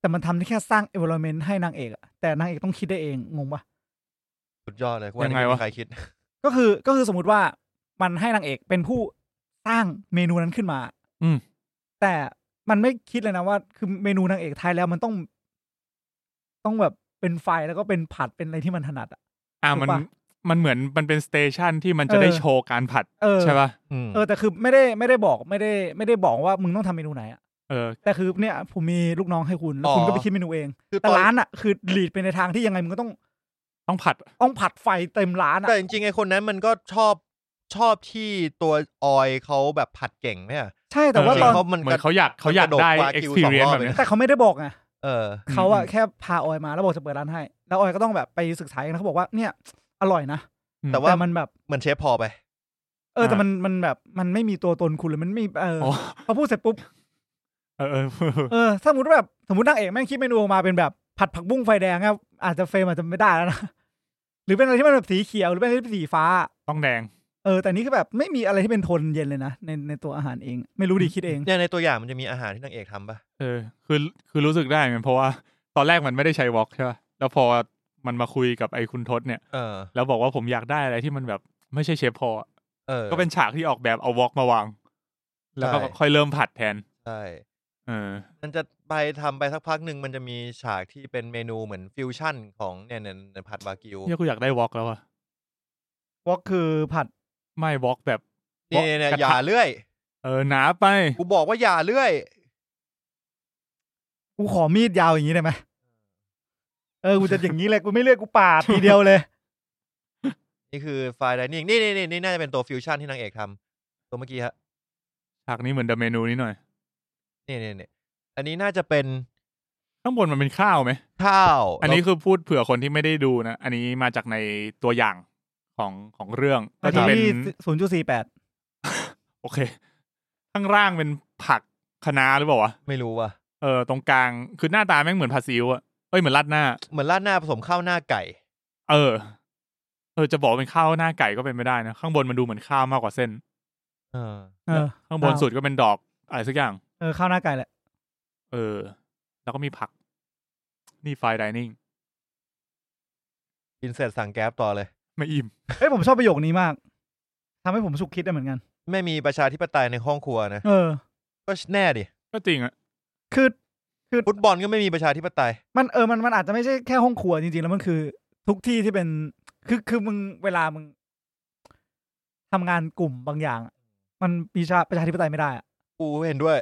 Speaker 2: แต่มันทำได้แค่สร้าง environment ให้นางเอกอะแต่นางเอกต้องคิดได้เองงงปะ
Speaker 1: สุดยอดเลยว่า
Speaker 3: ยังไง
Speaker 1: ไม่มี
Speaker 3: วะ
Speaker 1: ใครคิด
Speaker 2: ก็คือก็คือสมมติว่ามันให้นางเอกเป็นผู้สร้างเมนูนั้นขึ้นมา
Speaker 3: อืม
Speaker 2: แต่มันไม่คิดเลยนะว่า คือเมนูนางเอกไทยแล้วมันต้อง ต้องแบบเป็นไฟแล้วก็เป็นผัดเป็นอะไรที่มันถนัดอ่ะ
Speaker 3: อ่ะ
Speaker 2: ถูก
Speaker 3: มัน
Speaker 2: ปะ
Speaker 3: มันเหมือนมันเป็นสเตชันที่มันจะได้
Speaker 2: เออ
Speaker 3: โชว์การผัด
Speaker 2: เออ
Speaker 3: ใช่ป่ะ
Speaker 1: อืม
Speaker 2: เออแต่คือไม่ได้ไม่ได้บอกไม่ได้ ไม่ได้บอกว่ามึงต้องทำเมนูไหนอ่ะ
Speaker 3: เออ
Speaker 2: แต่คือเนี่ยผมมีลูกน้องให้คุณแล้วคุณก็ไปคิดเมนูเอง
Speaker 1: คือต
Speaker 2: แต่
Speaker 1: อน
Speaker 2: ร้านอ่ะคือลีดไปในทางที่ยังไงมึงก็ต้อง
Speaker 3: ต้องผัด
Speaker 2: ต้องผัดไฟเต็มร้านอ่ะ
Speaker 1: แต่จริงๆไอ้คนนั้นมันก็ชอบชอบที่ตัวออยเขาแบบผัดเก่งเนี่ย
Speaker 2: ใช่แต่ว่า
Speaker 3: เออ
Speaker 2: ตอน
Speaker 1: เขา มัน
Speaker 3: เหมือนเขาอยากเขาอยาก
Speaker 1: มันกระโดด
Speaker 3: ได้
Speaker 1: วากิว
Speaker 3: experience
Speaker 1: สองรอบ
Speaker 3: แบบเนี้ย
Speaker 2: แต่เขาไม่ได้บอกไง
Speaker 1: เออ
Speaker 2: เขาอะ
Speaker 3: อืม
Speaker 2: แค่พาออยมาแล้วบอกจะเปิดร้านให้ แล้วออยก็ต้องแบบไปศึกษาเองนะเขาบอกว่าเนี่ย อร่อยนะ
Speaker 1: แต่ว่า
Speaker 2: แต่มันแบบ
Speaker 1: เหมือนเชฟพอไป
Speaker 2: เออแต่
Speaker 3: อ่ามั
Speaker 2: มันมันแบบมันไม่มีตัวตนคุณเลยมันไม่มีเออ
Speaker 3: อ๋อ
Speaker 2: พอพูดเสร็จปุ๊บ
Speaker 3: เออเอ อ
Speaker 2: เออถ้าสมมติว่าแบบสมมตินางเอกแม่งคิดเมนูออกมาเป็นแบบผัดผักบุ้งไฟแดงอะอาจจะเฟรมอาจจะไม่ได้แล้วนะ หรือเป็นอะไรที่มันแบบสีเขียวหรือเป็นอะไรที่เป็นสีฟ้า
Speaker 3: ต้องแดง
Speaker 2: เออแต่นี่คือแบบไม่มีอะไรที่เป็นโทนเย็นเลยนะในในตัวอาหารเอง ไม่รู้ดีคิดเอง
Speaker 1: เนี่ยในตัวอย่างมันจะมีอาหารที่นางเอกทำปะ
Speaker 3: เออ คือคือรู้สึกได้เหมือนเพราะว่าตอนแรกมันไม่ได้ใช้วอล์กใช่ป่ะแล้วพอมันมาคุยกับไอ้คุณทศเนี่ย
Speaker 1: เออ
Speaker 3: แล้วบอกว่าผมอยากได้อะไรที่มันแบบไม่ใช่เชฟพออะ
Speaker 1: เออ
Speaker 3: ก็เป็นฉากที่ออกแบบเอาวอล์กมาวาง แล้วก็
Speaker 1: ใช่
Speaker 3: ค่อยเริ่มผัดแทน
Speaker 1: ใช่
Speaker 3: เออ
Speaker 1: มันจะไปทำไปสักพักหนึ่งมันจะมีฉากที่เป็นเมนูเหมือนฟิวชั่นของเนี่ยเนี่ยเนี่ยผัดวากิว
Speaker 3: เนี่ยกูอยากได้วอล์กแล้วอะ
Speaker 2: วอกคือผัด
Speaker 3: ไม่วอล์กแบบ
Speaker 1: นี่เนี่ยเนี่ย
Speaker 3: กระทะ
Speaker 1: อย่าเลื่อย
Speaker 3: เออหนาไป
Speaker 1: กูบอกว่าอย่าเลื่อย
Speaker 2: กูขอมีดยาวอย่างนี้ได้ไหมเออกูจะอย่างนี้เลยกูไม่เลือกกูปาดทีเดียวเลย
Speaker 1: นี่คือไฟล์ไดนิ่งนี่นี่นี่นี่น่าจะเป็นตัวฟิวชั่นที่นางเอกทำตัวเมื่อกี้ฮะ
Speaker 3: ฉากนี้เหมือนเดอะเมนูนี้หน่อย
Speaker 1: นี่นี่นี่อันนี้น่าจะเป็น
Speaker 3: ข้างบนมันเป็นข้าวไหม
Speaker 1: ข้าว
Speaker 3: อันนี้คือพูดเผื่อคนที่ไม่ได้ดูนะ อันนี้มาจากในตัวอย่างของของเรื่องก็
Speaker 2: อัน
Speaker 3: จะเป็น
Speaker 2: ที่ศูนย์จุดสี่แปด
Speaker 3: โอเค ข้างล่างเป็นผักคะน้าหรือเปล่าวะ
Speaker 1: ไม่รู้ว่ะ
Speaker 3: เออ ตรงกลางคือหน้าตาแม่งเหมือนผัดซีอิ๊วอะเอ้ยเหมือนราดหน้า
Speaker 1: เหมือนราดหน้าผสมข้าวหน้าไก่
Speaker 3: เออ เออจะบอกว่าเป็นข้าวหน้าไก่ก็เป็นไม่ได้นะ ข้างบนมันดูเหมือนข้าวมากกว่าเส้น
Speaker 1: เออ
Speaker 2: เออ
Speaker 3: ข้างบน
Speaker 2: ข้าว
Speaker 3: สุดก็เป็นดอก อะไรสักอย่าง
Speaker 2: เออข้าวหน้าไก่แหละ
Speaker 3: เออ แล้วก็มีผัก นี่ไฟดิเนิ่ง
Speaker 1: กินเสร็จสั่งแก๊บต่อเลย
Speaker 3: ไม่อิ่ม
Speaker 2: เอ้ยผมชอบประโยคนี้มากทำให้ผมสุกคิดได้เหมือนกัน
Speaker 1: ไม่มีประชาธิปไตยในห้องครัวนะ
Speaker 2: เออ
Speaker 1: ก็แน่ดิ
Speaker 3: ก็จริงอะ
Speaker 2: คือ
Speaker 1: ฟุตบอลก็ไม่มีประชาธิปไตย
Speaker 2: มันเออมันมันอาจจะไม่ใช่แค่ห้องครัวจริงๆ แล้วมันคือ ทุกที่ที่เป็นคือคือมึงเวลามึงทำงานกลุ่มบางอย่างอะมันมีชาประชาธิปไตยไม่ได้อะ
Speaker 1: กูเห็นด้วย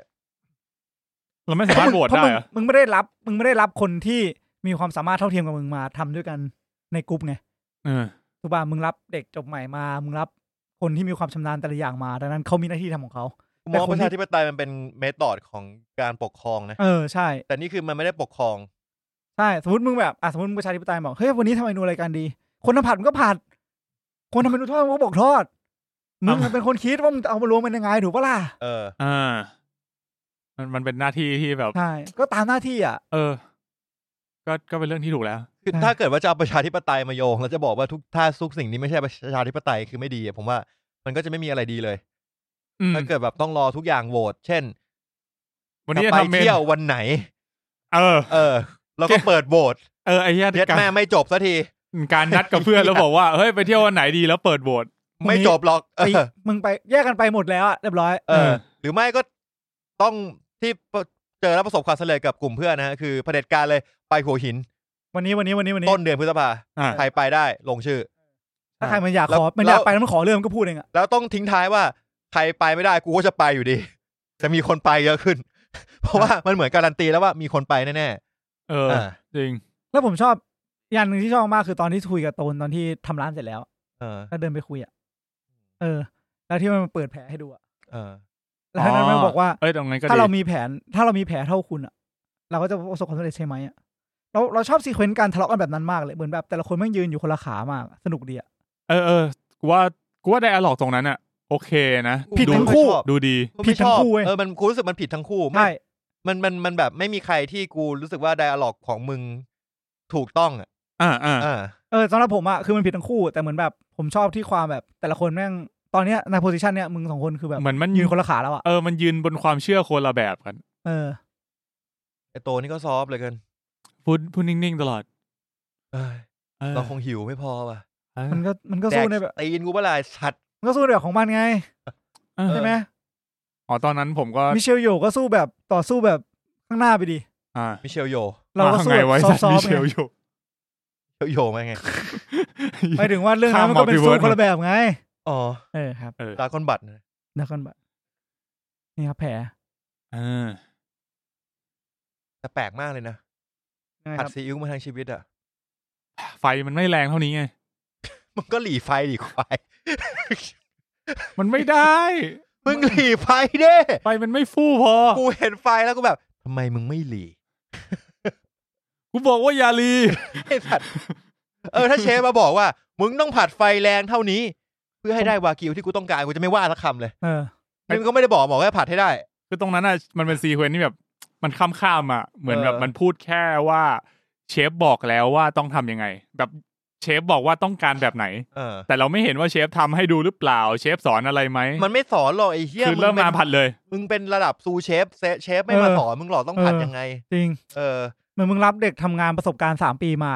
Speaker 3: เราไม่สามารถโหวต
Speaker 2: เพราะมึ
Speaker 3: ได้
Speaker 2: ง
Speaker 3: เหรอะ
Speaker 2: มึงไม่ได้รับ มึงไม่ได้รับคนที่มีความสามารถเท่าเทียมกับมึงมาทำด้วยกันในกลุ่มไง
Speaker 3: เออ
Speaker 2: ถูกป่ะมึงรับเด็กจบใหม่มา มึงรับคนที่มีความชำนาญแต่ละอย่างมา ดังนั้นเขามีหน้าที่ทำของเขา
Speaker 1: กูมอง
Speaker 2: แต่คนที่
Speaker 1: ประชาธิปไตยมันเป็นเมธอดของการปกครองนะ
Speaker 2: เออ ใช่
Speaker 1: แต่นี่คือมันไม่ได้ปกครอง
Speaker 2: ใช่ สมมติมึงแบบอ่ะสมมติมึงประชาธิปไตยบอก เฮ้ย วันนี้ทำเมนูอะไรกันดี คนทำผัดมึงก็ผัด คนทำเมนูทอดมึงก็บอกทอด มึง
Speaker 3: อ่ะ
Speaker 2: เป็นคนคิดว่ามึงจะเอามารวมเป็นยังไง ถูกปะล่ะ
Speaker 1: เออ
Speaker 3: อ่า มันมันเป็นหน้าที่ที่แบบ
Speaker 2: ใช่ ก็ตามหน้าที่อ่ะ
Speaker 3: เออ ก็ก็เป็นเรื่องที่ถูกแล้ว
Speaker 1: คือ
Speaker 2: ใช่
Speaker 1: ถ้าเกิดว่าจะเอาประชาธิปไตยมาโยง แล้วจะบอกว่าทุกถ้าทุกสิ่งนี้ไม่ใช่ประชาธิปไตยคือไม่ดีอะผมว่ามันก็จะไม่มีอะไรดีเลย
Speaker 3: อืม
Speaker 1: ถ้าเกิดแบบต้องรอทุกอย่างโหวตเช่น
Speaker 3: วันนี้
Speaker 1: จะ
Speaker 3: จะ
Speaker 1: ไป
Speaker 3: ทำเมน
Speaker 1: เที่ยววันไหน
Speaker 3: เออ
Speaker 1: เออ แล้วก็เปิดโหวต
Speaker 3: เออไอ้เหี้ย
Speaker 1: เย็ด
Speaker 3: การ
Speaker 1: แม่ไม่จบสักที
Speaker 3: การนัดกับเพื่อนแล้วบอกว่าเฮ้ยไปเที่ยววันไหนดีแล้วเปิดโหวต
Speaker 1: ไม่จบหรอกเอ
Speaker 2: ไป
Speaker 1: อ
Speaker 2: มึงไปแยกกันไปหมดแล้วอะเรียบร้อย
Speaker 1: เออ หรือไม่ก็ต้องที่เจอแล้วประสบความสำเร็จกับกลุ่มเพื่อนนะฮะคือเผด็จการเลยไปหัวหิน
Speaker 2: วันนี้วันนี้วันนี้วันนี้
Speaker 1: ต้นเดือนพฤษภา
Speaker 3: อ่า
Speaker 1: ใครไปได้ลงชื่อ
Speaker 2: ถ้าใครมันอยาก
Speaker 1: แล้ว
Speaker 2: ขอ มันอยาก
Speaker 1: แล้ว
Speaker 2: ไปแล้วมันขอเรื่องมันก็พูดเองอะ
Speaker 1: แล้วต้องทิ้งท้ายว่าใครไปไม่ได้กูก็จะไปอยู่ดี จะมีคนไปเยอะขึ้น เพราะว่ามันเหมือนการันตีแล้วว่ามีคนไปแน่
Speaker 3: เอ
Speaker 1: ๆ
Speaker 3: อ
Speaker 1: อ่า
Speaker 3: จริง
Speaker 2: แล้วผมชอบอย่างหนึ่งที่ชอบมากคือตอนที่คุยกับโตนตอนที่ทำร้านเสร็จแล้ว
Speaker 1: เออ
Speaker 2: แล้วเดินไปคุยอ่ะ เออ แล้วที่มันมาเปิดแผลให้ดูอ่ะ
Speaker 1: เออ
Speaker 2: แล้วนั้นมัน
Speaker 3: อ๋อ
Speaker 2: บอกว่า
Speaker 3: เอ้ยตรงนั้นก็
Speaker 2: ถ้า
Speaker 3: ดี
Speaker 2: เรามีแผน ถ้าเรามีแผลเท่าคุณอ่ะ เราก็จะประสบความสำเร็จใช่ไหมอ่ะ เราเราชอบซีเควนต์การทะเลาะกันแบบนั้นมากเลย เหมือนแบบแต่ละคนแม่งยืนอยู่คนละขามาก สนุกดีอ่ะ
Speaker 3: เออเออกูว่ากูว่าไดอะล็อกตรงนั้นอะโอเคนะ
Speaker 2: ผิดทั้งคู่
Speaker 1: กูไม่ชอบ
Speaker 3: ดูดี
Speaker 1: กูไม่
Speaker 2: ผิดทั้ง
Speaker 1: ชอบ
Speaker 2: คู่เว้ย
Speaker 1: เออมันกูรู้สึกมันผิดทั้งคู่ไม่
Speaker 2: ใช่
Speaker 1: มันมันมันแบบไม่มีใครที่กูรู้สึกว่าไดอะล็อกของมึงถูกต้องอ่ะ
Speaker 3: อ่าอ่า
Speaker 1: อ่า
Speaker 2: เออสำหรับผมอ่ะคือมันผิดทั้งคู่ แต่เหมือนแบบผมชอบที่ความแบบ แต่ละคนแม่งตอนเนี้ยในโพสิชันเนี้ยมึงสองคนคือแบบ
Speaker 3: เหมือนมัน
Speaker 2: ยืนคนละขาแล้วอ่ะ
Speaker 3: เออมันยืนบนความเชื่อคนละแบบกัน
Speaker 2: เออ
Speaker 1: ไอโตนี่ก็ซอฟต์เหลยกัน
Speaker 3: พูดพูดนิ่งๆตลอด
Speaker 1: เอ้ย
Speaker 3: ออ
Speaker 1: เราคงหิวไม่พอว่ะ
Speaker 3: เออ
Speaker 2: มันก็มันก็สู้ใน
Speaker 1: แดก
Speaker 2: แบบ
Speaker 1: ตีนกูเปะล่าสัตว์
Speaker 2: มันก็สู้ในแบบของมันไง
Speaker 3: เออ
Speaker 2: ใช่ไหม
Speaker 3: อ๋อตอนนั้นผมก็
Speaker 2: มิเชลโยก็สู้แบบต่อสู้แบบข้างหน้าไปดิ
Speaker 3: อ่า
Speaker 1: มิเชลโย
Speaker 2: เราก็สู้
Speaker 3: ไง
Speaker 2: แบบ
Speaker 3: ไว้
Speaker 2: ซ
Speaker 3: สัต
Speaker 2: อ
Speaker 3: ว์มิ
Speaker 2: ฟต์
Speaker 3: เช
Speaker 2: ๆไง
Speaker 3: ลอยู่
Speaker 1: เชลโยมาไง
Speaker 2: หมายถึงว่าเรื่องนั้น
Speaker 3: ข้าม
Speaker 2: มันก็เป็น
Speaker 3: multiverse
Speaker 2: สู้คนละแบบไง
Speaker 1: อ๋อ
Speaker 2: เออครับ
Speaker 3: เออ
Speaker 1: ดราก้อนบัตรนะ
Speaker 2: ดราก้อนบัตนี่ครับแผล
Speaker 3: เออ
Speaker 1: แต่แปลกมากเลยนะ
Speaker 2: นะค
Speaker 1: ผัด
Speaker 2: รับ
Speaker 1: ซีอิ๊วมาทางชีวิตอ่ะ
Speaker 3: ไฟมันไม่แรงเท่านี้ไง
Speaker 1: มึงก็หลีไฟดิควาย
Speaker 3: มันไม่ได้
Speaker 1: มึงหลีไฟเด้
Speaker 3: ไฟมันไม่ฟู่พอ
Speaker 1: กูเห็นไฟแล้วกูแบบทำไมมึงไม่หลี
Speaker 3: กูบอกว่าอยาลี
Speaker 1: ไอ้สัตว์เออถ้าเชฟมาบอกว่า มึงต้องผัดไฟแรงเท่านี้ เพื่อให้ได้วากิวที่กูต้องการกูจะไม่ว่าสักคำเลย
Speaker 2: เออ
Speaker 1: นี่มึงก็ไม่ได้บอกบอกแค่ผัดให้ได้
Speaker 3: คือตรงนั้นอ่ะมันเป็นซีเควนที่แบบมันข้ามข้ามๆอ่ะเหมือนแบบ
Speaker 1: เออ
Speaker 3: มันพูดแค่ว่าเชฟบอกแล้วว่าต้องทำยังไง แบบเชฟบอกว่าต้องการแบบไหน
Speaker 1: เออ
Speaker 3: แต่เราไม่เห็นว่าเชฟทำให้ดูหรือเปล่า เชฟสอนอะไรไหม
Speaker 1: มันไม่สอนหรอกไอ้เหี้ย
Speaker 3: คือเริ่ม
Speaker 1: งป็น
Speaker 3: มาผัดเลย
Speaker 1: มึงเป็นระดับซูเชฟเซเชฟไม่มา
Speaker 2: เออ
Speaker 1: สอนมึงหรอกต้องผัด
Speaker 2: เออ
Speaker 1: ยังไง
Speaker 2: จริง
Speaker 1: เออ
Speaker 2: เหมือนมึงรับเด็กทำงานประสบการณ์สามปีมา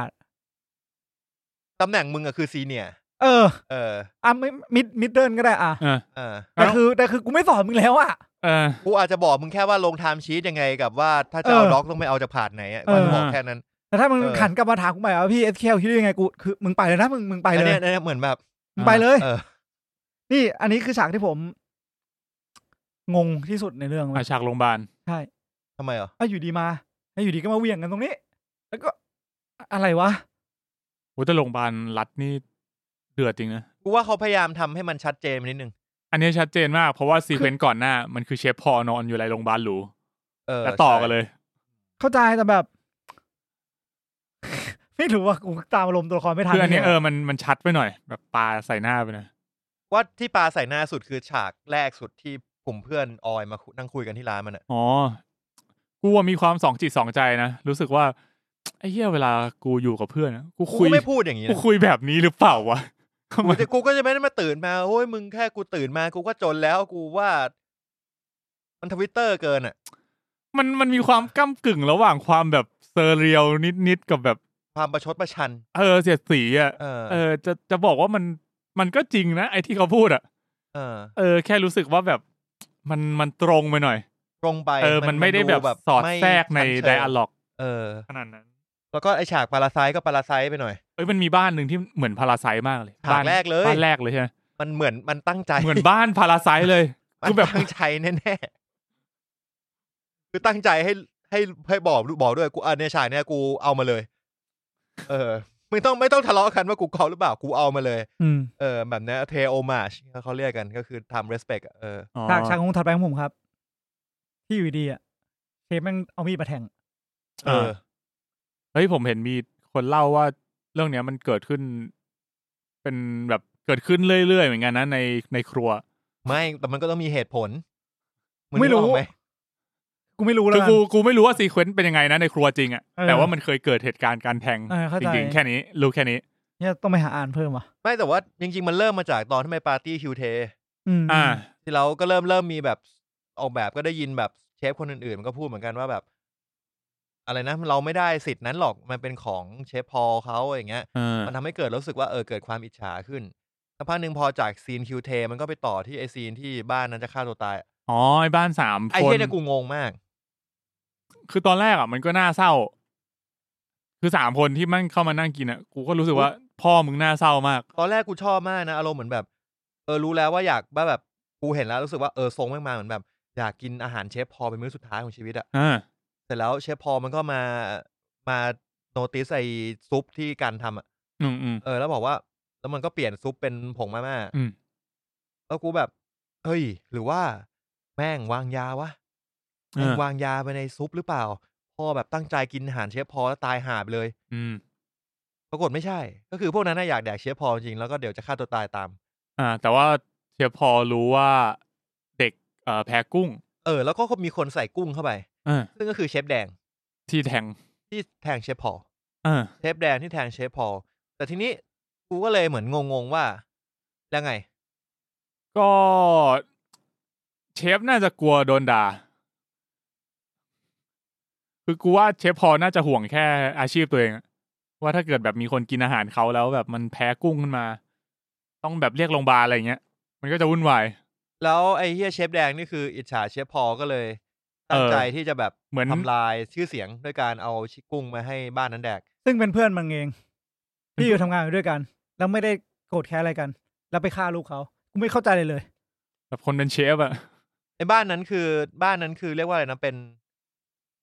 Speaker 1: ตำแหน่งมึงอะคือซีเนียร์
Speaker 2: เออ
Speaker 1: เออ
Speaker 2: อ่ะไม่มิดมิดเดิลก็ได้อ่ะ
Speaker 3: เออ
Speaker 1: เออ
Speaker 2: แต่
Speaker 3: เอา
Speaker 2: คือแต่คือกูไม่สอนมึงแล้วอ่ะ
Speaker 3: เออ
Speaker 1: กูอาจจะบอกมึงแค่ว่าลงไทม์ชีตยังไงกับว่าถ้าจะเอา
Speaker 2: เออ
Speaker 1: ด็อกต้องไม่เอาจากผ่านไหนอะ
Speaker 2: เออ
Speaker 1: กูจะบอกแค่นั้น
Speaker 2: แต่ถ้ามึง
Speaker 1: เออ
Speaker 2: ขันกลับมาถามกูใหม่ว่าพี่เอสเคลคิดได้ยังไงกูคือมึงไปเลยนะมึงมึงไป
Speaker 1: อัน
Speaker 2: เล
Speaker 1: เนี้
Speaker 2: ย
Speaker 1: ยอันเนี้ยเหมือนแบบ
Speaker 2: มึงไปเลย
Speaker 1: เออ
Speaker 2: นี่อันนี้คือฉากที่ผม งงที่สุดในเรื่องเว้
Speaker 3: อาย ฉากโรงพยาบาล
Speaker 2: ใช่
Speaker 1: ทำไมอ่ะ
Speaker 2: เอ้าอยู่ดีมาแล้วอยู่ดีก็มาเหวี่ยงกันตรงนี้ แล้วก็อะอะไรวะ
Speaker 3: โอ้แต่โรงพยาบาลรัฐนี่เดือดจริงนะ
Speaker 1: กูว่าเขาพยายามทำให้มันชัดเจนไปนิดนึง
Speaker 3: อันนี้ชัดเจนมากเพราะว่าซีเควนก่อนหน้า มันคือเชฟพอนอนอยู่ในโรงพยาบาลหรู
Speaker 1: เออ
Speaker 3: แล้วต่อกันเลย
Speaker 2: เข้าใจแต่แบบ ไม่รู้ว่ากูตามอารมณ์ตัวละครไม่ทัน
Speaker 3: คืออันนี้เอ
Speaker 2: ลยะ
Speaker 3: อมันมันชัดไปหน่อย แบบปลาใส่หน้าไปหนะ
Speaker 1: ว่าที่ปาใส่หน้าสุดคือฉากแรกสุดที่กลุ่มเพื่อนออยมาคุนั่งคุยกันที่ร้านมันอ่ะ
Speaker 3: อ๋อ กูว่ามีความสองจิตสองใจนะ รู้สึกว่า ไอ้เหี้ยเวลากูอยู่กับเพื่อนนะกู
Speaker 1: กู
Speaker 3: คุย
Speaker 1: ก็ไม่พูดอย่างนี้
Speaker 3: กู
Speaker 1: นะ
Speaker 3: คุยแบบนี้หรือเปล่าวะทำไม
Speaker 1: กูจะกูก็จะไม่ได้มาตื่นมาโอ้ยมึงแค่กูตื่นมากูก็จนแล้วกูว่า มันทวิตเตอร์เกินอ่ะ
Speaker 3: มันมันมีความก้ากึ่งระหว่างความแบบเซอร์เรียลนิดๆกับแบบ
Speaker 1: ความประชดประชัน
Speaker 3: เออเสียดสีอ่ะ
Speaker 1: เออ
Speaker 3: เออจะจะบอกว่ามันมันก็จริงนะไอ้ที่เขาพูดอ่ะ
Speaker 1: เออ
Speaker 3: เออแค่รู้สึกว่าแบบมันมันตรงไปหน่อย
Speaker 1: ตรงไป
Speaker 3: เออ มันไม่ได้แบบสอด
Speaker 1: ไม่
Speaker 3: แทรกใน
Speaker 1: ซ้ำ
Speaker 3: ได
Speaker 1: เติม
Speaker 3: อะล็อก
Speaker 1: เออ
Speaker 3: ขนาดนั้น
Speaker 1: แล้วก็ไอฉากปาราไซต์ก็ปาราไซต์ไปหน่อย
Speaker 3: เอ้ยมันมีบ้านหนึ่งที่เหมือนพาราไซมากเลย
Speaker 1: ฉาก
Speaker 3: บ้น
Speaker 1: แรกเลย
Speaker 3: บ้านแรกเลยใช่ไหม
Speaker 1: มันเหมือนมันตั้งใจ
Speaker 3: เหมื อนบ้านพาราไซเลย
Speaker 1: มัน
Speaker 3: คือแบบ
Speaker 1: ตั้งใจแน่ๆคือตั้งใจให้ให้ให้บอกบอกด้วยกูอันเนี้ยฉากเนี้ยกูเอามาเลย เออไม่ต้องไม่ต้องทะเลาะกันว่ากูเอาหรือเปล่ากูเอามาเลย
Speaker 2: อืม
Speaker 1: เออแบบเนี้เทโอมาชเขาเรียกกันก็คือทำ respect อะเออ
Speaker 3: อ๋อ
Speaker 2: ฉากฉากของถัดไปของผมครับ ที่อยู่ดีอ่ะเชฟแม่งเอามีดมาแทง
Speaker 1: เออ
Speaker 3: เฮ้ยผมเห็นมีคนเล่าว่าเรื่องเนี้ยมันเกิดขึ้น เป็นแบบเกิดขึ้นเรื่อยๆเหมือนกันนะในในครัว
Speaker 1: ไม่แต่มันก็ต้องมีเหตุผลง
Speaker 2: ไม่รู้
Speaker 1: นึกออกห
Speaker 2: กูไม่รู้แล้
Speaker 3: คื
Speaker 2: ว
Speaker 3: อ
Speaker 2: กัน
Speaker 3: กูกูไม่รู้ว่าซีเควนต์เป็นยังไงนะในครัวจริงอะ
Speaker 2: เออ
Speaker 3: แต่ว่ามันเคยเกิดเหตุการณ์การแทง
Speaker 2: เออเข้าใจ
Speaker 3: จริงๆแค่นี้ รู้แค่นี้
Speaker 2: เนี่ยต้องไปหาอ่านเพิ่มว่ะ
Speaker 1: ไม่แต่ว่าจริง ๆ มันเริ่มมาจากตอนที่ไปปาร์ตี้คิวเท
Speaker 2: อืม
Speaker 3: อ่า
Speaker 1: ที่เราก็เริ่มเริ่มมีแบบออกแบบก็ได้ยินแบบเชฟคนอื่นๆ มันก็พูดเหมือนกันว่าแบบ อะไรนะเราไม่ได้สิทธิ์นั้นหรอกมันเป็นของเชฟพอลเขาอย่างเงี้ย
Speaker 3: เออ
Speaker 1: มันทำให้เกิดรู้สึกว่าเออเกิดความอิจฉาขึ้นสักพักหนึ่งพอจากซีนคิวเทมันก็ไปต่อที่ไอซีนที่บ้านนั้นจะฆ่าตัวตาย
Speaker 3: อ๋อไอ้บ้านสาม
Speaker 1: ไอ
Speaker 3: คน
Speaker 1: เทเนี่ยกูงงมาก
Speaker 3: คือตอนแรกอ่ะมันก็น่าเศร้า คือสามคนที่มันเข้ามานั่งกินอ่ะ กูก็รู้สึกว่า พ่อมึงน่าเศร้ามาก
Speaker 1: ตอนแรกกูชอบมากนะอารมณ์เหมือนแบบ เออรู้แล้วว่าอยากว่าแบบกูเห็นแล้วรู้สึกว่าเออทรงแม่งมาเหมือนแบบ อยากกินอาหารเชฟพอลเป็นมื้อสุดท้ายของชีวิตอะ
Speaker 3: อ่า
Speaker 1: เสร็จแล้วเชฟพอมันก็มามาโนติสไอซุปที่การทำอ่ะ
Speaker 3: อืมอืม
Speaker 1: เออแล้วบอกว่า แล้วมันก็เปลี่ยนซุปเป็นผงมาม่า
Speaker 3: อืม
Speaker 1: แล้วกูแบบเฮ้ย หรือว่า แม่งวางยาวะ
Speaker 3: เอ
Speaker 1: แม่ง
Speaker 3: อ
Speaker 1: วางยาไปในซุปหรือเปล่า พอแบบตั้งใจกินอาหารเชฟพอแล้วตายหาไปเลย
Speaker 3: อืม
Speaker 1: ปรากฏไม่ใช่ ก็คือพวกนั้นน่ะอยากแดกเชฟพอจริงแล้วก็เดี๋ยวจะฆ่าตัวตายตาม
Speaker 3: อ่า แต่ว่าเชียพอรู้ว่าเด็กเอ่อแพ้กุ้ง
Speaker 1: เออ แล้วก็มีคนใส่กุ้งเข้าไป
Speaker 3: เออ
Speaker 1: ซึ่งก็คือเชฟแดง
Speaker 3: ที่แทง
Speaker 1: ที่แทงเชฟพอ
Speaker 3: เออ
Speaker 1: เชฟแดนที่แทงเชฟพอลแต่ทีนี้กูก็เลยเหมือนงงๆว่า แล้วไง
Speaker 3: ก็ เชฟน่าจะกลัวโดนด่า คือกูว่าเชฟพอน่าจะห่วงแค่อาชีพตัวเองอะว่าถ้าเกิดแบบมีคนกินอาหารเขาแล้วแบบมันแพ้กุ้งขึ้นมา ต้องแบบเรียกโรงพยาบาลอะไรอย่างเงี้ย มันก็จะวุ่นวาย
Speaker 1: แล้วไอ้เฮียเชฟแดงนี่คืออิจฉาเชฟพอลก็เลยตั้งใจ
Speaker 3: เออ
Speaker 1: ที่จะแบบ
Speaker 3: เหมือน
Speaker 1: ทำลายชื่อเสียงด้วยการเอาชิกุ้งมาให้บ้านนั้นแดก
Speaker 2: ซึ่งเป็นเพื่อนมันเอง ที่อยู่ทำงานอยู่ด้วยกัน แล้วไม่ได้โกรธแค้นอะไรกัน แล้วไปฆ่าลูกเขากูไม่เข้าใจเลยเลย
Speaker 3: แบบคนเป็นเชฟอะ
Speaker 1: ไอ้บ้านนั้นคือบ้านนั้นคือเรียกว่าอะไรนะเป็น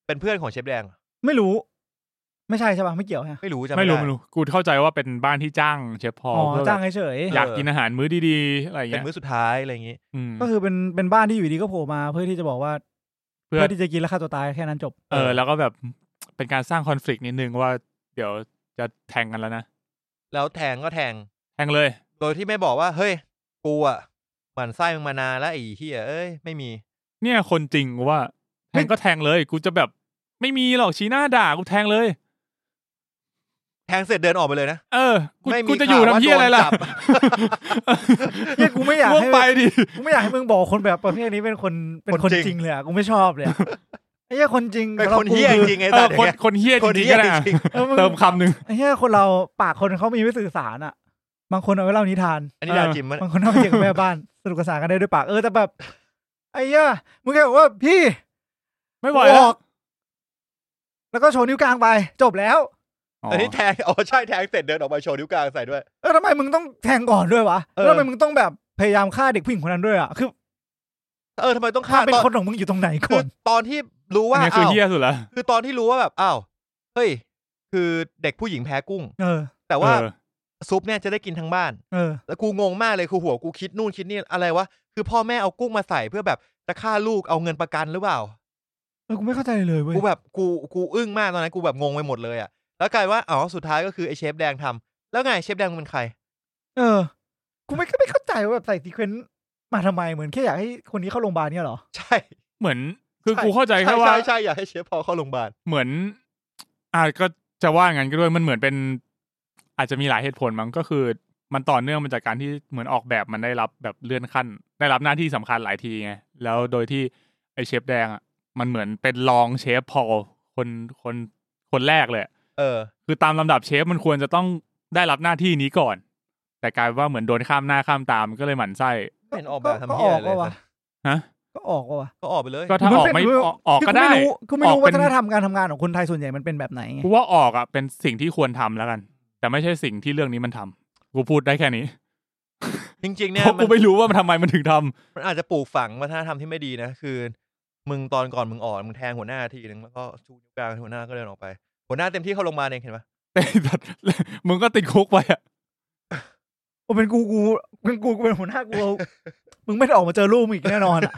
Speaker 1: เป็นเพื่อนของเชฟแดงเหรอ
Speaker 2: ไม่รู้ ไม่ใช่ใช่ปะไม่เกี่ยวฮะ
Speaker 1: ไม่รู้จำ
Speaker 3: ไม่
Speaker 1: ไม่
Speaker 3: รู้
Speaker 1: ได้
Speaker 3: ไม่รู้กูเข้าใจว่าเป็นบ้านที่จ้างเชฟพอ
Speaker 2: อ๋
Speaker 3: ล
Speaker 2: อ
Speaker 3: เพื่อ
Speaker 2: จ้าง
Speaker 3: แบบ
Speaker 2: เฉย
Speaker 1: อ
Speaker 3: อยากกินอาหารมื้อดีๆ อะไรอย่าง
Speaker 1: เป็น
Speaker 3: เงี้ย
Speaker 1: มื้อสุดท้ายอะไรอย่างงี้
Speaker 3: อืม
Speaker 2: ๆก็คือเป็นเป็นบ้านที่อยู่ดีก็โผล่มา เพื่อที่จะบอกว่า
Speaker 3: เพื่
Speaker 2: เพื่
Speaker 3: อ
Speaker 2: อที่จะกินแล้วฆ่าตัวตายแค่นั้นจบ
Speaker 3: เออแล้วก็แบบเป็นการสร้างคอน FLICT นิดนึงว่าเดี๋ยวจะแทงกันแล้วนะ
Speaker 1: แล้วแทงก็แทง
Speaker 3: แทงเลย
Speaker 1: โดยที่ไม่บอกว่า เฮ้ย กูอ่ะหมันไส้มึงมานานแล้วไอ้เฮียเอ้ยไม่มี
Speaker 3: เนี่ยคนจริงว่าแท
Speaker 2: ไม่
Speaker 3: งก็แทงเลย กูจะแบบไม่มีหรอกชี้หน้าด่ากูแทงเลย
Speaker 1: แทงเสร็จเดินออกไปเลยนะ
Speaker 3: เออกู
Speaker 1: ไม่มี
Speaker 3: กูจะอยู่
Speaker 1: ข่าวว่า
Speaker 3: ทำเพี้ยอะไรล่ะ
Speaker 1: โดนจับ
Speaker 2: เนี่ยกูไม่ อยาก
Speaker 3: ร่วง
Speaker 2: ให้
Speaker 3: ไปดิ
Speaker 2: กูไม่อยากให้มึงบอกคนแบบประเภทนี้เป็นคนเป็นคน
Speaker 1: คนจริง
Speaker 2: จริงเลยอะกูไม่ชอบเลยอะไอ้เหี้ยคนจริง
Speaker 1: เป็น
Speaker 2: สำหรับ
Speaker 1: คนเฮีย
Speaker 2: กู
Speaker 1: จ
Speaker 2: คือ
Speaker 1: ริงๆไอ้
Speaker 3: เอ
Speaker 1: สั
Speaker 3: อ
Speaker 1: ตว์
Speaker 3: คน
Speaker 1: เนี่ย
Speaker 3: คนเฮี้ยจ
Speaker 1: คน
Speaker 3: ริง
Speaker 1: เฮี
Speaker 3: ๆ
Speaker 1: ย
Speaker 3: ก็ได้
Speaker 1: จ
Speaker 3: อะ
Speaker 1: ริงๆ
Speaker 2: เออมึง
Speaker 3: เติมคำหนึ่ง
Speaker 2: ไอ้เหี้ยคนเราปากคนเขามีไว้สื่อสารอะบางคนเอาไว้เล่านิทาน
Speaker 1: อันนี้ดาว
Speaker 3: เออ
Speaker 1: จิมมันย
Speaker 2: บางคนเอาไปเจอกับแม่บ้าน สนุกสนานกันได้ด้วยปาก เออ แต่แบบ ไอ้เหี้ย่ามึงแค่บอกว่าพี่
Speaker 3: ไม่ไหวแล้
Speaker 2: อ
Speaker 3: ว
Speaker 2: อก แล้วก็โชว์นิ้วกลางไป จบแล้ว
Speaker 3: อ๋อ
Speaker 1: อันนี้แทง อ๋อ ใช่ แทงเสร็จเดินออกมาโชว์นิ้วกลางใส่ด้วย
Speaker 2: เออทำไมมึงต้องแทงก่อนด้วยวะ
Speaker 1: เออ
Speaker 2: แล้วทำไมมึงต้องแบบพยายามฆ่าเด็กผู้หญิงคนนั้นด้วยอ่ะคือ
Speaker 1: เออทำไมต้อง
Speaker 2: ฆ่า
Speaker 1: ฆ่า
Speaker 2: เป็น
Speaker 1: ตอน
Speaker 2: คนของมึงอยู่ตรงไหน
Speaker 1: คื
Speaker 2: ก่
Speaker 1: อ
Speaker 2: อน
Speaker 1: ตอนที่รู้
Speaker 3: อั
Speaker 1: ว่าน
Speaker 3: นี้คือ
Speaker 1: อ้าว
Speaker 3: เฮี้ยสุดละ
Speaker 1: คือตอนที่รู้ว่าแบบ อ้าว เฮ้ย คือเด็กผู้หญิงแพ้กุ้ง
Speaker 2: เออ
Speaker 1: แต่ว่า
Speaker 3: เออ
Speaker 1: ซุปเนี่ยจะได้กินทั้งบ้าน
Speaker 2: เออ
Speaker 1: แล้วกูงงมากเลย คือหัวกูคิดนู่นคิดนี่อะไรวะ คือพ่อแม่เอากุ้งมาใส่เพื่อแบบจะฆ่าลูกเอาเงินประกันหรือเปล่า
Speaker 2: เออ กูไม่เข้าใจเลยเว้ย
Speaker 1: กูแบบกูกูอึ้งมากตอนนั้นกูแบบงงไปหมดเลยอ่ะ แล้วกลายว่า อ๋อ สุดท้ายก็คือไอ้เชฟแดงทำ แล้วไงเชฟแดงมันเป็นใคร
Speaker 2: เออ กูไม่ก็ไม่เข้าใจว่าแบบใส่ซีเควนต์มาทำไม เหมือนแค่อยากให้คนนี้เข้าโรงพยาบาลเนี่ยเหรอ
Speaker 1: ใช่
Speaker 3: เหมือน คือกูเข้าใจแค่ว่า
Speaker 1: ช่ใช่อยากให้เชฟพอเข้าโรงพยาบาล
Speaker 3: เหมือนอาก็จะว่างั้นก็ด้วยมันเหมือนเป็น อาจจะมีหลายเหตุผลมั้งก็คือ มันต่อเนื่องมาจากการที่เหมือนออกแบบมันได้รับแบบเลื่อนขั้น ได้รับหน้าที่สำคัญหลายทีไงแล้วโดยที่ ไอเชฟแดงอ่ะมันเหมือนเป็นรองเชฟพอลคนคนคนแรกเลยอะ
Speaker 1: เออ
Speaker 3: คือตามลำดับเชฟมันควรจะต้องได้รับหน้าที่นี้ก่อน แต่กลายเป็นว่าเหมือนโดนข้ามหน้าข้ามตามก็เลยหมั่นไส้
Speaker 1: ไม่เห็นออกแบบทำเหี้ยอะไร
Speaker 2: ก็
Speaker 1: เลย
Speaker 2: ออกปะวะ
Speaker 3: ฮะ
Speaker 2: ก็ออกปะวะ
Speaker 1: ก็ออกไปเลย
Speaker 3: ก็ถ้าออกไม่ออกออกก็ได้
Speaker 2: คือไม่รู้
Speaker 3: ออกเป็
Speaker 2: วัน ฒนธรรมการทำงานของคนไทยส่วนใหญ่มันเป็นแบบไหนไง
Speaker 3: กูว่าออกอ่ะเป็นสิ่งที่ควรทำแล้วกัน แต่ไม่ใช่สิ่งที่เรื่องนี้มันทำกูพูดได้แค่นี้
Speaker 1: จริงๆเนี่ย
Speaker 3: เพราะ
Speaker 1: มั
Speaker 3: กู
Speaker 1: น
Speaker 3: ไม่รู้ว่ามันทำไมมันถึงทำ
Speaker 1: มันอาจจะปลูกฝังวัฒนธรรมที่ไม่ดีนะ คือ มึงตอนก่อนมึงออกมึงแทงหัวหน้าทีนึงแล้วก็ชูนิ้วกลางให้หัวหน้าก็เดินออกไป หัวหน้าเต็มที่เข้าโรงพยาบาลเองเห็นปะ
Speaker 3: แต่ มึงก็ติดคุกไปอ่ะ
Speaker 2: โอ้เป็นกูกูเป็นกูกูเป็นหัวหน้ากูเอามึงไม่ได้ออกมาเจอลูกมึงอีกแน่นอนอะ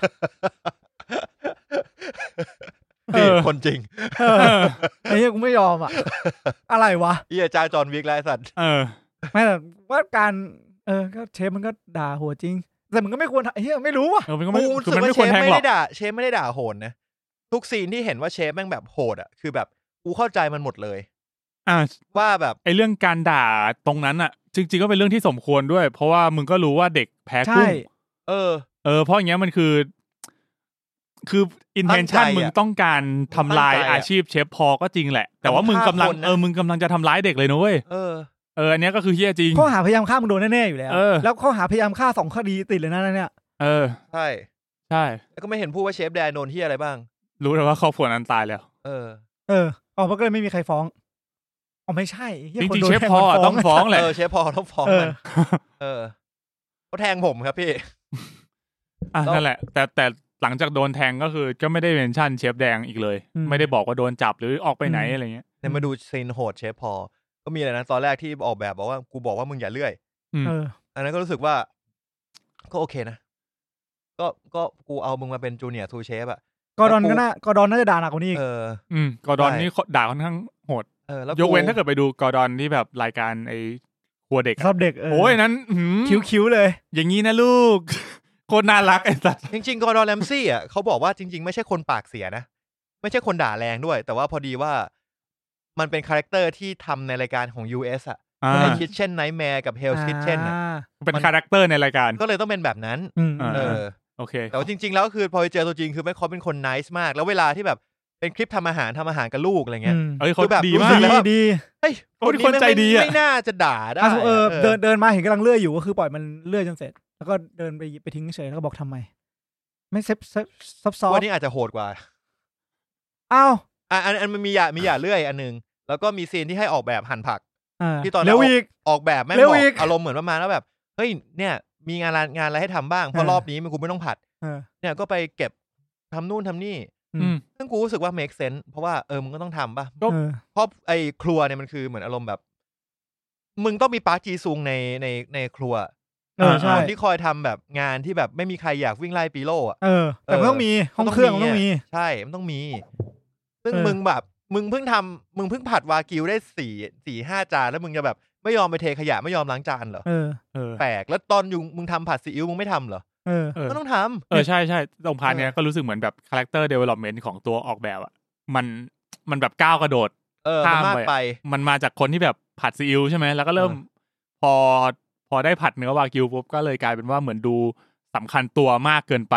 Speaker 3: เออ
Speaker 1: คนจริง
Speaker 2: เออไอ้เหี้ยกูไม่ยอมอ่ะ อะไรวะ
Speaker 1: เอียจ้างจอห์นวิกไล่สัตว์
Speaker 3: เออ
Speaker 2: ไม่แต่ว่าการ เออก็เชฟมันก็ด่าหัวจริง แต่มันก็ไม่ควรทำไอ้เฮียไม่รู้ว่ะ
Speaker 3: เออมันก็ไม่
Speaker 1: กู
Speaker 3: คื
Speaker 1: รู้
Speaker 3: อ
Speaker 1: สึก
Speaker 3: มัน
Speaker 1: ว่า
Speaker 3: ไม่
Speaker 1: เช
Speaker 3: ควร
Speaker 1: ฟ
Speaker 3: แทง
Speaker 1: ไม่
Speaker 3: หรอก
Speaker 1: ได้ด่าเชฟไม่ได้ด่าโหดนะ ทุกซีนที่เห็นว่าเชฟแม่งแบบโหดอ่ะคือแบบกูเข้าใจมันหมดเลย
Speaker 3: อ่า
Speaker 1: ว่าแบบ
Speaker 3: ไอเรื่องการด่าตรงนั้นอ่ะ จริง ๆ ก็เป็นเรื่องที่สมควรด้วย เพราะว่ามึงก็รู้ว่าเด็กแพ้
Speaker 2: ใช่
Speaker 3: กุ้ง
Speaker 1: เออ
Speaker 3: เออเพราะอย่างเงี้ยมันคือ คืออินเทนชัน
Speaker 1: ตั้งใจอะ
Speaker 3: มึงต้องการทำลาย
Speaker 1: ตั้งใจอะ
Speaker 3: อาชีพเชฟพอก็จริงแหละ แต่ว่า
Speaker 1: แต่
Speaker 3: มึ
Speaker 1: มึงฆ่าก
Speaker 3: งำลัง
Speaker 1: คนนะ
Speaker 3: เออมึงกำลังจะทำร้ายเด็กเลยนะเว้ย
Speaker 1: เออ
Speaker 3: เอออันเนี้ยก็คือเฮี้ยจริง
Speaker 2: ข้อหาพยายามฆ่ามึงโดนแน่ๆอยู่แล้ว
Speaker 3: เออ
Speaker 2: แล้วข้อหาพยายามฆ่าสองคดีติดเลยนะเนี่ย
Speaker 3: เออ
Speaker 1: ใช่
Speaker 3: ใช่
Speaker 1: แล้วก็ไม่เห็นพูดว่าเชฟแดนโดนที่อะไรบ้าง
Speaker 3: รู้แต่ว่าครอบครัวนั้นตายแล้ว
Speaker 1: เออ
Speaker 2: เออออกมาก็เลยไม่มีใครฟ้องอ๋อไม่ใช่ไอ้หี้ย
Speaker 3: จ
Speaker 2: คน
Speaker 3: ริง
Speaker 2: โดน
Speaker 3: ๆเชฟ
Speaker 2: แท
Speaker 3: พอ
Speaker 2: มัน
Speaker 3: ต้องฟ้องแหละ
Speaker 1: เออเชฟพอต้องฟ้อง
Speaker 2: เออ
Speaker 1: มันเออเขาแทงผมครับพี่
Speaker 3: อ่ะนั่นแหละ แต่แต่หลังจากโดนแทงก็คือ ก็ไม่ได้เมนชั่นเชฟแดงอีกเลย ไม่ได้บอกว่าโดนจับหรือออกไปไหนอะไรเงี้ย
Speaker 1: เนี่ยมาดูซีนโหดเชฟพอ ก็มีอะไรนะตอนแรกที่ออกแบบบอกว่ากูบอกว่ามึงอย่าเลื่อย
Speaker 2: เออ
Speaker 1: อันนั้นก็รู้สึกว่า ก็โอเคนะ ก็ก็กูเอามึงมาเป็นจูเนียร์ทูเชฟอะ
Speaker 2: กอร์ดอน
Speaker 1: แล้
Speaker 2: ก็
Speaker 1: วกู
Speaker 2: น่ากอร์ดอนน่าจะด่าหนักกว่านี้อีก
Speaker 1: เออ
Speaker 3: อืมกอร์ดอน
Speaker 1: ใช่
Speaker 3: นี่ด่าค่อนข้างโหด
Speaker 1: เออ แล้ว
Speaker 3: ยกเว้นถ้าเกิดไปดูกอร์ดอนที่แบบรายการไอ้ครัวเด็ก
Speaker 2: สำห
Speaker 3: อะ
Speaker 2: รับเด็กเออ
Speaker 3: โอ้ยนั้นหืม
Speaker 2: คิ้วๆเลย
Speaker 3: อย่างนี้นะลูก โคตรน่ารักไอ้สัส
Speaker 1: จริงๆกอร์ดอนแรมซี่อะเขาบอกว่าจริง ๆ ไม่ใช่คนปากเสียนะ ไม่ใช่คนด่าแรงด้วย แต่ว่าพอดีว่า มันเป็นคาแรคเตอร์ที่ทำในรายการของ US อะ
Speaker 3: อ่า
Speaker 1: ในคิทเช่นไนท์แมร์กับเฮลคิทเช่นอะ
Speaker 2: อ่า
Speaker 3: เป็นคาแรคเตอร์ในรายการ
Speaker 1: ก็เลยต้องเป็นแบบนั้น
Speaker 2: อืม
Speaker 3: อ่า
Speaker 1: เออ
Speaker 3: โอเค
Speaker 1: แต่ว่าจริง ๆ แล้วคือพอไปเจอตัวจริงคือแม่เขาเป็นคนไนส์มาก แล้วเวลาที่แบบเป็นคลิปทำอาหารทำอาหารกับลูกอะไรเงี้ย
Speaker 2: อืม
Speaker 3: เอ้ยเขา
Speaker 1: คือแบบ
Speaker 3: ดี
Speaker 1: รู้
Speaker 3: มา
Speaker 1: สึ
Speaker 3: ก
Speaker 1: ก แล้
Speaker 2: ดี
Speaker 1: วแบบ
Speaker 2: ดี
Speaker 1: เฮ้ย
Speaker 3: โอ้ยคนใจดีอะ
Speaker 1: ไม่ไม่น่าจะด่าได้
Speaker 2: อ่ะสมมุติเออ
Speaker 1: ออ
Speaker 2: เดินเดินมาเห็นกำลังเลื่อยอยู่ก็คือปล่อยมันเลื่อยจนเสร็จ แล้วก็เดินไปหยิบไปทิ้งเฉยแล้วก็บอกทำไม ไม่เซฟเซฟซับซ้อน
Speaker 1: วันนี้อาจจะโหดกว่า
Speaker 2: อ้าว
Speaker 1: อ่ะอันอันมันมีอย่ามีอย่าเลื่อยอันหนึง แล้วก็มีซีนที่ให้ออกแบบหั่นผัก
Speaker 2: อ่า
Speaker 1: ที่ตอนนั้น
Speaker 2: เร็วอีก
Speaker 1: ออกแบบแม่ง
Speaker 2: เร็ว
Speaker 1: บอก
Speaker 2: อีก
Speaker 1: อารมณ์เหมือนประมาณว่าแบบเฮ้ยเนี่ยมีงานงานอะไรให้ทำบ้างเพราะ
Speaker 2: เออ
Speaker 1: รอบนี้มันกูไม่ต้องผัด
Speaker 2: เออ
Speaker 1: เนี่ยก็ไปเก็บทำนู่นทำนี่
Speaker 2: อืม
Speaker 3: อืม
Speaker 1: ซึ่งกูรู้สึกว่า make sense เพราะว่าเออมึงก็ต้องทำป่ะ
Speaker 3: ก็
Speaker 2: เออ
Speaker 1: เพราะไอ้ครัวเนี่ยมันคือเหมือนอารมณ์แบบ มึงต้องมีปาร์คจีซูงในในในครัว
Speaker 2: เออใช่
Speaker 1: คนที่คอยทำแบบงานที่แบบไม่มีใครอยากวิ่งไล่ปีโร่อะ
Speaker 2: เออ แต่มันต้องมีห้องเครื่องมันต้องมี
Speaker 1: ใช่ มันต้องมี ซึ่ง
Speaker 2: เออ
Speaker 1: มึงแบบ มึงเพิ่งทำมึงเพิ่งผัดวากิวได้สี่สี่ห้าจานแล้วมึงจะแบบ ไม่ยอมไปเทขยะไม่ยอมล้างจานเหรอ
Speaker 2: เออ
Speaker 3: เออ
Speaker 1: แปลกแล้วตอนอยู่มึงทำผัดซีอิ๊วมึงไม่ทำเหรอ
Speaker 2: เออ
Speaker 3: เออ
Speaker 1: ก็ต้องทำ
Speaker 3: เออใช่ใช่ตรงพาร์ทเนี้ยก็รู้สึกเหมือนแบบคาแรคเตอร์เดเวล็อปเมนต์ของตัวออกแบบอ่ะมันมันแบบก้าวกระโดด
Speaker 1: เออ
Speaker 3: ข้าม
Speaker 1: มันมาก
Speaker 3: ไปอะ
Speaker 1: ไป
Speaker 3: มันมาจากคนที่แบบผัดซีอิ๊วใช่ไหมแล้วก็เริ่ม
Speaker 1: เออ
Speaker 3: พอพอได้ผัดเนื้อวากิวปุ๊บก็เลยกลายเป็นว่าเหมือนดูสำคัญตัวมากเกินไป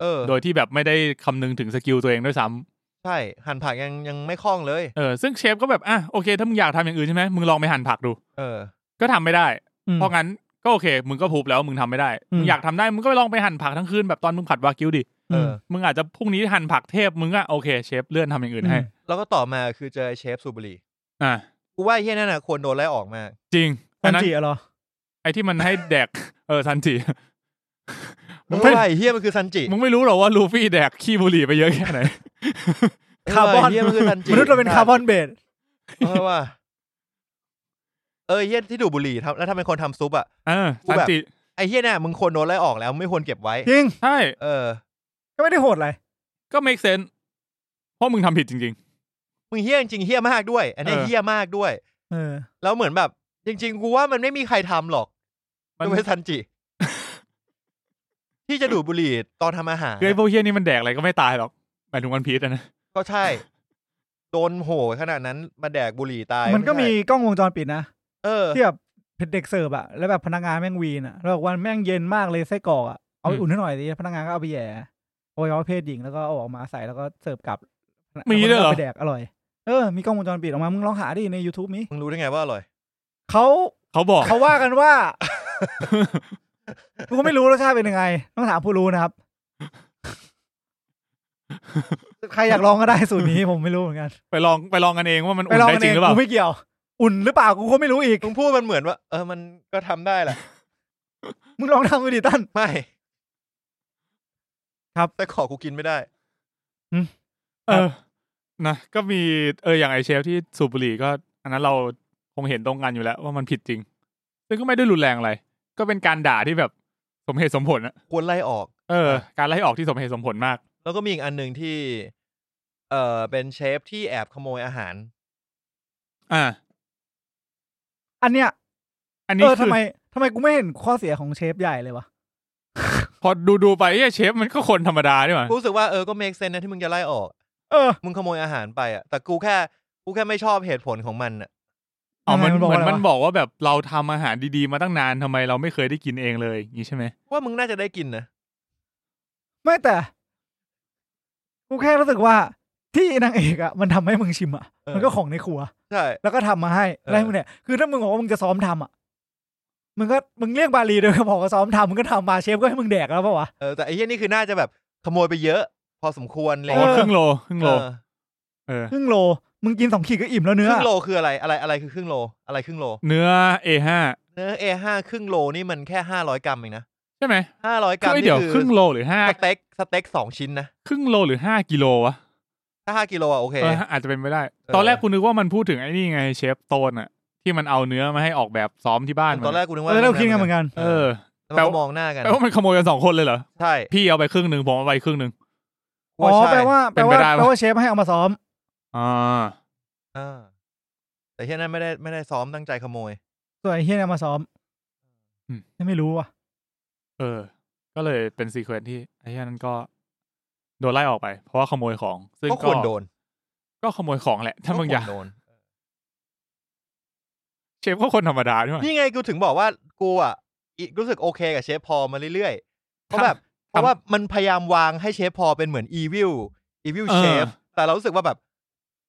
Speaker 1: เออ
Speaker 3: โดยที่แบบไม่ได้คำนึงถึงสกิลตัวเองด้วยซ้ำ
Speaker 1: ใช่ หั่นผักยังยังไม่คล่องเลย
Speaker 3: เออซึ่งเชฟก็แบบอ่ะโอเคถ้ามึงอยากทำอย่างอื่นใช่ไหมมึงลองไปหั่นผักดู
Speaker 1: เออ
Speaker 3: ก็ทำไม่ได้
Speaker 2: อืม
Speaker 3: เพราะงั้นก็โอเค มึงก็พูบแล้วมึงทำไม่ได้
Speaker 2: อืม
Speaker 3: มึงอยากทำได้มึงก็ไปลองไปหั่นผักทั้งคืนแบบตอนมึงผัดวากิวดิ
Speaker 1: เออ
Speaker 3: มึงอาจจะพรุ่งนี้หั่นผักเทพมึงอ่ะโอเคเชฟเลื่อนทำอย่างอื่นให้
Speaker 1: แล้วก็ต่อมาคือเจอไอ้เชฟสูบบุหรี
Speaker 3: อ่ะ
Speaker 1: กูว่าไอ้เฮียนั่นน่ะควรโดนไล่ออกมาก
Speaker 3: จริง
Speaker 2: ตั
Speaker 3: อัน
Speaker 2: น
Speaker 3: นั้น
Speaker 2: จีเหรอ
Speaker 3: ไอ้ที่มันให้แดกเออซันจิ
Speaker 1: เพราะว่าไอ้เฮียมันคือซันจิ
Speaker 3: มึงไม่รู้หรอว่าลูฟี่แดกขี้บุหรี่ไปเยอะแค่ไหน
Speaker 1: เ
Speaker 2: คาร์บอน
Speaker 1: ไเฮียมันคือซันจิ
Speaker 2: มนุษย์เราเป็นคาร์บอนเบส
Speaker 1: เออว่า เออไอ้เฮียที่ดูดบุหรี่ทำแล้วทำเป็นคนทำซุปอะ
Speaker 3: เออ
Speaker 1: กู
Speaker 3: ซัน
Speaker 1: แบบ
Speaker 3: จิ
Speaker 1: ไอ้เฮียเนี่ยมึงควรโดนไล่ออกแล้วไม่ควรเก็บไว้
Speaker 2: จริง
Speaker 3: ใช่
Speaker 1: เออ
Speaker 2: ก็ไม่ได้โหดอะไร
Speaker 3: ก็เมคเซนเพราะมึงทำผิดจริง
Speaker 1: มึงเฮี้ยจริงๆเฮี้ยมากด้วย อันเนี้ย
Speaker 3: เออ
Speaker 1: เฮี้ยมากด้วย
Speaker 2: เออ
Speaker 1: แล้วเหมือนแบบ จริง ๆ กูว่ามันไม่มีใครทำหรอก
Speaker 3: ๆ มัน
Speaker 1: ยกเว้นซันจิ ที่จะดูดบุหรี่ตอนทำอาหาร
Speaker 3: คือไอ้พวกเฮียนี่มันแดกอะไรก็ไม่ตายหรอกหมายถึงวันพีชอะนะ
Speaker 1: ก็ใช่ โดนโหขนาดนั้นมาแดกบุหรี่ตาย
Speaker 2: มันก็มี
Speaker 1: ไใช่
Speaker 2: กล้องวงจรปิดนะ
Speaker 1: เออ
Speaker 2: ที่แบบเป็นเด็กเสิร์ฟอะแล้วแบบพนักงานแม่งวีนอะแล้วบอกว่าแม่งเย็นมากเลยไส้กรอกอะเอาไป
Speaker 3: อืม
Speaker 2: อุ่นให้หน่อยดิพนักงานก็เอาไปแหย่ อวัยวะเพศหญิงแล้วก็เอาออกมาใส่แล้วก็เสิร์ฟกลับ
Speaker 3: มีด้วยเหรอ
Speaker 2: แล้ก็ไปแดกอร่อย เออ มีกล้องวงจรปิดออกมา มึงลองหาดิใน YouTube มี
Speaker 1: มึงรู้ได้ไงว่าอร่อย
Speaker 2: เขา
Speaker 3: เขาบอก
Speaker 2: เขาว่ากัน ว่า กูก็ไม่รู้รสชาติเป็นยังไง ต้องถามผู้รู้ นะครับ ใครอยากลองก็ได้สูตรนี้ ผมไม่รู้เหมือนกัน
Speaker 3: ไปลองไปลองกันเองว่ามัน
Speaker 2: ไป
Speaker 3: อุ่น
Speaker 2: ลอง
Speaker 3: ได้
Speaker 2: กัน
Speaker 3: จ
Speaker 2: เอ
Speaker 3: ริง
Speaker 2: ง
Speaker 3: หรือเปล่า
Speaker 2: กูไม่เกี่ยว อุ่นหรือเปล่ากูก็ไม่รู้อีก
Speaker 1: มึงพูดมันเหมือนว่า เออมันก็ทำได้แหละ
Speaker 2: มึงลองทำดูดิตั้น
Speaker 1: ไม่
Speaker 2: ครับ
Speaker 1: แต่ขอกูกินไม่ได้
Speaker 3: เออ นะ ก็มีเอออย่างไอเชฟที่สูบบุหรี่ก็ อันนั้นเราคงเห็นตรงกันอยู่แล้ว ว่ามันผิดจริง ซึ่งก็ไม่ได้รุนแรงอะไร ก็เป็นการด่าที่แบบสมเหตุสมผลอะ
Speaker 1: ควรไล่ออก
Speaker 3: เออ การไล่ออกที่สมเหตุสมผลมาก
Speaker 1: แล้วก็มีอีกอันหนึ่งที่ เออเป็นเชฟที่แอบขโมยอาหาร
Speaker 3: อ่า
Speaker 2: อันเนี้ย
Speaker 3: อัน
Speaker 2: เอ
Speaker 3: นี้
Speaker 2: อ
Speaker 3: คื
Speaker 2: ทำ
Speaker 3: อ
Speaker 2: ไมทำไมกูไม่เห็นข้อเสียของเชฟใหญ่เลยวะ
Speaker 3: พอดูดูๆไปเอ้ยเชฟมันก็คนธรรมดาดีกว่า
Speaker 1: กูรู้สึกว่าเออก็เมคเซนนะที่มึงจะไล่ออก
Speaker 2: เออ
Speaker 1: มึงขโมยอาหารไปอ่ะ แต่กูแค่ กูแค่ไม่ชอบเหตุผลของมันอ่ะ
Speaker 3: อ๋อมัน
Speaker 2: มันบอก
Speaker 3: เหมือน
Speaker 2: อะไรวะ
Speaker 3: มันบอกว่าแบบเราทำอาหารดีๆมาตั้งนานทำไมเราไม่เคยได้กินเองเลยอย่างนี้ใช่ไหม
Speaker 1: ว่ามึงน่าจะได้กินนะ
Speaker 2: ไม่แต่ กูแค่รู้สึกว่าที่นางเอกอะมันทำให้มึงชิมอะ
Speaker 1: เออ
Speaker 2: มันก็ของในครัว
Speaker 1: ใช่
Speaker 2: แล้วก็ทำมาให้
Speaker 1: เออ
Speaker 2: อะไรพวกเนี้ยคือถ้ามึงบอกว่ามึงจะซ้อมทำอะมึงก็มึงเรียกบาลีโดยบอกว่าซ้อมทำมึงก็ทำมาเชฟก็ให้มึงแดกแล้วเปล่าวะ
Speaker 1: เออแต่ไอ้เหี้ยนี่คือน่าจะแบบขโมยไปเยอะ พอสมควรเล
Speaker 3: บอย กว่าครึ่งโลครึ่งโล
Speaker 1: เออ
Speaker 3: เออ
Speaker 2: ครึ่งโล มึงกินสองขีดก็อิ่มแล้ว
Speaker 1: ค
Speaker 2: เนื้อ
Speaker 1: รึ่งโลคืออะไร อะไรอะไรคือครึ่งโล อะไรครึ่งโล
Speaker 3: เนื้อ A5
Speaker 1: เนื้อ A5 ครึ่งโลนี่มันแค่ห้าร้อยกรัมเองนะ
Speaker 3: ใช่ไหม
Speaker 1: ห้าร้อยกรัม
Speaker 3: เอ้ย
Speaker 1: นี่
Speaker 3: เดี๋ยว
Speaker 1: คือ
Speaker 3: ครึ่งโลหรือห้า
Speaker 1: สเต็กสเต็กสองชิ้นนะ
Speaker 3: ครึ่งโลหรือห้ากิโลวะ
Speaker 1: ถ้าห้ากิโลอ่ะโอเค
Speaker 3: เอออาจจะเป็นไม่ได้
Speaker 1: เออ
Speaker 3: ตอนแรกกูนึกว่ามันพูดถึงไอ้นี่ไงเชฟโตนอะที่มันเอาเนื้อมาให้ออกแบบซ้อมที่บ้านมั
Speaker 1: ตอนแรกกูนึกว่า
Speaker 2: แล้วเราคิดกันเหมือนกัน
Speaker 3: เออ
Speaker 1: แล้วก็มองหน้ากัน
Speaker 3: แปลว่ามันขโมยกันสองคนเลยเหรอ
Speaker 1: ใช่
Speaker 3: พี่เอาไปครึ่งหนึ่งผมเอาไปครึ่งหนึ่ง
Speaker 2: อ๋อแปลว่าแปลว่า
Speaker 3: เป็นไปได้วะ
Speaker 2: แปลว่าเชฟให้เอามาซ้อม
Speaker 3: อ่า
Speaker 1: อ่าแต่เช่นนั้นไม่ได้ไม่ได้ซ้อมตั้งใจขโมย
Speaker 2: ส่วนไอ้เฮียเนี่ยเอามาซ้อม
Speaker 3: อืม
Speaker 2: ไม่รู้ว่ะ
Speaker 3: เออ ก็เลยเป็นซีเควนซ์ที่ไอ้เหี้ยนั้นก็ โดนไล่ออกไป เพราะว่าขโมยของ ซึ่ง
Speaker 1: ก็ควรโดน
Speaker 3: ก็ขโมยของแหละ ถ้ามึงอยาก
Speaker 1: ก็ควรโด น
Speaker 3: เชฟก็คนธรรมดาด้วย
Speaker 1: นี่ไงกูถึงบอกว่ากูอ่ะอิรู้สึกโอเคกับเชฟพอมาเรื่อยๆ เพราะแบบเพราะว่ามันพยายามวางให้เชฟพอเป็นเหมือนอีวิลอีวิล
Speaker 3: เออ
Speaker 1: เชฟแต่เรารู้สึกว่าแบบ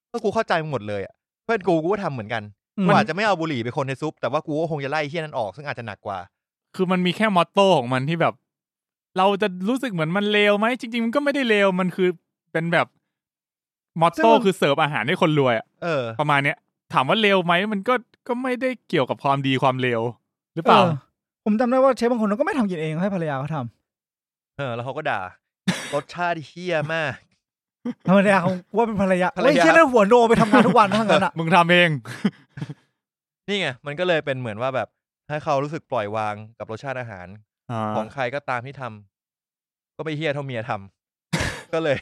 Speaker 1: เออกูเข้าใจมึงหมดเลยอ่ะเพื่อนกูกูก็ทำเหมือนกัน
Speaker 2: อืม
Speaker 1: กูอาจจะไม่เอาบุหรี่ไปคนในซุป แต่ว่ากูก็คงจะไล่ไอ้เฮี้ยนั้นออกซึ่งอาจจะหนักกว่า
Speaker 3: คือมันมีแค่มอตโต้ของมันที่แบบ เราจะรู้สึกเหมือนมันเลวไหมจริง ๆ มันก็ไม่ได้เลวมันคือเป็นแบบมอตโต้
Speaker 2: ซึ่งมัน
Speaker 3: คือเสิร์ฟอาหารให้คนรวยอะ
Speaker 1: เออ
Speaker 3: ประมาณเนี้ย ถามว่าเลวไหมมันก็ก็ไม่ได้เกี่ยวกับความดีความเลวหรือเปล่า
Speaker 2: ออผมจำได้ว่าเชฟบางคนเขาก็ไม่ทำกินเองให้ภรรยาเขาท
Speaker 1: เออ แล้วเขาก็ด่ารสชาติเฮี้ยมาก
Speaker 2: ำภรรยาเขาว่าเป็นภรรยา
Speaker 1: ภรรยา
Speaker 2: เฮ้ยเชฟนั่นหัวโนไปทำงานทุกวันทั้งนั้นอ่ะ
Speaker 3: มึงทำเอง
Speaker 1: นี่ไงมันก็เลยเป็นเหมือนว่าแบบให้เขารู้สึกปล่อยวางกับรสชาติอาหาร
Speaker 3: อ่า
Speaker 1: ของใครก็ตามที่ทำก็ไม่เฮี้ยเท่าเมียทำ ก็เลย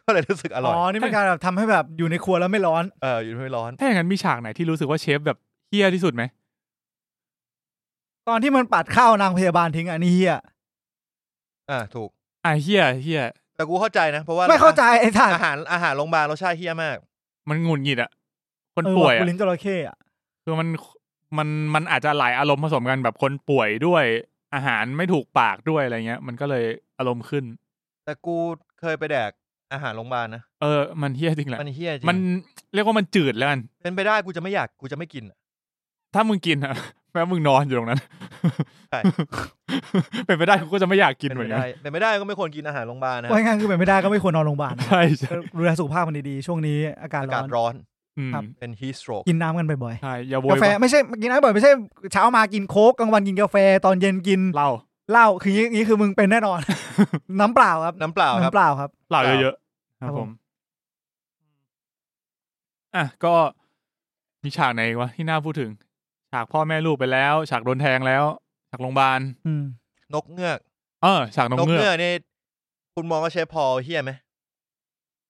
Speaker 1: ก็เลยรู้สึกอร่
Speaker 2: อ๋
Speaker 1: อ
Speaker 2: อ
Speaker 1: ย
Speaker 2: นี่เป็นการแบบทำให้แบบอยู่ในครัวแล้วไม่ร้อน
Speaker 1: เอออยู่ไม่ร้อน
Speaker 3: ถ้าอย่างนั้นมีฉากไหนที่รู้สึกว่าเชฟแบบเฮี้ยที่สุดไหม
Speaker 2: ตอนที่มันปัดข้าวนางพยาบาลทิ้งอันนี้เฮีย
Speaker 1: อ่าถูก
Speaker 3: อ่ะเฮี้ยเฮี้ย
Speaker 1: แต่กูเข้าใจนะ เพราะว่า
Speaker 2: ไม่เข้าใจไอ้ท่าน
Speaker 1: อาหารอาหารโรงพยาบาลรสชาติเฮี้ยมาก
Speaker 3: มันหงุดหงิดอะคน
Speaker 2: เออ
Speaker 3: ป่วย
Speaker 2: ว่ะ
Speaker 3: อะ
Speaker 2: กูลิ้นจระเข้อะ
Speaker 3: คือมันมันมันอาจจะหลายอารมณ์ผสมกันแบบคนป่วยด้วยอาหารไม่ถูกปากด้วยอะไรเงี้ย มันก็เลยอารมณ์ขึ้น
Speaker 1: แต่กูเคยไปแดกอาหารโรงพยาบาลนะ
Speaker 3: เออ มันเฮี้ยจริงแหละ
Speaker 1: มันเฮี้ยจริง
Speaker 3: มันเรียกว่ามันจืดแล้วกัน
Speaker 1: เป็นไปได้กูจะไม่อยากกูจะไม่กินอะ
Speaker 3: ถ้ามึงกินอะ แปลว่ามึงนอนอยู่ตรงนั้น
Speaker 1: ใช่
Speaker 3: เป็นไปได้กูก็จะไม่อยากกิน
Speaker 1: เป็น
Speaker 3: เหมื
Speaker 1: ไป
Speaker 3: อนกัน
Speaker 1: ได้เป็นไปได้ก็ไม่ควรกินอาหารโรงพยาบาลนะ
Speaker 2: ว่าง่ายๆคือเป็นไม่ได้ก็ไม่ควรนอนโรงพยาบาลนะ
Speaker 3: ใช่ใช่
Speaker 2: ดูแลสุขภาพมันดีๆ ช่วงนี้อากาศ
Speaker 1: อา
Speaker 2: ร้
Speaker 1: กา
Speaker 2: อ
Speaker 1: ศ
Speaker 2: น
Speaker 1: ร้อน
Speaker 3: อืม
Speaker 2: ครับ
Speaker 1: เป็นฮีสโตรก
Speaker 2: กินน้ำกันบ่อย
Speaker 3: ใช่อย่าโว
Speaker 2: ๆ กาย แฟไม่ใช่กินน้ำบ่อยไม่ใช่เช้ามากินโค้กกลางวันกินกาแฟตอนเย็นกิน
Speaker 3: เหล้า
Speaker 2: เหล้าคืออย่างนี้คือมึงเป็นแน่นอน น้ำเปล่าครับ
Speaker 1: น้ำเปล่าครับ
Speaker 2: น้ำเปล่าครับ
Speaker 3: เหล้า
Speaker 1: ครับ
Speaker 3: เยอะๆ
Speaker 2: ค
Speaker 3: ค
Speaker 2: รั
Speaker 3: รับบ ผ
Speaker 2: ผม ม
Speaker 3: อ่ะก็มีฉากไหนอีกวะที่น่าพูดถึง ฉากพ่อแม่ลูกไปแล้ว ฉากโดนแทงแล้วฉากโรงพยาบาล
Speaker 2: อืม
Speaker 1: นกเงือก
Speaker 3: เออฉากนก
Speaker 1: นก
Speaker 3: เงื
Speaker 1: เงื
Speaker 3: อก
Speaker 1: อกนี่คุณมองว่าเชฟพอลเฮี้ยไหม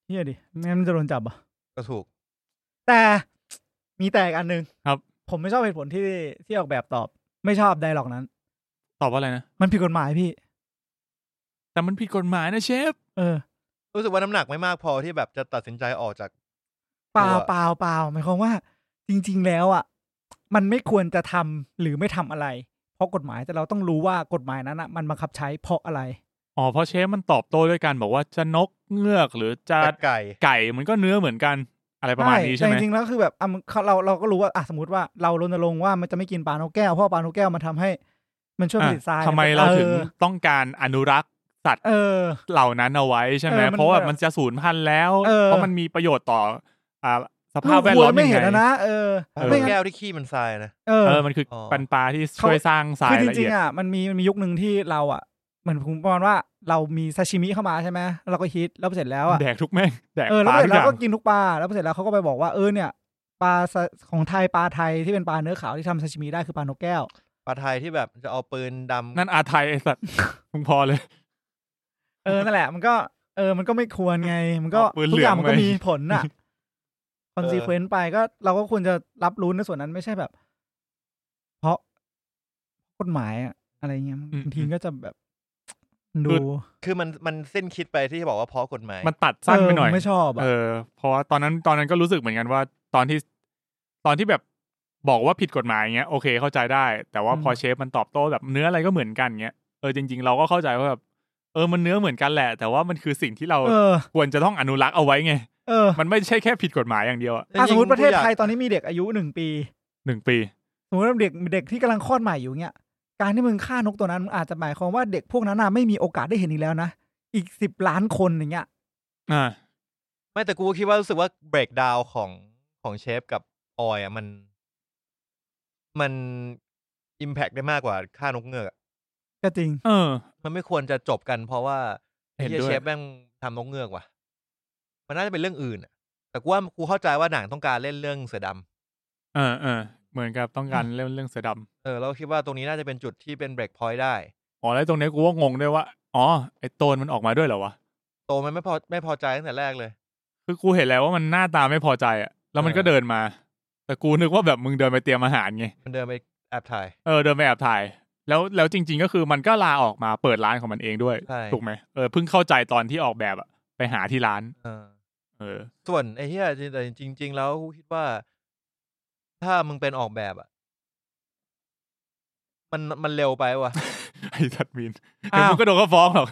Speaker 2: เฮียดิไม่งั้นมันจะโดนจับอ่ะ
Speaker 1: ก็ถูก
Speaker 2: แต่ มีแต่อีกอันหนึ่งผมไม่ชอบเหตุผลที่ที่ออกแบบตอบ ไม่ชอบไดร็อกนั้น
Speaker 3: ตอบว่าอะไรนะ
Speaker 2: มันผิดกฎหมายพี่
Speaker 3: แต่มันผิดกฎหมายนะเชฟ
Speaker 2: เออ
Speaker 1: รู้สึกว่าน้ำหนักไม่มากพอที่แบบจะตัดสินใจออกจาก
Speaker 2: เปล่า
Speaker 1: ตัว
Speaker 2: เปล่าเปล่าหมายความว่า จริง ๆ แล้วอ่ะ มันไม่ควรจะทำหรือไม่ทำอะไร เพราะกฎหมายแต่เราต้องรู้ว่ากฎหมายนั้นอ่ะมันบังคับใช้เพราะอะไร
Speaker 3: อ๋อเพราะเชฟมันตอบโต้ด้วยการบอกว่าจะนกเงือกหรือจะ
Speaker 1: แต่ไก่
Speaker 3: ไก่มันก็เนื้อเหมือนกันอะไรประมาณนี้ใช่ไหม
Speaker 2: แต่จริงๆแล้วคือแบบอ่ะมันเขาเราเราก็รู้ว่าอ่ะสมมติว่าเรารณรงค์ว่ามันจะไม่กินปลานกแก้วเพราะปลานกแก้วมันทำให้ มันช่วยผ
Speaker 3: อ่ะ
Speaker 2: ลิตทราย
Speaker 3: ทำไมเราถึง
Speaker 2: ออ
Speaker 3: ต้องการอนุรักษ์สัตว์
Speaker 2: เออ
Speaker 3: เหล่านั้นเอาไว้ใช่ไหม
Speaker 2: เออมัน
Speaker 3: เพราะว่า
Speaker 2: แบบ
Speaker 3: มันจะสูญพันธุ์แล้ว
Speaker 2: เออ
Speaker 3: เพราะมันมีประโยชน์ต่ออ่าสภาพแวด
Speaker 2: ลูก
Speaker 3: ล้อ
Speaker 2: วั
Speaker 3: ม
Speaker 2: ไม่
Speaker 3: ยัง
Speaker 2: เห็น
Speaker 3: ไง
Speaker 2: แล้วนะเออ
Speaker 1: ป
Speaker 3: เอ
Speaker 1: ลา
Speaker 3: อ
Speaker 1: น
Speaker 2: ไม่
Speaker 1: ก
Speaker 2: งั้น
Speaker 1: แก้วที่ขี้มันทรายนะ
Speaker 2: เออ
Speaker 3: เออมันคืออ
Speaker 1: อ
Speaker 3: ปันปลาที่ช่วยสร้างทราย
Speaker 2: คือจ
Speaker 3: ละ
Speaker 2: ริ
Speaker 3: เอี
Speaker 2: ง
Speaker 3: ยด
Speaker 2: ๆอ่ะมันมีมันมียุคหนึ่งที่เราอ่ะเหมือนผมประมาณว่าเรามีซาชิมิเข้ามาใช่ไหมเราก็ฮิตแล้วเสร็จแล้วอ่ะ
Speaker 3: แดกทุกแม่งแดก
Speaker 2: เออ
Speaker 3: ป
Speaker 2: แล้ว
Speaker 3: ลาทุกอ
Speaker 2: เรา
Speaker 3: ย่าง
Speaker 2: ก็กินทุกปลาแล้วเสร็จแล้วเขาก็ไปบอกว่าเออเนี่ยปลาซะของไทยปลาไทยที่เป็นปลาเนื้อขาวที่ทำซาชิมิได้คือปลานกแก้ว
Speaker 1: ปลาไทยที่แบบจะเอาปืนดำ
Speaker 3: นั่นอาไทยไอ้สัตว์ มึงพอเลย
Speaker 2: เออนั่นแหละมันก็เออมันก็ไม่ควรไง มันก็
Speaker 3: เอาปืน
Speaker 2: ทุกอย่างมันก็
Speaker 3: เหลืองไป
Speaker 2: มีผล น่ะคอนซีเควนต์ไปก็เราก็ควรจะรับรู้ในส่วนนั้นไม่ใช่แบบ เพราะกฎหมายอะอะไรเงี้ยบางทีก็จะแบบดู
Speaker 1: คือมันมันสิ้นคิดไปที่บอกว่าเพราะกฎหมาย
Speaker 3: มันตัดสั้นไปหน่อย
Speaker 2: เผมไม่ชอบ
Speaker 3: เอ
Speaker 2: อ่ะ
Speaker 3: อเพราะว่าตอนนั้นตอนนั้นก็รู้สึกเหมือนกันว่าตอนที่ตอนที่แบบบอกว่าผิดกฎหมายอย่างเงี้ยโอเคเข้าใจได้ แต่ว่าพอเชฟมันตอบโต้แบบเนื้ออะไรก็เหมือนกันเงี้ยเออจริง ๆ เราก็เข้าใจว่าแบบเออมันเนื้อเหมือนกันแหละ แต่ว่ามันคือสิ่งที่เรา
Speaker 2: เออ
Speaker 3: ควรจะต้องอนุรักษ์เอาไว้ไง
Speaker 2: เออ
Speaker 3: มันไม่ใช่แค่ผิดกฎหมายอย่างเดียวอะ
Speaker 2: อ่ะสมมติประเทศไทยตอนนี้มีเด็กอายุหนึ่งปี
Speaker 3: หนึ่งปี
Speaker 2: สมมติว่าเด็กเด็กที่กำลังคลอดใหม่อยู่เงี้ย การที่มึงฆ่านกตัวนั้นมึงอาจจะหมายความว่าเด็กพวกนั้นน่ะไม่มีโอกาสได้เห็นอีกแล้วนะ อีกสิบล้านคนอย่างเงี้ย
Speaker 3: อ่า
Speaker 1: ไม่แต่กูคิดว่ารู้สึกว่าเบรกดาวของของเชฟกับออยอ่ะมัน มันอิมแพกได้มากกว่าค่านกเงือกอะ
Speaker 2: ก็จริง
Speaker 3: เออ
Speaker 1: มันไม่ควรจะจบกันเพราะว่าไอ้
Speaker 3: เห็นด้วย
Speaker 1: เหี้ยเชฟแม่งทำนกเงือกว่ะ มันน่าจะเป็นเรื่องอื่นอะแต่กูว่ากูเข้าใจว่าหนังต้องการเล่นเรื่องเสือดำ
Speaker 3: เออเออเหมือนกับต้องการเรื่องเรื่องเสือด
Speaker 1: เออเราคิดว่าตรงนี้น่าจะเป็นจุดที่เป็นเบรกพอยต์ได้
Speaker 3: ำอ๋อแล้วตรงเนี้ยกูก็งงด้วยว่าอ๋อไอ้โตนมันออกมาด้วยเหรอวะ
Speaker 1: โตมันไม่พอไม่พอใจตั้งแต่แรกเลย
Speaker 3: คือกูเห็นแล้วว่ามันหน้าตาไม่พอใจอะแล้วมันก็
Speaker 1: เออ
Speaker 3: เดินมา แต่กูนึกว่าแบบมึงเดินไปเตรียมอาหารไง
Speaker 1: มันเดินไปแอบถ่าย
Speaker 3: เออเดินไปแอบถ่าย แล้วแล้วจริง ๆ ก็คือมันก็ลาออกมาเปิดร้านของมันเองด้วย
Speaker 1: ใช่
Speaker 3: ถูกไหมเออเพิ่งเข้าใจตอนที่ออกแบบอะไปหาที่ร้าน
Speaker 1: เออ
Speaker 3: เออ
Speaker 1: ส่วนไอ้เหี้ยแต่จริง ๆ แล้วกูคิดว่า ถ้ามึงเป็นออกแบบอะมันมันเร็วไปว่ะ
Speaker 3: ไอ้ทัดมินเดี๋ยว
Speaker 2: อ้าว
Speaker 3: มึงก็โดนก็ฟ้องหรอก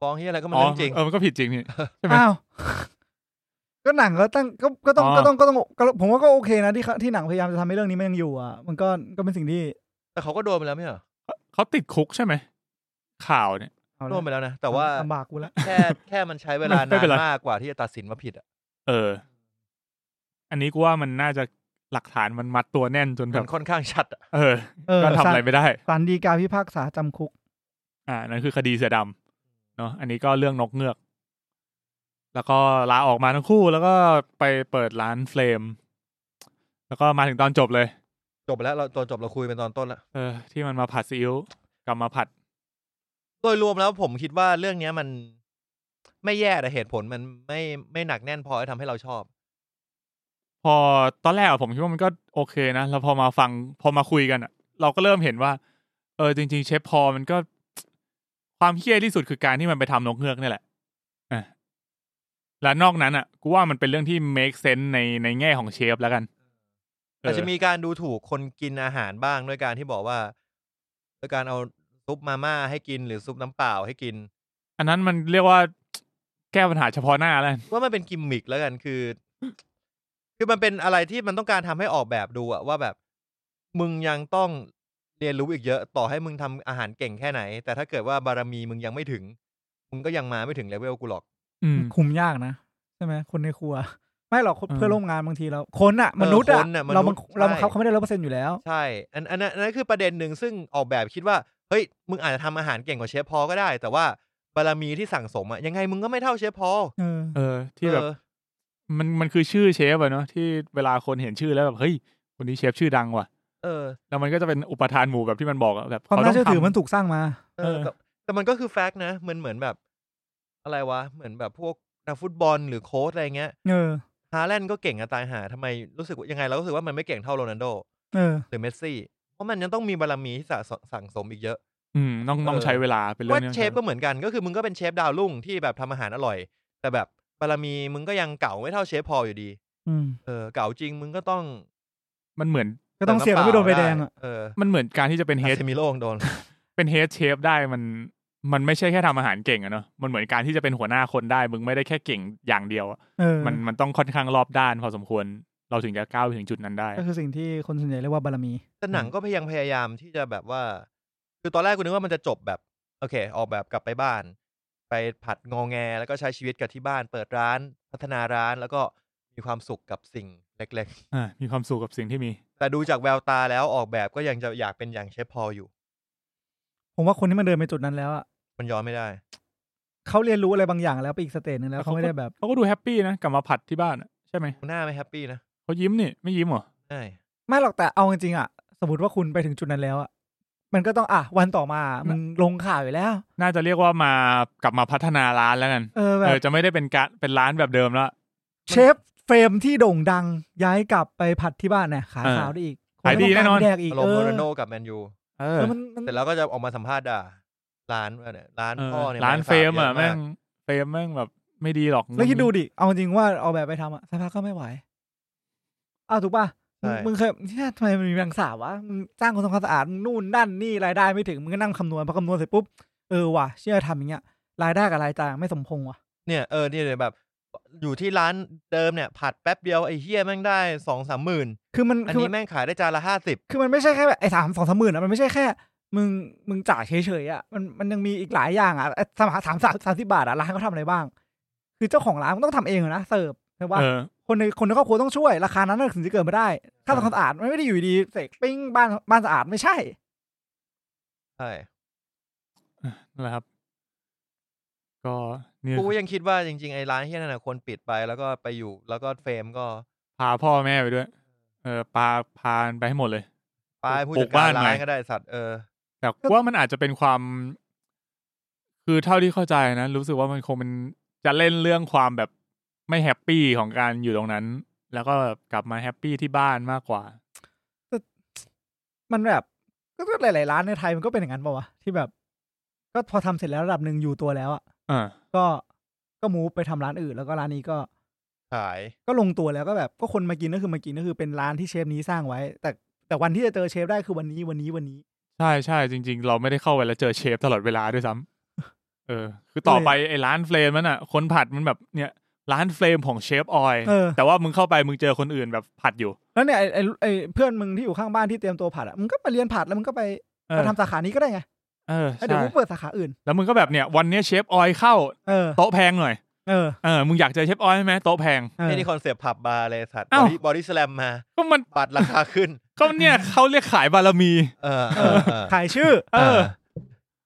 Speaker 1: ฟ้องเหี้ยอะไรก็มัน
Speaker 3: อ๋อ
Speaker 1: เรื่องจริง
Speaker 3: เออมันก็ผิดจริงนี่ ใช่ไหม
Speaker 2: อ้าว ก็หนังก็ตั้งก็ก็ต้อง
Speaker 3: อ๋อ
Speaker 2: ก็ต้องก็ต้องก็ผมว่าก็โอเคนะที่เขาที่หนังพยายามจะทำให้เรื่องนี้มันยังอยู่อ่ะ มันก็ก็เป็นสิ่งที่
Speaker 1: แต่เขาก็โดนไปแล้วไม่ใช่เหรอ
Speaker 3: เขาติดคุกใช่ไหมข่าวเนี่ย
Speaker 2: เอา
Speaker 1: โด
Speaker 2: ละ
Speaker 1: นไปแล้วนะ แต่ว่า
Speaker 2: ลำบากกูละ
Speaker 1: แค่แค่มันใช้เวลา
Speaker 3: ไม่
Speaker 1: นา
Speaker 3: เป็น
Speaker 1: น
Speaker 3: ไร
Speaker 1: มากกว่าที่จะตัดสินว่าผิดอะ
Speaker 3: เออ อันนี้กูว่ามันน่าจะหลักฐานมันมัดตัวแน่นจนแบ
Speaker 1: มั
Speaker 3: บ
Speaker 1: นค่อนข้างชัดอะ
Speaker 3: เออ
Speaker 2: เออ
Speaker 3: ก็ทำอะไร
Speaker 2: ศาล
Speaker 3: ไม่ได้
Speaker 2: ศาลฎีกาพิพากษาจำคุก
Speaker 3: อ่านั่นคือคดีเสือดำเนาะอันนี้ก็เรื่องนกเงือก แล้วก็ลาออกมาทั้งคู่แล้วก็ไปเปิดร้านเฟลม แล้วก็มาถึงตอนจบเลย
Speaker 1: จบไปแล้วเราตอนจบเราคุยเป็นตอนต้นละ
Speaker 3: เออ ที่มันมาผัดซีอิ๊วกลับมาผัด
Speaker 1: โดยรวมแล้วผมคิดว่าเรื่องเนี้ยมันไม่แย่แต่เหตุผลมันไม่ไม่หนักแน่นพอที่ทำให้เราชอบ
Speaker 3: พอตอนแรกอะผมคิดว่ามันก็โอเคนะแล้วพอมาฟังพอมาคุยกันอะเราก็เริ่มเห็นว่า เออจริง ๆ เชฟพอลมันก็ ความเครียดที่สุดคือการที่มันไปทำนกเงือกนี่แหละอ่ะและนอกนั้นอ่ะกูว่ามันเป็นเรื่องที่ make sense ในในแง่ของเชฟแล้วกันเออ
Speaker 1: อาจจะมีการดูถูกคนกินอาหารบ้างด้วยการที่บอกว่าด้วยการเอาซุปมาม่าให้กินหรือซุปน้ำเปล่าให้กิน
Speaker 3: อันนั้นมันเรียกว่าแก้ปัญหาเฉพาะหน้าแล้ว
Speaker 1: ว่ามันเป็นกิมมิคแล้วกันคือ คือมันเป็นอะไรที่มันต้องการทำให้ออกแบบดูอะว่าแบบ มึงยังต้องเรียนรู้อีกเยอะ ต่อให้มึงทำอาหารเก่งแค่ไหน แต่ถ้าเกิดว่าบารมีมึงยังไม่ถึง มึงก็ยังมาไม่ถึงเลเวลกูหรอก
Speaker 3: อืม
Speaker 2: คุมยากนะใช่ไหมคนในครัว ไม่หรอกคน
Speaker 3: อืม
Speaker 2: เพื่อนร่วมงานบางทีเราคนอ่ะ มนุษย์อ่ะ
Speaker 1: คนน่ะมนุษย์
Speaker 2: เราบังเรา
Speaker 1: ใช่
Speaker 2: บังคับเขาไม่ได้ร้อยเปอร์เซ็นต์อยู่แล้ว
Speaker 1: ใช่อันอันนั้นอันนั้นคือประเด็นหนึ่งซึ่งออกแบบคิดว่าเฮ้ยมึงอาจจะทำอาหารเก่งกว่าเชฟพอก็ได้ แต่ว่าบารมีที่สั่งสมอะยังไงมึงก็ไม่เท่าเชฟพอ
Speaker 2: เออ
Speaker 3: เออ ที่แบบ
Speaker 1: เออ
Speaker 3: มันมันคือชื่อเชฟอะเนาะที่เวลาคนเห็นชื่อแล้วแบบเฮ้ยคนนี้เชฟชื่อดังว่ะ
Speaker 1: เออ
Speaker 3: แล้วมันก็จะเป็นอุปทานหมู่แบบที่มันบอกอะแบบ
Speaker 2: ความ
Speaker 3: ข
Speaker 2: น่า
Speaker 3: ต้
Speaker 2: เชื่
Speaker 3: ง
Speaker 2: อถือ
Speaker 3: ทำ
Speaker 2: มันถูกสร้างมา
Speaker 1: เออ
Speaker 3: เออ
Speaker 1: แต่แต่มันก็คือแฟกต์นะเหมือนเหมือนแบบ อะไรวะ เหมือนแบบพวกนักฟุตบอลหรือโค้ชอะไรเงี้ย
Speaker 2: เออ
Speaker 1: ฮาแลนด์ก็เก่งอะตายหาทำไมรู้สึกว่ายังไงเรารู้สึกว่ามันไม่เก่งเท่าโรนัลโด
Speaker 2: เออ
Speaker 1: หรือเมสซี่ เพราะมันยังต้องมีบารมีที่สะสสั่งสมอีกเยอะ
Speaker 3: อืมต้องต้อง
Speaker 1: เออ
Speaker 3: ใช้เวลาเป็นเรื่อ
Speaker 1: ว่าง
Speaker 3: นี้
Speaker 1: เชฟก็เหมือนกันก็คือมึงก็เป็นเชฟดาวรุ่งที่แบบทำอาหารอร่อย แต่แบบบารมีมึงก็ยังเก่าไม่เท่าเชฟพออยู่ดี
Speaker 2: อืม
Speaker 1: เออเก่าจริงมึงก็ต้อง
Speaker 3: มันเหมือน
Speaker 2: ก็ต้องเสียบแล้วไม่โดนใบแดงอ่ะ
Speaker 1: เออ
Speaker 3: มันเหมือนการที่จะเป็นเฮ
Speaker 1: เฮ
Speaker 3: ด
Speaker 1: มิโลงโดน
Speaker 3: เป็นเฮดเชฟได้มัน มันไม่ใช่แค่ทำอาหารเก่งอะเนอะมันเหมือนการที่จะเป็นหัวหน้าคนได้ มึงไม่ได้แค่เก่งอย่างเดียวอะ
Speaker 2: เออ
Speaker 3: มันมันต้องค่อนข้างรอบด้านพอสมควร เราถึงจะก้าวไปถึงจุดนั้นได้
Speaker 2: ก็คือสิ่งที่คนส่วนใหญ่เรียกว่าบารมี
Speaker 1: แต่หนังก็พยายามพยายามที่จะแบบว่า คือตอนแรกกูนึกว่ามันจะจบแบบ โอเค ออกแบบกลับไปบ้าน ไปผัดงอแงแล้วก็ใช้ชีวิตกับที่บ้าน เปิดร้านพัฒนาร้านแล้วก็มีความสุขกับสิ่งเล็ก
Speaker 3: อ่ามีความสุขกับสิ่งที่มี
Speaker 1: ๆ แต่ดูจากแววตาแล้วออกแบบก็ยังจะอยากเป็นอย่างเชฟพอลอยู่
Speaker 2: ผมว่าคนที่มันเดินไปจุดนั้นแล้วอะ
Speaker 1: มันย้อนไม่ได้
Speaker 2: เขาเรียนรู้อะไรบางอย่างแล้วไปอีกสเตจหนึ่งแล้ว
Speaker 3: แล้ว
Speaker 2: เขา
Speaker 3: เขา
Speaker 2: ไม่ได้แบบ
Speaker 3: เขาก็ดูแฮปปี้นะกลับมาผัดที่บ้านอะใช่ไหม
Speaker 1: หน้าไม่แฮปปี้นะ
Speaker 3: เขายิ้มนี่ไม่ยิ้มเหรอ
Speaker 1: ใช่
Speaker 2: ไม่หรอกแต่เอาจริงๆอะสมมติว่าคุณไปถึงจุดนั้นแล้วอะมันก็ต้องอ่ะวันต่อมามันลงข่าวอยู่แล้ว
Speaker 3: น่าจะเรียกว่ามากลับมาพัฒนาร้านแล้วกัน
Speaker 2: เออแบ
Speaker 3: เอบ อจะไม่ได้เป็นการเป็นร้านแบบเดิมละ
Speaker 2: เชฟเฟรมที่โด่งดัง ย้ายกลับไปผัดที่บ้านเนี่ยขาย
Speaker 3: เออ
Speaker 2: ขาวได้อีก
Speaker 3: ขายดีแน่นอน
Speaker 2: คก็ต้งการแดกอีก
Speaker 1: อารม
Speaker 2: เออ
Speaker 1: ณ์โรนัลโดกับแมนยู
Speaker 3: เอ
Speaker 2: เอ
Speaker 3: อ
Speaker 2: อมันมัน
Speaker 1: เสร็จแล้วก็จะออกมาสัมภาษณ์ด่าร้านว่าเนี่ยร้าน
Speaker 3: เออ
Speaker 1: พ่อเนี่ย
Speaker 3: ร้าน
Speaker 1: แงสบ
Speaker 3: เฟรมอ่ะแม่
Speaker 1: ยาก
Speaker 3: งเฟรมแม่งแบบไม่ดีหรอก
Speaker 2: แล้วคิดดูดิ เอาจริงว่าเอาแบบไปทำอะสักพักก็ไม่ไหวอ้าวถูกป่ะ มึง
Speaker 1: ใช่
Speaker 2: มึงเคยเนี่ยทำไมมันมีแมลงสาบวะ มึงจ้างคนทำความสะอาดนู่นนั่นนี่รายได้ไม่ถึง มึงก็นั่งคำนวณพอคำนวณเสร็จปุ๊บ เออว่ะเชื่อทำอย่างเงี้ย รายได้กับรายจ่ายไม่สมพงษ์ว่ะ
Speaker 1: เนี่ยเออเนี่ยเลยแบบ อยู่ที่ร้านเดิมเนี่ย ผัดแป๊บเดียวไอ้เฮียแม่งได้สองสามหมื่น
Speaker 2: คือมัน
Speaker 1: อัน
Speaker 2: คือ
Speaker 1: นี้
Speaker 2: มัน
Speaker 1: แม่งขายได้จานละห้าสิบ
Speaker 2: คือมันไม่ใช่แค่แบบไอ้สามสองสามหมื่นอะมันไม่ใช่แค่ มึงมึงจ่ายเฉยๆอะมันมันยังมีอีกหลายอย่างอะไอ้สามสามสามสามสิบบาทอะร้านเขาทำอะไรบ้าง คือเจ้าของร้านมันต้องทำเองอะนะเสิร์ฟใช่ปะ
Speaker 3: เออ
Speaker 2: คนในคนในครอบครัวต้องช่วย ราคานั้นน่ะถึงจะเกิดมาได้ค่า
Speaker 1: ครับ
Speaker 2: ทำความสะอาดมันไม่ได้อยู่ดีเสกปิ้งบ้านบ้านสะอาดไม่ใช่
Speaker 1: ใช่
Speaker 3: นั่นแหละครับ ก็เนี่ย
Speaker 1: กูยังคิดว่าจริงๆ ไอ้ร้านเฮียนั่นนะควรปิดไปแล้วก็ไปอยู่แล้วก็เฟรมก็
Speaker 3: พาพ่อแม่ไปด้วย เออพาพาไปให้หมดเลย
Speaker 1: ไป
Speaker 3: ปลูก
Speaker 1: ผู้
Speaker 3: ปลู
Speaker 1: จัด
Speaker 3: ก
Speaker 1: การ
Speaker 3: บ้านใหม่
Speaker 1: ร้านก็ได้สัตว์เออ
Speaker 3: แต่ว่ามันอาจจะเป็นความ คือเท่าที่เข้าใจนะ รู้สึกว่ามันคงเป็นจะเล่นเรื่องความแบบไม่แฮปปี้ของการอยู่ตรงนั้น แล้วก็แบบกลับมาแฮปปี้ที่บ้านมากกว่า
Speaker 2: มันแบบก็หลาย ๆ ร้านในไทยมันก็เป็นอย่างนั้นป่าวะที่แบบ ก็พอทำเสร็จแล้วระดับหนึ่งอยู่ตัวแล้วอ่ะ
Speaker 3: อ่า
Speaker 2: ก็ก็มูฟไปทำร้านอื่น แล้วก็ร้านนี้ก็
Speaker 1: ขาย
Speaker 2: ก็ลงตัวแล้วก็แบบก็คนมากินก็คือมากินก็คือเป็นร้านที่เชฟนี้สร้างไว้ แต่แต่วันที่จะเจอเชฟได้คือวันนี้วันนี้วันนี้
Speaker 3: ใช่ใช่จริง ๆ เราไม่ได้เข้าไปแล้วเจอเชฟตลอดเวลาด้วยซ้ำเออ คือต่อไปไอ้ร้านเฟรมนั่นอ่ะ คนผัดมันแบบเนี่ย ร้านเฟรมของเชฟออย
Speaker 2: เออ
Speaker 3: แต่ว่ามึงเข้าไปมึงเจอคนอื่นแบบผัดอยู่
Speaker 2: แล้วเนี่ยไอ้ไอ้ไอ้เพื่อนมึงที่อยู่ข้างบ้านที่เตรียมตัวผัดอ่ะมึงก็ไปเรียนผัดแล้วมึงก็ไป
Speaker 3: เอ
Speaker 2: ไป
Speaker 3: อ
Speaker 2: ทำสาขานี้ก็ได้ไง
Speaker 3: เออ
Speaker 2: แล้วเดี๋ยว
Speaker 3: ใช่
Speaker 2: มึงเปิดสาขาอื่น
Speaker 3: แล้วมึงก็แบบเนี่ยวันเนี้ยเชฟออยเข้า
Speaker 2: เออ
Speaker 3: โต๊ะแพงหน่อย
Speaker 2: เออ
Speaker 3: เออมึงอยากเจอเชฟออยใช่ไหมโต๊ะแพง
Speaker 2: เออ
Speaker 1: นี่นี่คอนเซปต์ผับบาร์เลยสัตว์
Speaker 3: เอ้า
Speaker 1: บอดี้สแลมมา
Speaker 3: ก็มัน
Speaker 1: ปัดราคาขึ้น
Speaker 3: ก็เนี่ยเขาเรียกขายบารมี
Speaker 1: เออเออเออ
Speaker 2: ขายชื่อ
Speaker 3: เออ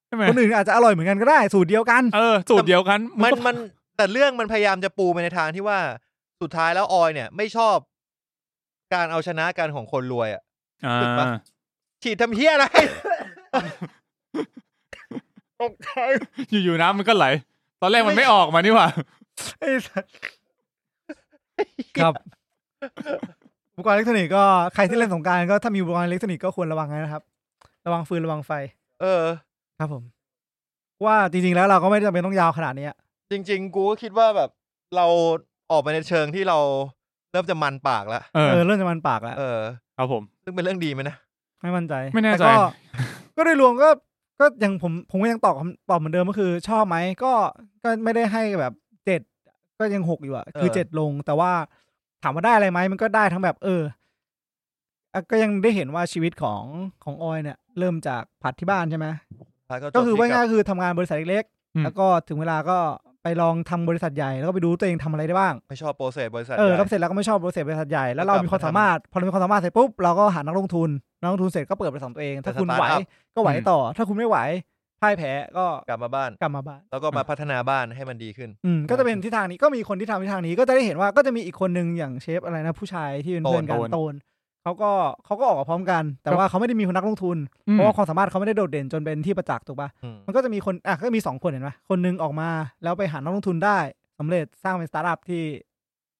Speaker 3: ใช่ไหม
Speaker 2: คนอื่นอาจจะอร่อยเหมือนกันก็ได้สูตรเดียวกัน
Speaker 3: เออสูตรเดียวกัน
Speaker 1: มัน
Speaker 3: งก็
Speaker 1: มันแต่เรื่องมันพยายามจะปูไปในทางที่ว่าสุดท้ายแล้วออยเนี่ย ไม่ชอบ การเอาชนะกันของคนรวยอ่ะ
Speaker 3: อ่า
Speaker 1: ฝึกปะ ฉีดทำเฮียอะไร
Speaker 3: ตกใจอยู่ๆน้ำมันก็ไหล ตอนแรกมันไม่ออกมานี่หว่า
Speaker 2: ครับ อุปกรณ์อิเล็กทรอนิกส์ก็ใครที่เล่นสงกรารก็ถ้ามีอุปกรณ์อิเล็กทรอนิกส์ก็ควรระวังนะครับ ระวังฟืนระวังไฟ
Speaker 1: เออ
Speaker 2: ครับผม ว่าจริงๆแล้วเราก็ไม่จำเป็นต้องยาวขนาดเนี้ย
Speaker 1: จริงๆ กูก็คิดว่าแบบเราออกไปในเชิงที่เราเริ่มจะมันปากแล้ว
Speaker 3: เออ
Speaker 2: เออเริ่มจะมันปากแล้ว
Speaker 1: เออ
Speaker 3: ครับผม
Speaker 1: ซึ่งเป็นเรื่องดีไหมนะ
Speaker 2: ไม่มั่นใจ
Speaker 3: ไม่แน่ใจ
Speaker 2: ก็ ก็โดยรวมก็ก็ยังผมผมก็ยังตอบคำตอบเหมือนเดิมก็คือ ชอบไหมก็ก็ไม่ได้ให้แบบเจ็ดก็ยังหกอยู่อะคือ
Speaker 1: เออ
Speaker 2: เจ็ดลง แต่ว่าถามว่าได้อะไรไหมมันก็ได้ทั้งแบบ เอออ่ะก็ยังได้เห็นว่าชีวิตของของออยเนี่ย เริ่มจากผัดที่บ้านใช่ไหม
Speaker 1: ท้ายจบ
Speaker 2: ก็คือว่าง่าย
Speaker 1: ที่
Speaker 2: ๆคือทำงานบริษัทเล็ก
Speaker 3: อื
Speaker 2: ๆ
Speaker 3: ม
Speaker 2: แล้วก็ถึงเวลาก็ไปลองทำบริษัทใหญ่แล้วก็ไปดูตัวเองทำอะไรได้บ้าง
Speaker 1: ไม่ชอบโปรเซสบริษัท
Speaker 2: เออ
Speaker 1: ใหญ่
Speaker 2: รับเสร็จแล้วก็ไม่ชอบบริษัทบริษัทใหญ่แล้ว
Speaker 1: ก็
Speaker 2: เรา
Speaker 1: กลับ
Speaker 2: มีความ
Speaker 1: มาทำ
Speaker 2: สามารถพอเรามีความสามารถเสร็จปุ๊บเราก็หานักลงทุนนักลงทุนเสร็จก็เปิดบริษัทของตัวเอง ถ้า
Speaker 1: เป็น
Speaker 2: คุณ
Speaker 1: สตาร์
Speaker 2: ไหว
Speaker 1: ทอัพ
Speaker 2: ก็ไหว
Speaker 3: อืม
Speaker 2: ต่อ ถ้าคุณไม่ไหวพ่ายแพ้ก็
Speaker 1: กลับมาบ้าน
Speaker 2: กลับมาบ้าน
Speaker 1: แล้วก็มาพัฒนาบ้านให้มันดีขึ้น
Speaker 2: อืมก็จะเป็นทิศทางนี้ก็มีคนที่ทำทิศทางนี้ก็จะได้เห็นว่าก็จะมีอีกคนหนึ่งอย่างเชฟอะไรนะ ผู้ชายที่เป็นเพื่อนกัน
Speaker 3: โตน
Speaker 2: โตนเขาก็เขาก็ออกมาพร้อมกัน แต่ว่าเขาไม่ได้มีคนนักลงทุน
Speaker 3: อืม
Speaker 2: เพราะว่าความสามารถเขาไม่ได้โดดเด่นจนเป็นที่ประจักษ์ถูกปะ
Speaker 1: อืม
Speaker 2: มันก็จะมีคนอ่ะก็มีสองคนเห็นไหมคนหนึงออกมาแล้วไปหานักลงทุนได้สำเร็จสร้างเป็นสตาร์ทอัพที่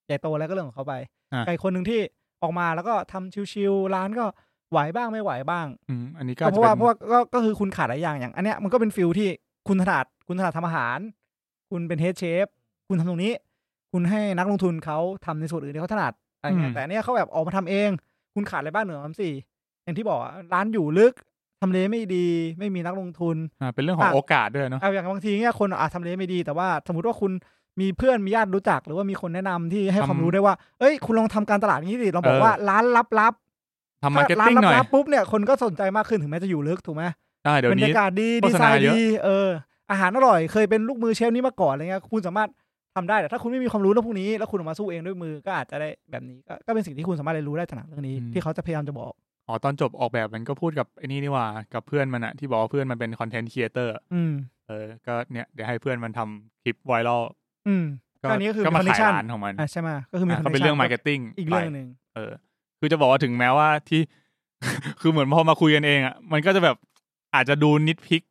Speaker 2: ใหญ่โตแล้วก็เรื่องของเขาไป
Speaker 3: อ่ะ
Speaker 2: ไก่คนหนึ่งที่ออกมาแล้วก็ทำชิวๆร้านก็ไหวบ้างไม่ไหวบ้าง
Speaker 3: อืมอันนี้ก็
Speaker 2: ก็
Speaker 3: จ
Speaker 2: เพ
Speaker 3: จ
Speaker 2: ราะว่า
Speaker 3: ป็น
Speaker 2: เพราะว่าก็ก็คือคุณขาดหลายอย่างอย่าง อันเนี้ยมันก็เป็นฟิลที่คุณถนัดคุณถนัดทำอาหาร คุณเป็นเฮดเชฟคุณทำตรงนี้ คุณให้นักลงทุนเขาทำในส่วนอื่นที่เขาถนัดอะไรเงี้ยแต่อันเนี้ยเขาแบบออกมาทำเอง คุณขาดอะไรบ้างหนึ่งสองสามสี่อย่างที่บอกอะร้านอยู่ลึก ทำเลไม่ดี ไม่มีนักลงทุน
Speaker 3: อ่าเป็นเรื่องของ
Speaker 2: อ่ะ
Speaker 3: โอกาสด้วย เนาะ
Speaker 2: เอาอย่างบางทีเนี่ยคนอาจทำเลไม่ดีแต่ว่าสมมติว่าคุณมีเพื่อนมีญาติรู้จัก หรือว่ามีคนแนะนำที่ให้ความรู้ได้ว่า เอ้ย คุณลองทำการตลาดนี้สิลองบอกว่าร้านลับ
Speaker 3: ทำ
Speaker 2: ๆ
Speaker 3: มาร์เก็ต
Speaker 2: ร้าน
Speaker 3: ติ้งหน่อย
Speaker 2: ลับๆปุ๊บเนี่ยคนก็สนใจมากขึ้นถึงแม้จะอยู่ลึกถูกไหม
Speaker 3: อ่าเดี๋ยว
Speaker 2: บรร
Speaker 3: นี้
Speaker 2: ยากาศดี
Speaker 3: โฆ
Speaker 2: ดี
Speaker 3: ษ
Speaker 2: ไซ
Speaker 3: ณา
Speaker 2: น์
Speaker 3: เยอะ
Speaker 2: ดีเอออาหารอร่อยเคยเป็นลูกมือเชฟนี้มาก่อนอะไรเงี้ยคุณสามารถทำได้แต่ถ้าคุณไม่มีความรู้เรื่องพวกนี้ แล้วคุณออกมาสู้เองด้วยมือก็อาจจะได้แบบนี้ก็ก็เป็นสิ่งที่คุณสามารถเรียนรู้ได้จากหนังเรื่องนี้ ที่เขาจะพยายามจะบอก
Speaker 3: อ๋อตอนจบออกแบบมันก็พูดกับไอ้นี่นี่หว่ากับเพื่อนมันอะที่บอกว่าเพื่อนมันเป็นคอนเทนต์ครีเอเตอร์
Speaker 2: อืม
Speaker 3: เออก็เนี่ยเดี๋ยวให้เพื่อนมันทำคลิปไวรัล
Speaker 2: อืม ก็อันนี้ก็คือ
Speaker 3: ก็มา
Speaker 2: เป็น
Speaker 3: ขาย
Speaker 2: connection
Speaker 3: ร้านของมัน
Speaker 2: อ่ะใช่ไหมก็คือมี
Speaker 3: อ่ะก็เป็นเรื่อง
Speaker 2: connection
Speaker 3: มาร์เก็ตติ้ง
Speaker 2: อีกเรื่องหนึ่ง
Speaker 3: เออ คือจะบอกว่าถึงแม้ว่าที่ คือเหมือนพอมาคุยกันเองอะมันก็จะแบบอาจจะดูนิดพิก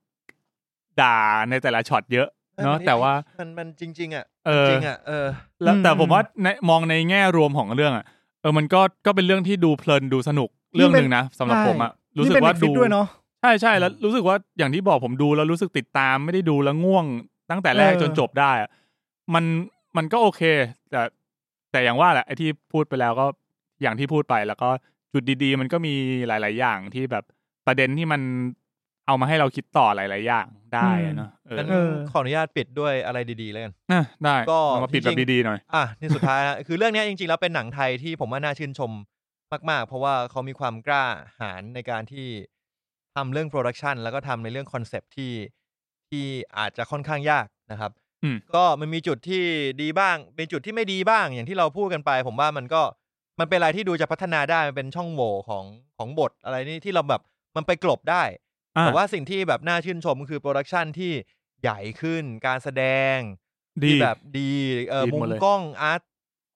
Speaker 3: ด่าในแต่ละช็อตเยอะ เนอะแต่ว่า
Speaker 1: มันมันจริง ๆ อ่ะ
Speaker 3: เออ
Speaker 1: จริงๆอ่ะเออ
Speaker 3: แล้วแต่ผมว่าในมองในแง่รวมของเรื่องอ่ะเออมันก็ก็เป็นเรื่องที่ดูเพลินดูสนุกเรื่องหนึ่งนะสำหรับผมอ่ะรู้สึก
Speaker 2: นี่เป็น
Speaker 3: ว่า
Speaker 2: Netflix
Speaker 3: ดู
Speaker 2: ด้วยเนาะ
Speaker 3: ใช่ใช่แล้วรู้สึกว่าอย่างที่บอกผมดูแล้วรู้สึกติดตามไม่ได้ดูแล้วง่วงตั้งแต่แรก
Speaker 2: เออ
Speaker 3: จนจบได้อะมันมันก็โอเค แต่แต่อย่างว่าแหละไอ้ที่พูดไปแล้วก็อย่างที่พูดไปแล้วก็จุดดีๆ มันก็มีหลาย ๆ อย่างที่แบบประเด็นที่มันเอามาให้เราคิดต่อหลาย ๆ อย่างได้อะเนอะเออ
Speaker 1: งั้น
Speaker 2: เออ
Speaker 1: ขออนุญาตปิดด้วยอะไรดีๆแล้วกัน
Speaker 3: นะได้
Speaker 1: ก็
Speaker 3: เอามาปิด
Speaker 1: จ
Speaker 3: แบ
Speaker 1: ริงๆ
Speaker 3: บดีๆหน่อย
Speaker 1: อ่ะนี่สุดท้ายนะ คือเรื่องเนี้ยจริงๆ แล้วเป็นหนังไทยที่ผมว่าน่าชื่นชมมาก ๆ เพราะว่าเขามีความกล้าหาญในการที่ทำเรื่องโปรดักชันแล้วก็ทำในเรื่องคอนเซปต์ที่ที่อาจจะค่อนข้างยากนะครับ
Speaker 3: อืม
Speaker 1: ก็มันมีจุดที่ดีบ้าง เป็นจุดที่ไม่ดีบ้างอย่างที่เราพูดกันไป ผมว่ามันก็มันเป็นอะไรที่ดูจะพัฒนาได้มันเป็นช่องโหว่ของของบทอะไรนี่ที่เราแบบมันไปกลบได้
Speaker 3: อ่ะ
Speaker 1: แต่ว่าสิ่งที่แบบน่าชื่นชมก็คือโปรดักชันที่ใหญ่ขึ้นการแสดง
Speaker 3: ดี
Speaker 1: ที่แบบดีเออ
Speaker 3: ดี
Speaker 1: มุ
Speaker 3: หม
Speaker 1: ม
Speaker 3: ดเลย
Speaker 1: กล้องอาร์ต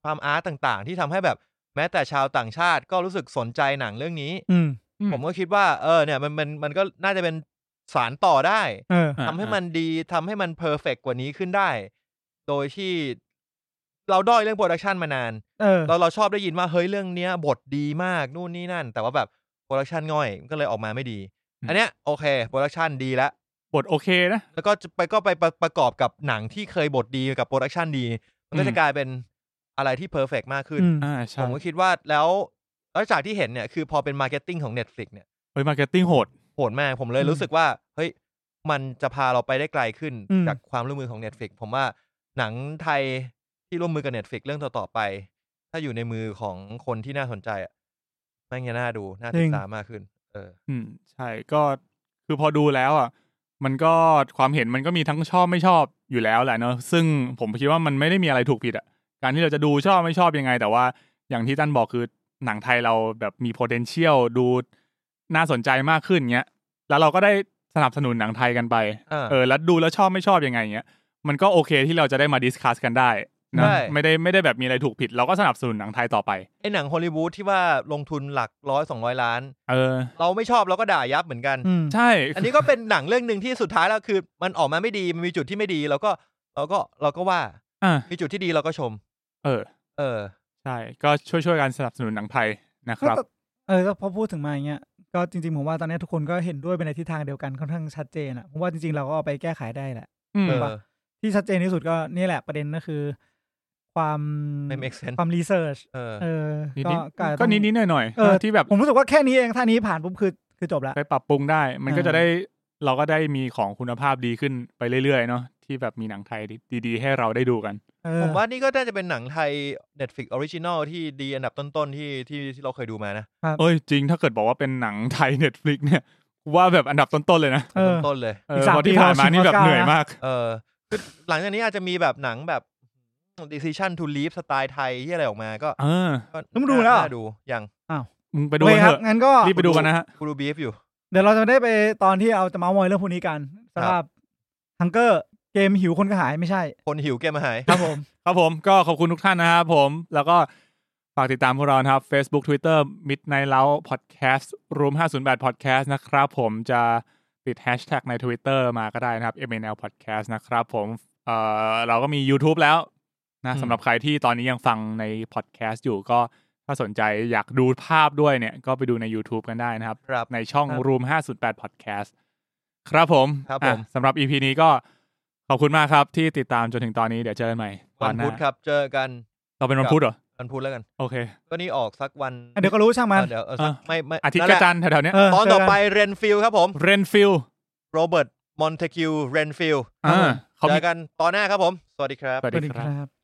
Speaker 1: ความอาร์ตต่างๆ ที่ทำให้แบบแม้แต่ชาวต่างชาติก็รู้สึกสนใจหนังเรื่องนี้
Speaker 2: อืม
Speaker 3: อืม
Speaker 1: ผมก็คิดว่าเออเนี่ยมันมันมันก็น่าจะเป็นสารต่อได้
Speaker 2: เออ
Speaker 3: อ่ะ
Speaker 1: ทำให้มันดีทำให้มันเพอร์เฟกกว่านี้ขึ้นได้ โดยที่เราด้อยเรื่องโปรดักชันมานาน
Speaker 2: เออ
Speaker 1: เราเราชอบได้ยินว่าเฮ้ยเรื่องเนี้ยบทดีมากนู่นนี่นั่น แต่ว่าแบบโปรดักชันง่อยก็เลยออกมาไม่ดี
Speaker 3: อืม
Speaker 1: อันเนี้ยโอเคโปรดักชันดีแล้ว
Speaker 3: บทโอเคนะ
Speaker 1: แล้วก็จะไปก็ไปประประกอบกับหนังที่เคยบทดีกับโปรดักชันดี มันก็
Speaker 3: อืม
Speaker 1: จะกลายเป็นอะไรที่เพอร์เฟกมากขึ้น
Speaker 2: อืม
Speaker 3: อ่า
Speaker 1: ผ
Speaker 3: ใช่
Speaker 1: มก็คิดว่าแล้วแล้วจากที่เห็นเนี่ย คือพอเป็นมาร์เก็ตติ้งของ Netflix เนี่ย
Speaker 3: เฮ้ยมาร์เก็ตติ้งโหด
Speaker 1: โหดมาก ผมเลย
Speaker 2: อืม
Speaker 1: รู้สึกว่า เฮ้ย มันจะพาเราไปได้ไกลขึ้น
Speaker 2: อืม
Speaker 1: จากความร่วมมือของ Netflix ผมว่าหนังไทยที่ร่วมมือกับ Netflix เรื่องต่อ ๆ ไป ถ้าอยู่ในมือของคนที่น่าสนใจอะแม่งจะน่าดูน่าติดตามมากขึ้น เออ
Speaker 3: อืมใช่ก็คือพอดูแล้วอ่ะ มันก็ความเห็นมันก็มีทั้งชอบไม่ชอบอยู่แล้วแหละเนอะซึ่งผมคิดว่ามันไม่ได้มีอะไรถูกผิดอ่ะ การที่เราจะดูชอบไม่ชอบยังไง แต่ว่าอย่างที่ตั้นบอกคือหนังไทยเราแบบมี potential ดูน่าสนใจมากขึ้นเงี้ย แล้วเราก็ได้สนับสนุนหนังไทยกันไป
Speaker 1: อ่า
Speaker 3: เออแล้วดูแล้วชอบไม่ชอบยังไงเงี้ยมันก็โอเคที่เราจะได้มาดิสคัสกันได้นะ
Speaker 1: ใช่
Speaker 3: ไม่ได้ไม่ได้แบบมีอะไรถูกผิด เราก็สนับสนุนหนังไทยต่อไป
Speaker 1: ไอหนังฮอลลีวูดที่ว่าลงทุนหลักร้อยสองร้อยล้าน
Speaker 3: เออ
Speaker 1: เราไม่ชอบเราก็ด่ายับเหมือนกัน
Speaker 2: อืม
Speaker 3: ใช่
Speaker 1: อันนี้ก็เป็นหนังเรื่องหนึ่งที่สุดท้ายแล้วคือ มันออกมาไม่ดีมันมีจุดที่ไม่ดีเราก็เราก็เราก็ว่า
Speaker 3: อ่า
Speaker 1: มีจุดที่ดีเราก็ชม
Speaker 3: เออ
Speaker 1: เออ
Speaker 3: ใช่ก็ช่วยช่วยๆกันสนับสนุนหนังไทยนะครับ
Speaker 2: ก็ตเออก็พอพูดถึงมาอย่างเงี้ย ก็จริงๆ ผมว่าตอนเนี้ยทุกคนก็เห็นด้วยไปในทิศทางเดียวกันค่อนข้างชัดเจนอะผมว่าจริงๆ เราก็เอาไปแก้ไขได้แหละ
Speaker 3: อืม
Speaker 1: เอ
Speaker 2: ปะ
Speaker 1: อ
Speaker 2: ที่ชัดเจนที่สุดก็นี่แหละประเด็นก็คือ ความ
Speaker 1: ไม่ make sense
Speaker 2: ความรีเสิร์ช
Speaker 1: เออ
Speaker 2: เออ
Speaker 3: นิด
Speaker 2: ก็
Speaker 3: ๆ
Speaker 2: อาจจะ
Speaker 3: ก็
Speaker 2: ต้อง
Speaker 3: นิดนิดๆหน่อยหน่อยๆ
Speaker 2: เออ
Speaker 3: ที่แบบ
Speaker 2: ผมรู้สึกว่าแค่นี้เองท่านี้ผ่านปุ๊บคือคือจบละ
Speaker 3: ไปปรับปรุงได้ มันก็
Speaker 2: อ่า
Speaker 3: จะได้เราก็ได้มีของคุณภาพดีขึ้นไปเรื่อยๆเนาะที่แบบมีหนังไทยดีๆ ให้เราได้ดูกัน
Speaker 2: เออ
Speaker 1: ผมว่านี่ก็น่าจะเป็นหนังไทย Netflix Original ที่ดีอันดับต้นๆที่ที่ที่เราเคยดูมานะ
Speaker 3: เอ้ยจริงถ้าเกิดบอกว่าเป็นหนังไทยเน็ตฟลิกเนี่ยว่าแบบอันดับต้นๆเลยนะ
Speaker 2: เออ
Speaker 1: ต้นๆเลย
Speaker 3: เอ
Speaker 2: อี
Speaker 3: อก
Speaker 2: สาม
Speaker 3: พอที่
Speaker 2: ปี
Speaker 3: ผ่านมานี่แบบ
Speaker 2: เราชิง
Speaker 3: เหนื่อย
Speaker 2: ออสการ์
Speaker 3: มาก
Speaker 1: เออคือหลังจากนี้อาจจะมีแบบหนังแบบ Decision to Leave สไตล์ไทยที่อะไรออกมาก็
Speaker 3: เออ
Speaker 1: ก็
Speaker 2: แล้วมึงดูแล้วเหรอ
Speaker 1: น่าดูยัง
Speaker 3: มึงไปดู
Speaker 2: เว้ยค
Speaker 3: กันเถ
Speaker 2: รับ
Speaker 3: อะ
Speaker 2: งั้นก็
Speaker 3: รีบไปดูกันนะฮะ
Speaker 1: กูดูบีฟอยู่
Speaker 2: เดี๋ยวเราจะได้ไปตอนที่เอาจะเมาส์มอยเรื่องพวกนี้กันสำหรับฮังเกอร์เกมหิวคนกระหายไม่ใช่
Speaker 1: คนหิวแกมาหาย
Speaker 2: ครับผม
Speaker 3: ครับผมก็ขอบคุณทุกท่านนะครับผม แล้วก็ฝากติดตามพวกเรานะครับ Facebook Twitter Midnight l o u d Podcast Room 508 Podcast นะครับผมจะติด Hashtag ใน Twitter มาก็ได้นะครับ MNL Podcast นะครับผมเอ่อเราก็มี YouTube แล้วนะ
Speaker 1: อืม
Speaker 3: สำหรับใครที่ตอนนี้ยังฟังใน Podcast อยู่ก็ถ้าสนใจอยากดูภาพด้วยเนี่ย ก็ไปดูใน YouTube กันได้นะครับ
Speaker 1: ครับ
Speaker 3: ในช่อง
Speaker 2: ครับ
Speaker 3: Room 508 Podcast ครับผม
Speaker 1: ครับผม
Speaker 3: อ่ะสำหรับ EP นี้ก็ขอบคุณมากครับที่ติดตามจนถึงตอนนี้เดี๋ยวเจอกันใหม่ต
Speaker 1: วั
Speaker 3: อน
Speaker 1: น
Speaker 3: ห
Speaker 1: พุธ
Speaker 3: น้า
Speaker 1: ครับเจอกัน
Speaker 3: เราเป็นวันพุธเหรอ
Speaker 1: เอ วันพูดแล้วกัน
Speaker 3: โอเค
Speaker 1: ก็นี่ออกสักวัน
Speaker 2: อ่ะเดี๋ยวก็รู้ช่างมัน
Speaker 1: เออเดี๋ยวเออสักไม่ไม่
Speaker 3: อาทิตย์
Speaker 1: นั่น
Speaker 3: กระ
Speaker 1: แหละ
Speaker 3: จันทร์แถวๆเนี้ย
Speaker 2: เออ
Speaker 1: ตอนต่อไปเรนฟิลครับผม
Speaker 3: เรนฟิล
Speaker 1: โรเบิร์ตมอนเทคิวเรนฟิล
Speaker 3: อ่าเขา
Speaker 1: เจ
Speaker 3: มี
Speaker 1: อกันตอนหน้าครับผม สวัสดีครับ
Speaker 3: สวัส
Speaker 2: สวัส
Speaker 3: ดี
Speaker 2: ดี
Speaker 3: ค
Speaker 2: ครับ รับ